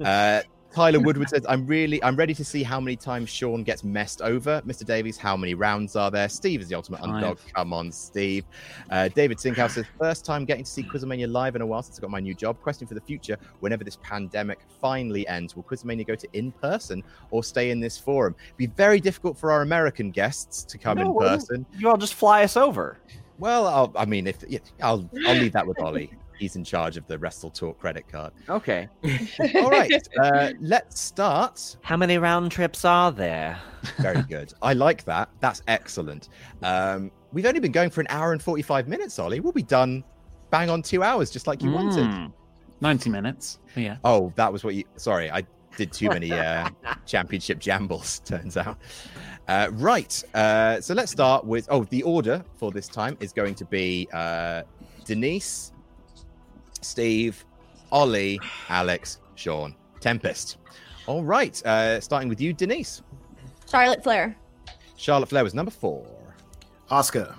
S1: Uh, Tyler Woodward says, "I'm really, I'm ready to see how many times Sean gets messed over." Mr. Davies, how many rounds are there? Steve is the ultimate underdog. Come on, Steve. Uh, David Sinkhouse says, first time getting to see Quizmania live in a while since I got my new job. Question for the future: Whenever this pandemic finally ends, will Quizmania go to in person or stay in this forum? Be very difficult for our American guests to come
S7: No,
S1: in person.
S7: You all just fly us over.
S1: Well, I'll, I mean, if yeah, I'll, I'll leave that with Ollie. He's in charge of the Wrestle Talk credit card.
S7: Okay.
S1: All right, uh, let's start.
S7: How many round trips are there?
S1: Very good. I like that. That's excellent. Um, We've only been going for an hour and 45 minutes, Ollie. We'll be done bang on two hours, just like you wanted.
S7: Hmm.
S2: Mm. 90 minutes. Yeah.
S1: Oh, that was what you. Sorry, I did too many uh, championship jambles, turns out. Uh, right. Uh, so let's start with. Oh, the order for this time is going to be uh, Denise, Steve, Ollie, Alex, Sean, Tempest. All right. Uh, starting with you, Denise.
S6: Charlotte Flair.
S1: Charlotte Flair was number four.
S4: Oscar.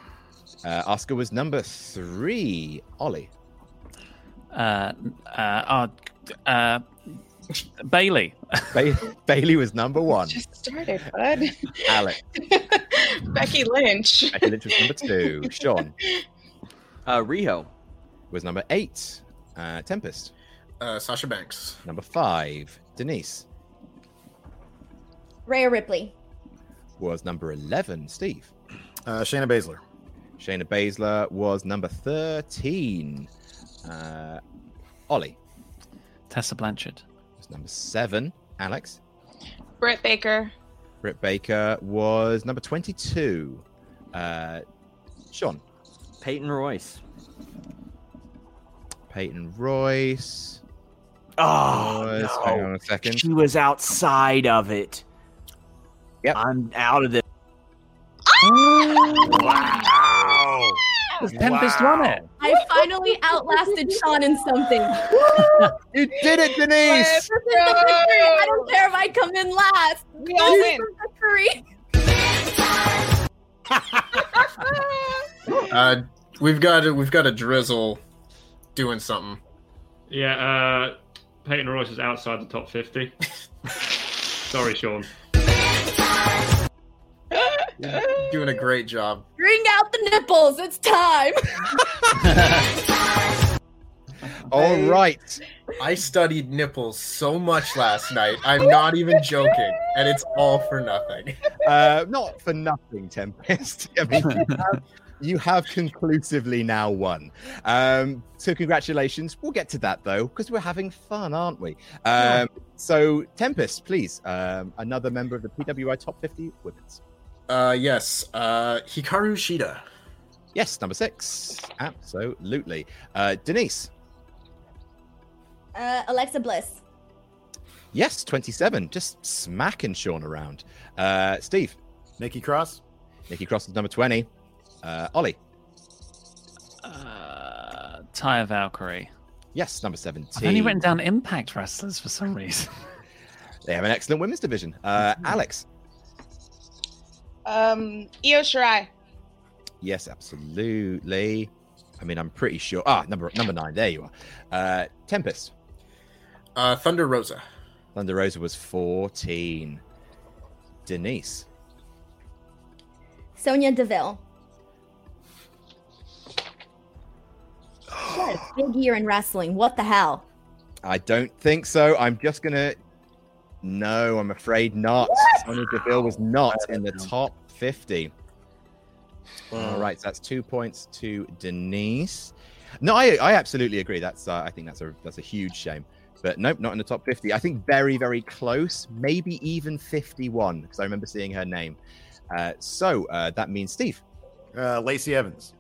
S1: Uh, Oscar was number three. Ollie.
S2: Uh, uh, uh, uh, Bailey.
S1: Ba- Bailey was number one.
S3: Started, bud.
S1: Alex.
S3: Becky Lynch.
S1: Becky Lynch was number two. Sean.
S7: Uh, Riho
S1: was number eight. Uh, Tempest.
S4: Uh, Sasha Banks.
S1: Number five. Denise
S6: Rhea Ripley.
S1: was number 11. Steve.
S5: Uh, Shayna Baszler.
S1: Shayna Baszler was number 13. Uh, Ollie
S2: Tessa Blanchard.
S1: was number seven. Alex.
S3: Britt Baker.
S1: Britt Baker was number 22. Uh, Sean.
S7: Peyton Royce.
S1: Peyton Royce.
S14: Oh,
S1: was-
S14: no.
S1: hang on a second.
S14: She was outside of it.
S1: Yep.
S14: I'm out of this.
S5: Wow.
S2: Ah! Tempest won it.
S6: I finally outlasted Sean in something.
S1: you did it, Denise.
S6: This is the victory. I don't care if I come in last. We
S9: all win.
S6: Victory.
S4: Uh, we've got a, we've got a drizzle doing something.
S8: Yeah, uh, Peyton Royce is outside the top 50. Sorry, Sean.
S4: Doing a great job.
S6: Bring out the nipples. It's time.
S1: All right.
S4: I studied nipples so much last night. I'm not even joking, and it's all for nothing.
S1: Uh, not for nothing, Tempest. I mean, you have, you have conclusively now won. Um, so, congratulations. We'll get to that though, because we're having fun, aren't we? Um, so, Tempest, please, um, another member of the PWI Top 50 Women's.
S4: Uh, yes, uh, Hikaru Shida.
S1: Yes, number six. Absolutely. Uh, Denise,
S6: Uh, Alexa Bliss.
S1: yes, 27. Just smacking Sean around. Uh, Steve,
S5: Nikki Cross.
S1: Nikki Cross is number 20. Uh, Ollie,
S2: Uh, Tyre Valkyrie.
S1: yes, number 17.
S2: I've only written down Impact wrestlers for some reason.
S1: They have an excellent women's division. Uh, Alex.
S9: Um, Io Shirai.
S1: Yes, absolutely. I mean, I'm pretty sure. Ah, number number nine. There you are. Uh, Tempest.
S4: Uh, Thunder Rosa.
S1: Thunder Rosa was 14. Denise.
S6: Sonia Deville. What a big year in wrestling. What the hell?
S1: I don't think so. I'm just gonna. No, I'm afraid not. Sonya Deville was not in the top 50. All right, so that's two points to Denise. No, I, I absolutely agree. That's uh, I think that's a that's a huge shame. But nope, not in the top 50. I think very very close, maybe even 51 because I remember seeing her name. Uh, so uh, that means Steve.
S5: Uh, Lacey Evans.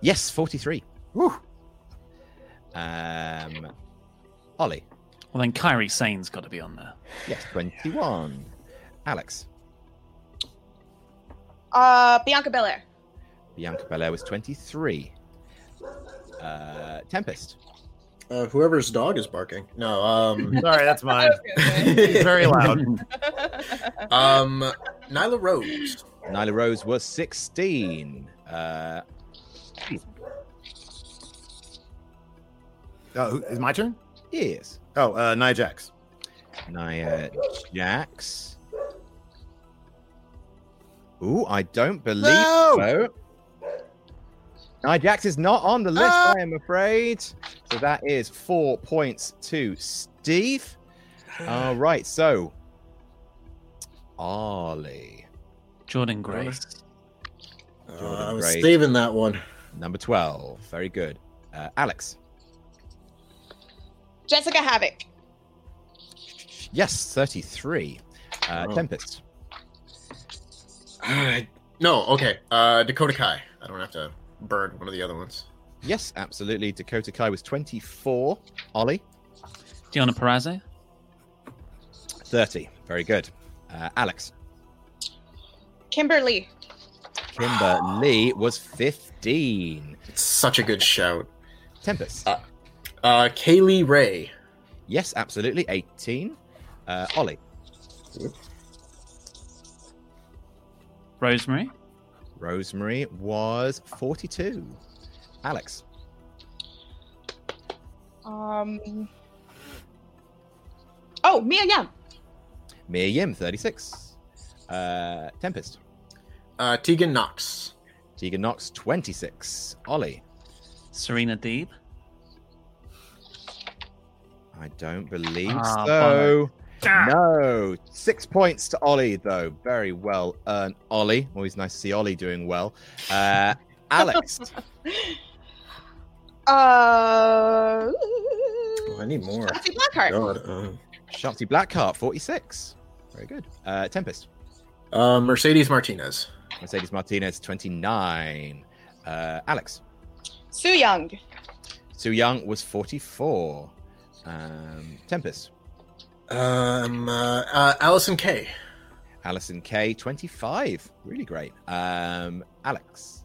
S1: Yes, 43. Um, Ollie.
S2: Well, then Kyrie Sane's got to be on there.
S1: Yes, 21. Alex.
S9: Uh, Bianca Belair.
S1: Bianca Belair was 23. Uh, Tempest.
S4: Uh, whoever's dog is barking. No, um,
S5: Sorry, that's mine. He's very loud.
S4: um, Nyla Rose.
S1: Nyla Rose was 16. Uh,
S5: Oh, who- is my turn?
S1: Yes.
S5: Oh, uh, Nia Jax.
S1: Nia Jax. Ooh, I don't believe so. Nia Jax is not on the list,
S5: Ah!
S1: I am afraid. So that is four points to Steve. All right, so Ollie.
S2: Jordan Grace.
S4: Uh, I was
S1: Grace.
S4: saving that one.
S1: Number 12. Very good. Uh, Alex.
S9: Jessica Havoc.
S1: Yes, 33. Uh,
S4: Oh.
S1: Tempest.
S4: I No, okay. Uh, Dakota Kai. I don't have to burn one of the other ones.
S1: Yes, absolutely. Dakota Kai was 24. Ollie?
S2: Gianna Parazzo?
S1: 30. Very good. Uh, Alex?
S3: Kimberly.
S1: Kimber Lee was 15.
S4: It's such a good shout.
S1: Tempest.
S4: Uh, uh, Kaylee Ray.
S1: Yes, absolutely. 18. Uh, Ollie.
S2: Rosemary.
S1: Rosemary was 42. Alex.
S3: Um. Oh, Mia Yim.
S1: Mia Yim, 36. Uh, Tempest.
S4: Uh, Tegan Knox.
S1: Tegan Knox, 26. Ollie.
S2: Serena Deeb.
S1: I don't believe
S2: Ah,
S1: so. No. Six points to Ollie, though. Very well earned, Ollie. Always nice to see Ollie doing well. Uh, Alex.
S3: Uh.
S1: I need more.
S3: Shotzi Blackheart. God,
S1: Shotzi Blackheart, 46. Very good. Uh, Tempest.
S4: Uh, Mercedes Martinez.
S1: Mercedes Martinez, 29. Uh, Alex.
S3: Soo Young.
S1: Su Young was 44. Um, Tempest.
S4: Um, uh, uh, Allison K.
S1: Alison K, 25. Really great. Um, Alex.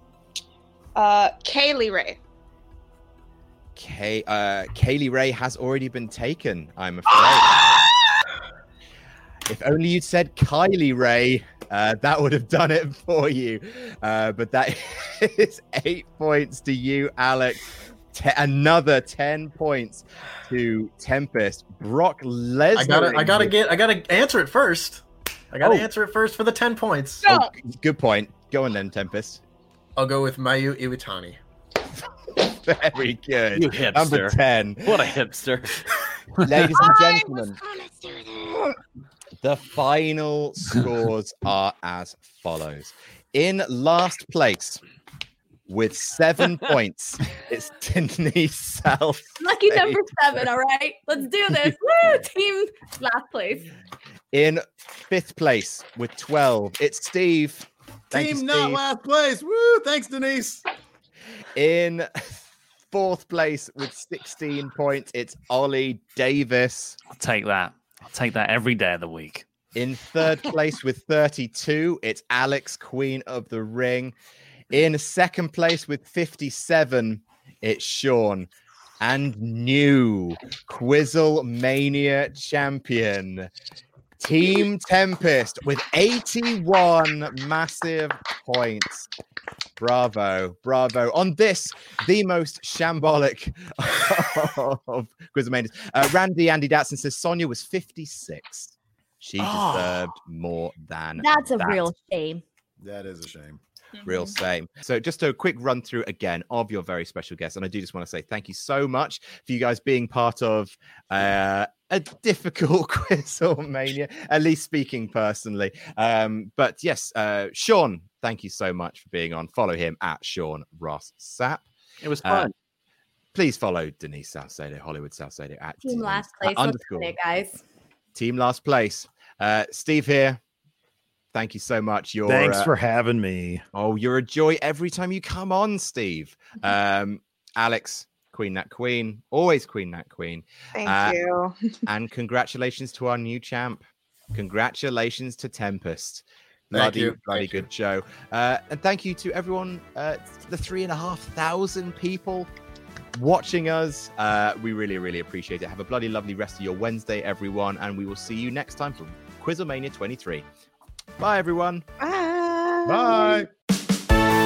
S3: Uh, Kaylee Ray.
S1: Kay, uh, Kaylee Ray has already been taken, I'm afraid. if only you'd said Kylie Ray, uh, that would have done it for you. Uh, but that is eight points to you, Alex. Te- another 10 points to Tempest. Brock Lesnar.
S4: I gotta, I gotta get, I gotta answer it first. I gotta
S1: Oh.
S4: answer it first for the ten points.
S1: Oh, g- good point. Go on then, Tempest.
S4: I'll go with Mayu Iwatani.
S1: Very good.
S7: You hipster.
S1: Number 10.
S7: What a hipster.
S1: Ladies and gentlemen, the final scores are as follows. In last place with seven points, it's Denise South.
S6: Lucky number seven. All right, let's do this. Woo! Team last place.
S1: In fifth place with 12, it's Steve. Thank you,
S5: Team not
S1: Steve.
S5: last place. Woo! Thanks, Denise.
S1: In fourth place with 16 points, it's Ollie Davis.
S2: I'll take that. I'll take that every day of the week.
S1: In third place with 32, it's Alex, Queen of the Ring. In second place with 57, it's Sean. And new Quizzle Mania champion, Team Tempest, with 81 massive points. Bravo, bravo. On this, the most shambolic of Quizzle Manias. Uh, Randy Andy Datson says Sonia was 56. She
S6: Ah.
S1: deserved more than
S6: That's a
S1: that.
S6: real shame.
S5: That is a shame.
S1: Real
S6: Mm-hmm.
S9: Mm-hmm.
S1: same. So, just a quick run through again of your very special guests. And I do just want to say thank you so much for you guys being part of uh, a difficult quiz or mania, at least speaking personally. Um, but yes, uh, Sean, thank you so much for being on. Follow him at Sean Ross Sapp.
S7: It was
S1: Uh,
S7: fun.
S1: please follow Denise Salcedo, Hollywood Salcedo at
S6: Team last
S1: uh,
S6: place. Let's
S1: underscore
S6: do it, guys.
S1: team last place. Uh, Steve here. Thank you so much. You're
S5: Thanks
S1: uh,
S5: for having me.
S1: Oh, you're a joy every time you come on, Steve.
S3: Mm-hmm.
S1: Um, Alex, Queen That Queen, always Queen That Queen.
S3: Thank
S1: Uh,
S3: you.
S1: and congratulations to our new champ. Congratulations to Tempest.
S4: Thank
S1: Bloody,
S4: you.
S1: bloody good show. Uh, and thank you to everyone, uh, the three and a half thousand people watching us. Uh, we really, really appreciate it. Have a bloody lovely rest of your Wednesday, everyone. And we will see you next time for Quizomania 23. Bye, everyone.
S3: Bye.
S1: Bye.